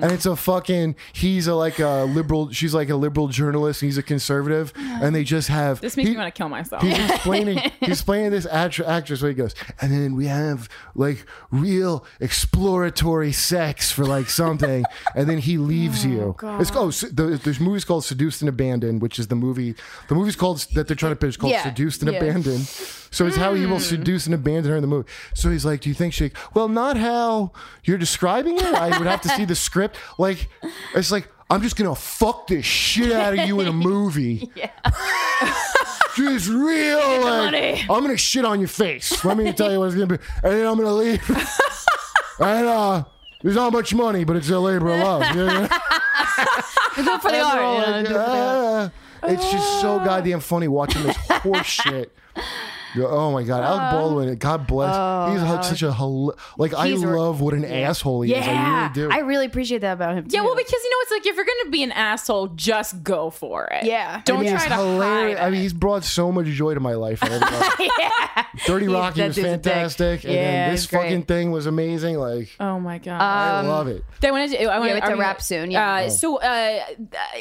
S5: And it's a fucking. He's a like a liberal. She's like a liberal journalist. And he's a conservative. And they just have.
S1: this makes
S5: he-
S1: me want to kill myself.
S5: He's explaining. he's explaining this act- actress where he goes, and then we have like real exploratory sex for like something, and then he leaves you. It's oh, s- the, this movie's called Seduced and Abandoned, which is the movie. The movie's called that they're trying to pitch is called
S2: Yeah,
S5: Seduced and
S2: yeah. Hmm.
S5: Abandoned. So it's how he will seduce and abandon her in the movie. So he's like, "Do you think she?" Well, not how you're describing it. I would have to see the script. Like, it's like. I'm just gonna fuck the shit out of you in a movie. She's real. like, I'm gonna shit on your face. Let me tell you what it's gonna be, and then I'm gonna leave. and uh, there's not much money, but it's a labor of love. You know?
S2: Good for the art. you know, good
S5: Like,
S2: for the art.
S5: uh, it's just so goddamn funny watching this horse shit. Yeah, Oh my God, Alec Baldwin! God bless. he's like such a hel- like. I
S2: Oh. He's re-
S5: love what an asshole he is. I
S2: Yeah,
S5: really do.
S2: I really appreciate that about him.
S1: yeah,
S2: too.
S1: well, because you know, it's like if you're gonna be an asshole, just go for it.
S2: Yeah.
S1: don't
S5: He's
S1: try to
S5: hilarious.
S1: hide.
S5: I mean, he's brought so much joy to my life. I don't know. Dirty Rocky
S2: that
S5: was
S2: dude's a dick.
S5: fantastic, and
S2: Yeah,
S5: then this
S2: he's great. Um,
S5: fucking thing was amazing. Like,
S1: oh my god.
S2: Uh,
S5: I love it.
S1: They wanted to. I wanted
S2: we have to
S1: are we-
S2: wrap soon, yeah.
S5: Oh.
S1: Uh, So uh,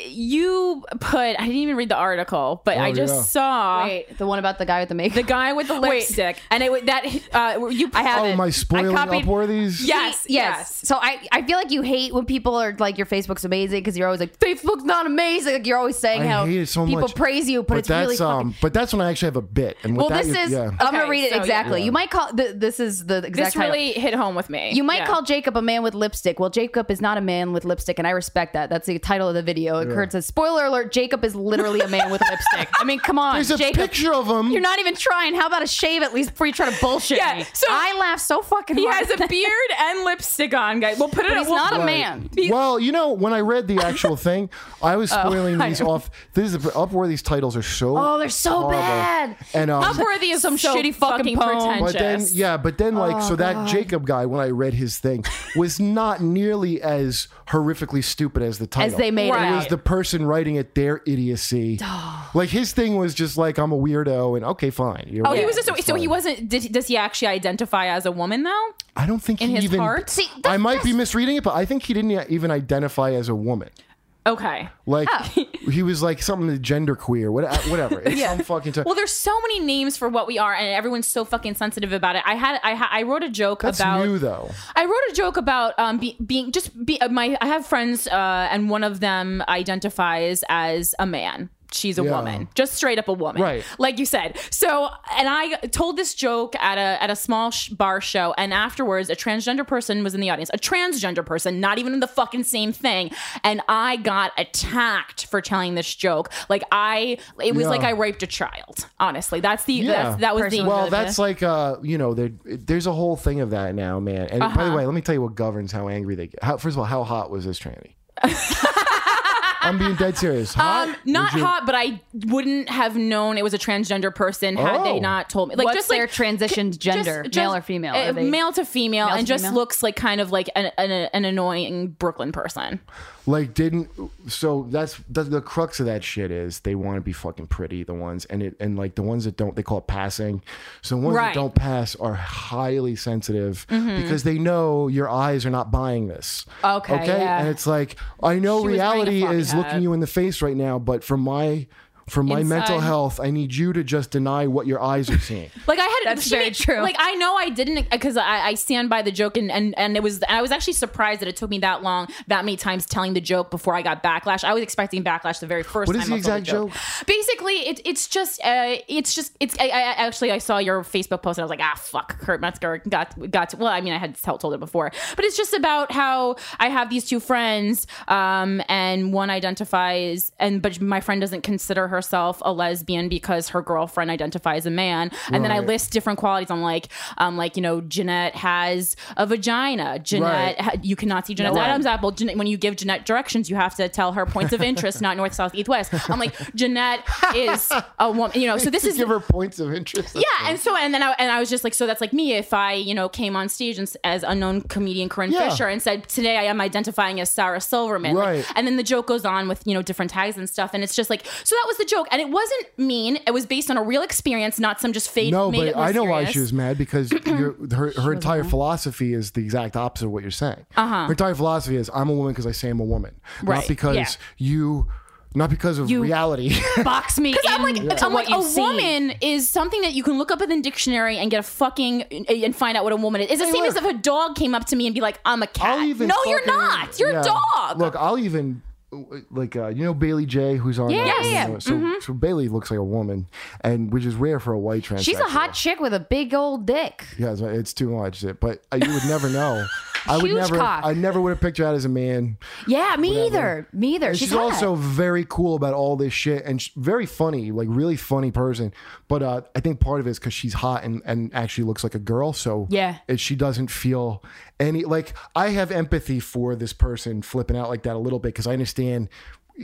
S1: you put. I didn't even read the article, but I just
S5: Oh, yeah.
S1: saw
S2: Wait, the one about the guy with the
S1: the
S2: makeup.
S1: guy with the lipstick, and it was that uh, you. I
S5: Oh, my spoiling
S2: copied-
S5: Upworthies?
S1: Yes, yes.
S2: So I, I feel like you hate when people are like your Facebook's amazing because you're always like Facebook's not amazing. Like you're always saying
S5: I
S2: how
S5: hate it so
S2: people
S5: much.
S2: praise you, but, it's
S5: that's um,
S2: really fucking.
S5: but that's when I actually have a bit. And
S2: well,
S5: with that,
S2: this
S5: you-
S2: is. uh,
S5: yeah.
S2: I'm gonna
S1: Okay,
S2: read it
S1: so, yeah.
S2: exactly. You might call th- this is the exact
S1: This
S2: title.
S1: really hit home with me.
S2: You might
S1: Yeah.
S2: call Jacob a man with lipstick. Well, Jacob is not a man with lipstick, and I respect that. That's the title of the video. It Kurt says, "Spoiler alert: Jacob is literally a man with lipstick." I mean, come on,
S5: There's a
S2: Jacob.
S5: picture of him.
S2: You're not even trying. How about a shave at least before you try to bullshit
S1: Yeah,
S2: me?
S1: so-
S2: I laugh so fucking.
S1: He
S2: hard.
S1: has a beard and lipstick on, guys. Well, put it.
S2: But he's
S1: we'll-
S2: not a man.
S5: Well, you know, when I read the actual thing, I was spoiling these off. This is Upworthy's titles are so
S2: Oh, they're so
S5: horrible.
S2: bad.
S5: And um,
S1: Upworthy is
S2: Some
S1: so
S2: shitty fucking poem.
S1: pretentious.
S5: But then, yeah, but then, like,
S2: Oh,
S5: so that Jacob guy, when I read his thing, was not nearly as horrifically stupid as the title.
S2: As they made
S1: Right.
S2: it
S5: it
S2: out.
S5: was the person writing it their idiocy. like his thing was just like I'm a weirdo and okay, fine. You're
S1: Oh,
S5: right.
S1: he was just so,
S5: It's
S1: so he
S5: fine.
S1: wasn't. Did, does he actually identify as a woman though?
S5: I don't think
S1: in
S5: he
S1: his
S5: even.
S1: heart? See,
S5: I might be misreading it, but I think he didn't even identify e, as a woman.
S1: Okay.
S5: Like
S1: Oh.
S5: he was like something gender queer, uh, whatever. It's some fucking. T-
S1: Well, there's so many names for what we are, and everyone's so fucking sensitive about it. I had I, ha- I wrote a joke
S5: That's
S1: about
S5: new though.
S1: I wrote a joke about um, be, being just be uh, my. I have friends, uh, and one of them identifies as a man. She's a
S5: Yeah.
S1: woman, just straight up a woman,
S5: Right.
S1: Like you said. So, and I told this joke at a at a small sh- bar show, and afterwards, a transgender person was in the audience. A transgender person, not even in the fucking same thing, and I got attacked for telling this joke. Like I, it was
S5: Yeah.
S1: like I raped a child. Honestly, that's the
S5: Yeah.
S1: that's, that was the
S5: Well, that's like uh, you know, there, there's a whole thing of that now, man. And by the
S1: Uh-huh.
S5: way, let me tell you what governs how angry they get. How, first of all, how hot was this tranny? I'm being dead serious. Hot?
S1: Um, not
S5: Would you-
S1: hot, but I wouldn't have known it was a transgender person had
S5: Oh.
S1: they not told me. Like
S2: What's
S1: just
S2: their
S1: like
S2: transitioned gender, male or female?
S1: uh,
S2: Are they-
S1: male to female,
S2: Male
S1: and
S2: to
S1: just
S2: female?
S1: looks like kind of like an, an, an annoying Brooklyn person.
S5: Like didn't so that's the, the crux of that shit is they want to be fucking pretty the ones and it and like the ones that don't they call it passing so the ones
S1: Right. Mm-hmm.
S5: that don't pass are highly sensitive because they know your eyes are not buying this
S1: Okay, yeah.
S5: and it's like I know
S1: was wearing a
S5: reality
S1: floppy
S5: is
S1: hat.
S5: looking you in the face right now but for my for my mental
S1: Inside.
S5: health I need you to just deny what your eyes are seeing
S1: Like I had
S2: That's
S1: she
S2: very
S1: made-
S2: true.
S1: Like I know I didn't because I, I stand by the joke and, and and it was I was actually surprised that it took me that long that many times telling the joke before I got backlash. I was expecting backlash the very first.
S5: What is
S1: time
S5: the
S1: I told
S5: exact joke?
S1: Basically, it, it's just uh, it's just it's. I, I actually I saw your Facebook post and I was like, ah, fuck, Kurt Metzger got got. To, well, I mean, I had told it before, but it's just about how I have these two friends, um, and one identifies and but my friend doesn't consider herself a lesbian because her girlfriend identifies as a man, and then I
S5: Right.
S1: list different qualities. I'm like, um, like you know, Jeanette has a vagina. Jeanette,
S5: Right.
S1: ha- Uh, you cannot see Jeanette's
S5: Right.
S1: Adam's apple. Jeanette, when you give Jeanette directions, you have to tell her points of interest, not north, south, east, west. I'm like, Jeanette is a woman, you know. So this is
S5: give her points of interest That's
S1: yeah, and so and then I, and I was just like, so that's like me if I you know came on stage and, s- as unknown comedian Corinne
S5: Yeah.
S1: Fisher and said today I am identifying as Sarah Silverman, Like,
S5: Right.
S1: and then the joke goes on with you know different tags and stuff, and it's just like so that was the joke, and it wasn't mean. It was based on a real experience, not some just fade.
S5: No,
S1: made it
S5: but
S1: more
S5: I know why
S1: serious.
S5: she was mad because your her, her entire philosophy is the exact opposite of what you're saying. Uh-huh. Her entire philosophy is I'm a woman because I say I'm a woman,
S1: Right,
S5: not because
S1: yeah.
S5: you, not because of reality.
S2: box me
S1: Because I'm like,
S2: into
S1: I'm like
S2: what
S1: a
S2: you've seen.
S1: woman is something that you can look up in the dictionary and get a fucking and find out what a woman is. It's the
S5: Hey,
S1: same as
S5: look.
S1: if a dog came up to me and be like, "I'm a cat."
S5: I'll even
S1: no, you're
S5: fucking-
S1: not. You're
S5: yeah.
S1: a dog.
S5: Look, I'll even like uh, you know Bailey J, who's on.
S2: Yeah,
S5: uh,
S2: yeah, yeah.
S5: So,
S1: Mm-hmm.
S5: so Bailey looks like a woman, and which is rare for a white trans.
S2: She's a hot chick with a big old dick.
S5: Yeah, it's, it's too much. But uh, you would never know. I would
S2: Huge
S5: never.
S2: cock.
S5: I never would have picked her out as a man.
S2: Yeah, me either. Me either.
S5: And
S2: she's
S5: she's
S2: hot.
S5: also very cool about all this shit and sh- very funny, like really funny person. But uh, I think part of it is because she's hot and, and actually looks like a girl. So
S2: Yeah.
S5: it, she doesn't feel any like I have empathy for this person flipping out like that a little bit because I understand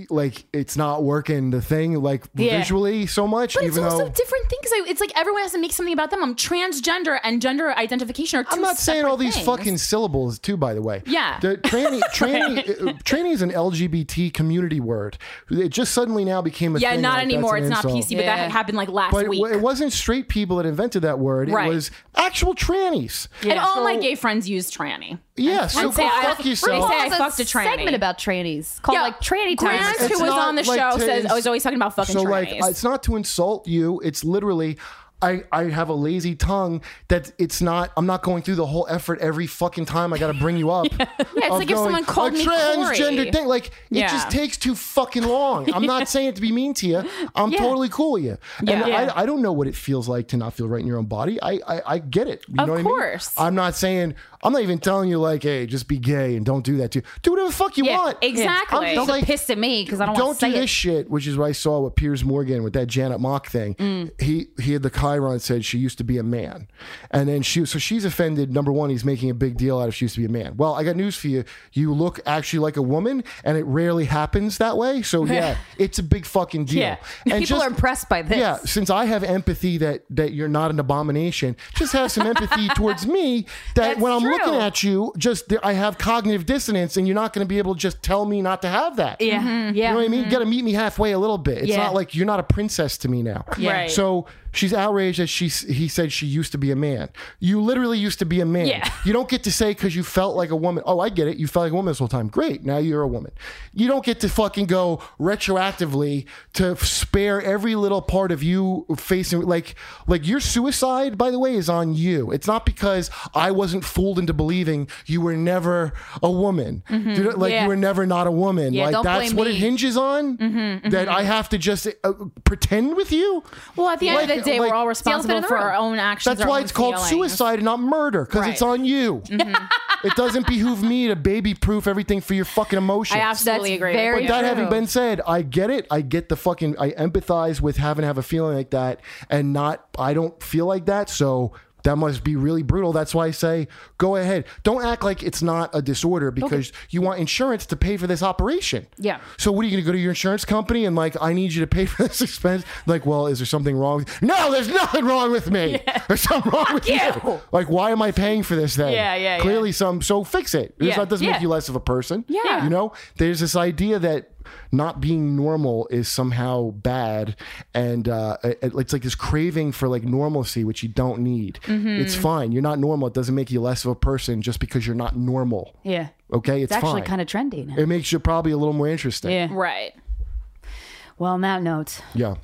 S5: like it's not working the thing like
S2: Yeah.
S5: visually so much.
S1: But it's
S5: even
S1: also
S5: though
S1: different things. I- It's like everyone has to make something about them. I'm transgender and gender identification are two
S5: I'm not saying all these
S1: separate things.
S5: fucking syllables too. By the way,
S1: Yeah.
S5: the tranny, tranny, uh, tranny is an LGBT community word. It just suddenly now became a
S1: Yeah,
S5: thing,
S1: not
S5: like, that's
S1: anymore.
S5: an
S1: It's not
S5: insult.
S1: PC, but that
S2: Yeah.
S1: had happened like last
S5: But it,
S1: week.
S5: w- it wasn't straight people that invented that word.
S1: Right.
S5: It was actual trannies.
S1: and all my gay friends use tranny.
S5: Yeah, so
S1: I'd say
S5: go
S1: I-
S5: fuck
S1: I'd say
S5: yourself.
S1: I
S2: There's
S1: fucked a tranny.
S2: segment about trannies called like tranny
S1: Grant,
S2: times.
S5: It's
S1: who was
S5: not
S1: on the
S5: like
S1: show,
S5: to-
S1: says I was always talking about fucking
S5: so like,
S1: trannies.
S5: it's not to insult you. It's literally. I, I have a lazy tongue that it's not I'm not going through the whole effort every fucking time I gotta bring you up. yeah, it's
S1: like if someone called
S5: a
S1: me
S5: transgender
S1: Corey."
S5: thing. Like it
S1: Yeah.
S5: just takes too fucking long. I'm not saying it to be mean to you. I'm totally cool with you. And
S1: Yeah. Yeah.
S5: I, I don't know what it feels like to not feel right in your own body. I I, I get it. You
S1: Of
S5: know what
S1: course.
S5: I mean? I'm not saying I'm not even telling you like, hey, just be gay and don't do that too. Do whatever the fuck you
S2: Yeah,
S5: want.
S1: exactly.
S5: I'm just
S1: Don't
S2: Don't get pissed at me because I don't, want
S5: don't
S2: to
S5: do
S2: say
S5: this
S2: it.
S5: shit, which is what I saw with Piers Morgan with that Janet Mock thing.
S2: Mm.
S5: He he had the Chiron said she used to be a man, and then she so she's offended. Number one, he's making a big deal out of she used to be a man. Well, I got news for you. You look actually like a woman, and it rarely happens that way. So yeah, it's a big fucking deal.
S2: Yeah.
S5: And
S2: People
S5: just-
S2: are impressed by this.
S5: Yeah, since I have empathy that that you're not an abomination, just have some empathy towards me that
S2: That's
S5: when I'm
S2: true.
S5: looking at you, just that I have cognitive dissonance, and you're not going to be able to just tell me not to have that.
S2: Yeah. Yeah.
S1: Mm-hmm.
S5: You know what I mean? You got to meet me halfway a little bit. It's
S2: Yeah.
S5: not like you're not a princess to me now.
S1: Yeah. Right.
S5: So She's outraged that she he said she used to be a man. You literally used to be a man.
S1: Yeah.
S5: You don't get to say because you felt like a woman. Oh, I get it. You felt like a woman this whole time. Great. Now you're a woman. You don't get to fucking go retroactively to spare every little part of you facing like like your suicide. By the way, is on you. It's not because I wasn't fooled into believing you were never a woman. You know,
S1: Mm-hmm.
S5: like
S1: Yeah.
S5: you were never not a woman.
S1: Yeah,
S5: like
S1: don't
S5: that's
S1: blame
S5: what
S1: me. Mm-hmm,
S5: it hinges on. That I have to just uh, pretend with you.
S1: Well, at the end of
S5: Like-
S1: the day,
S5: like-
S1: we're all
S5: It's
S2: elephant in
S1: responsible
S2: the
S1: for
S2: room.
S1: our own actions.
S5: That's
S1: our
S5: why
S1: own
S5: it's called
S1: feelings.
S5: suicide and not murder because it's
S1: Right. Mm-hmm.
S5: on you. it doesn't behoove me to baby proof everything for your fucking emotions.
S1: I absolutely
S2: That's
S1: agree.
S2: very
S1: with
S5: But
S1: you.
S5: that
S2: true.
S5: having been said, I get it. I get the fucking. I empathize with having to have a feeling like that, and not. I don't feel like that, so that must be really brutal. That's why I say, go ahead. Don't act like it's not a disorder because you want insurance to pay for this operation.
S2: Yeah.
S5: So what are you going to go to your insurance company and like, I need you to pay for this expense? Like, well, is there something wrong? No, there's nothing wrong with me. There's something wrong with you. Like, why am I paying for this then?
S1: Yeah, yeah, yeah.
S5: Clearly, some. So fix it. It's
S1: Yeah.
S5: not- doesn't
S1: Yeah.
S5: make you less of a person.
S1: Yeah.
S5: You know, there's this idea that not being normal is somehow bad. And uh, it- it's like this craving for like normalcy, which you don't need.
S2: Mm-hmm.
S5: It's fine. You're not normal. It doesn't make you less of a person just because you're not normal.
S2: Yeah.
S5: Okay. It's,
S2: It's actually
S5: fine.
S2: kind of trendy now.
S5: it makes you probably a little more interesting.
S2: Yeah.
S1: right.
S2: Well, on that note,
S5: Yeah.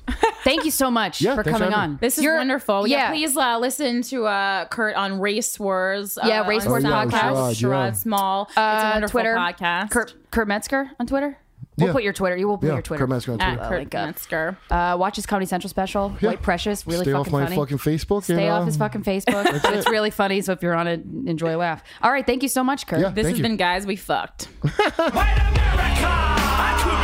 S2: thank you so much
S5: Yeah,
S2: for
S5: thanks for
S2: coming
S5: having
S2: on.
S5: me.
S1: This is
S2: You're-
S1: wonderful. Yeah,
S2: yeah.
S1: please uh, listen to uh, Kurt on Race Wars. Uh,
S2: Yeah, Race
S1: on
S2: Wars
S1: Soundcloud.
S5: podcast.
S1: Sherrod,
S5: Sherrod, yeah.
S1: Small. it's a
S2: Uh,
S1: wonderful
S2: Twitter
S1: podcast.
S2: Kurt, Kurt Metzger on Twitter. We'll
S5: Yeah.
S2: put your Twitter. You will put
S5: Yeah,
S2: your Twitter.
S5: Kurt Metzger on
S1: at
S5: Twitter.
S1: Kurt
S2: like, uh,
S1: Metzger.
S2: Uh, watch his Comedy Central special. White Precious, really
S5: Stay
S2: fucking
S5: off my
S2: funny.
S5: fucking Facebook.
S2: Stay
S5: and,
S2: off
S5: uh,
S2: his fucking Facebook. it's really funny. So if you're on it, enjoy a laugh. All right, thank you so much, Kurt.
S5: Yeah.
S1: this
S5: Thank
S1: has
S5: you.
S1: been Guys We Fucked.
S4: White America! I could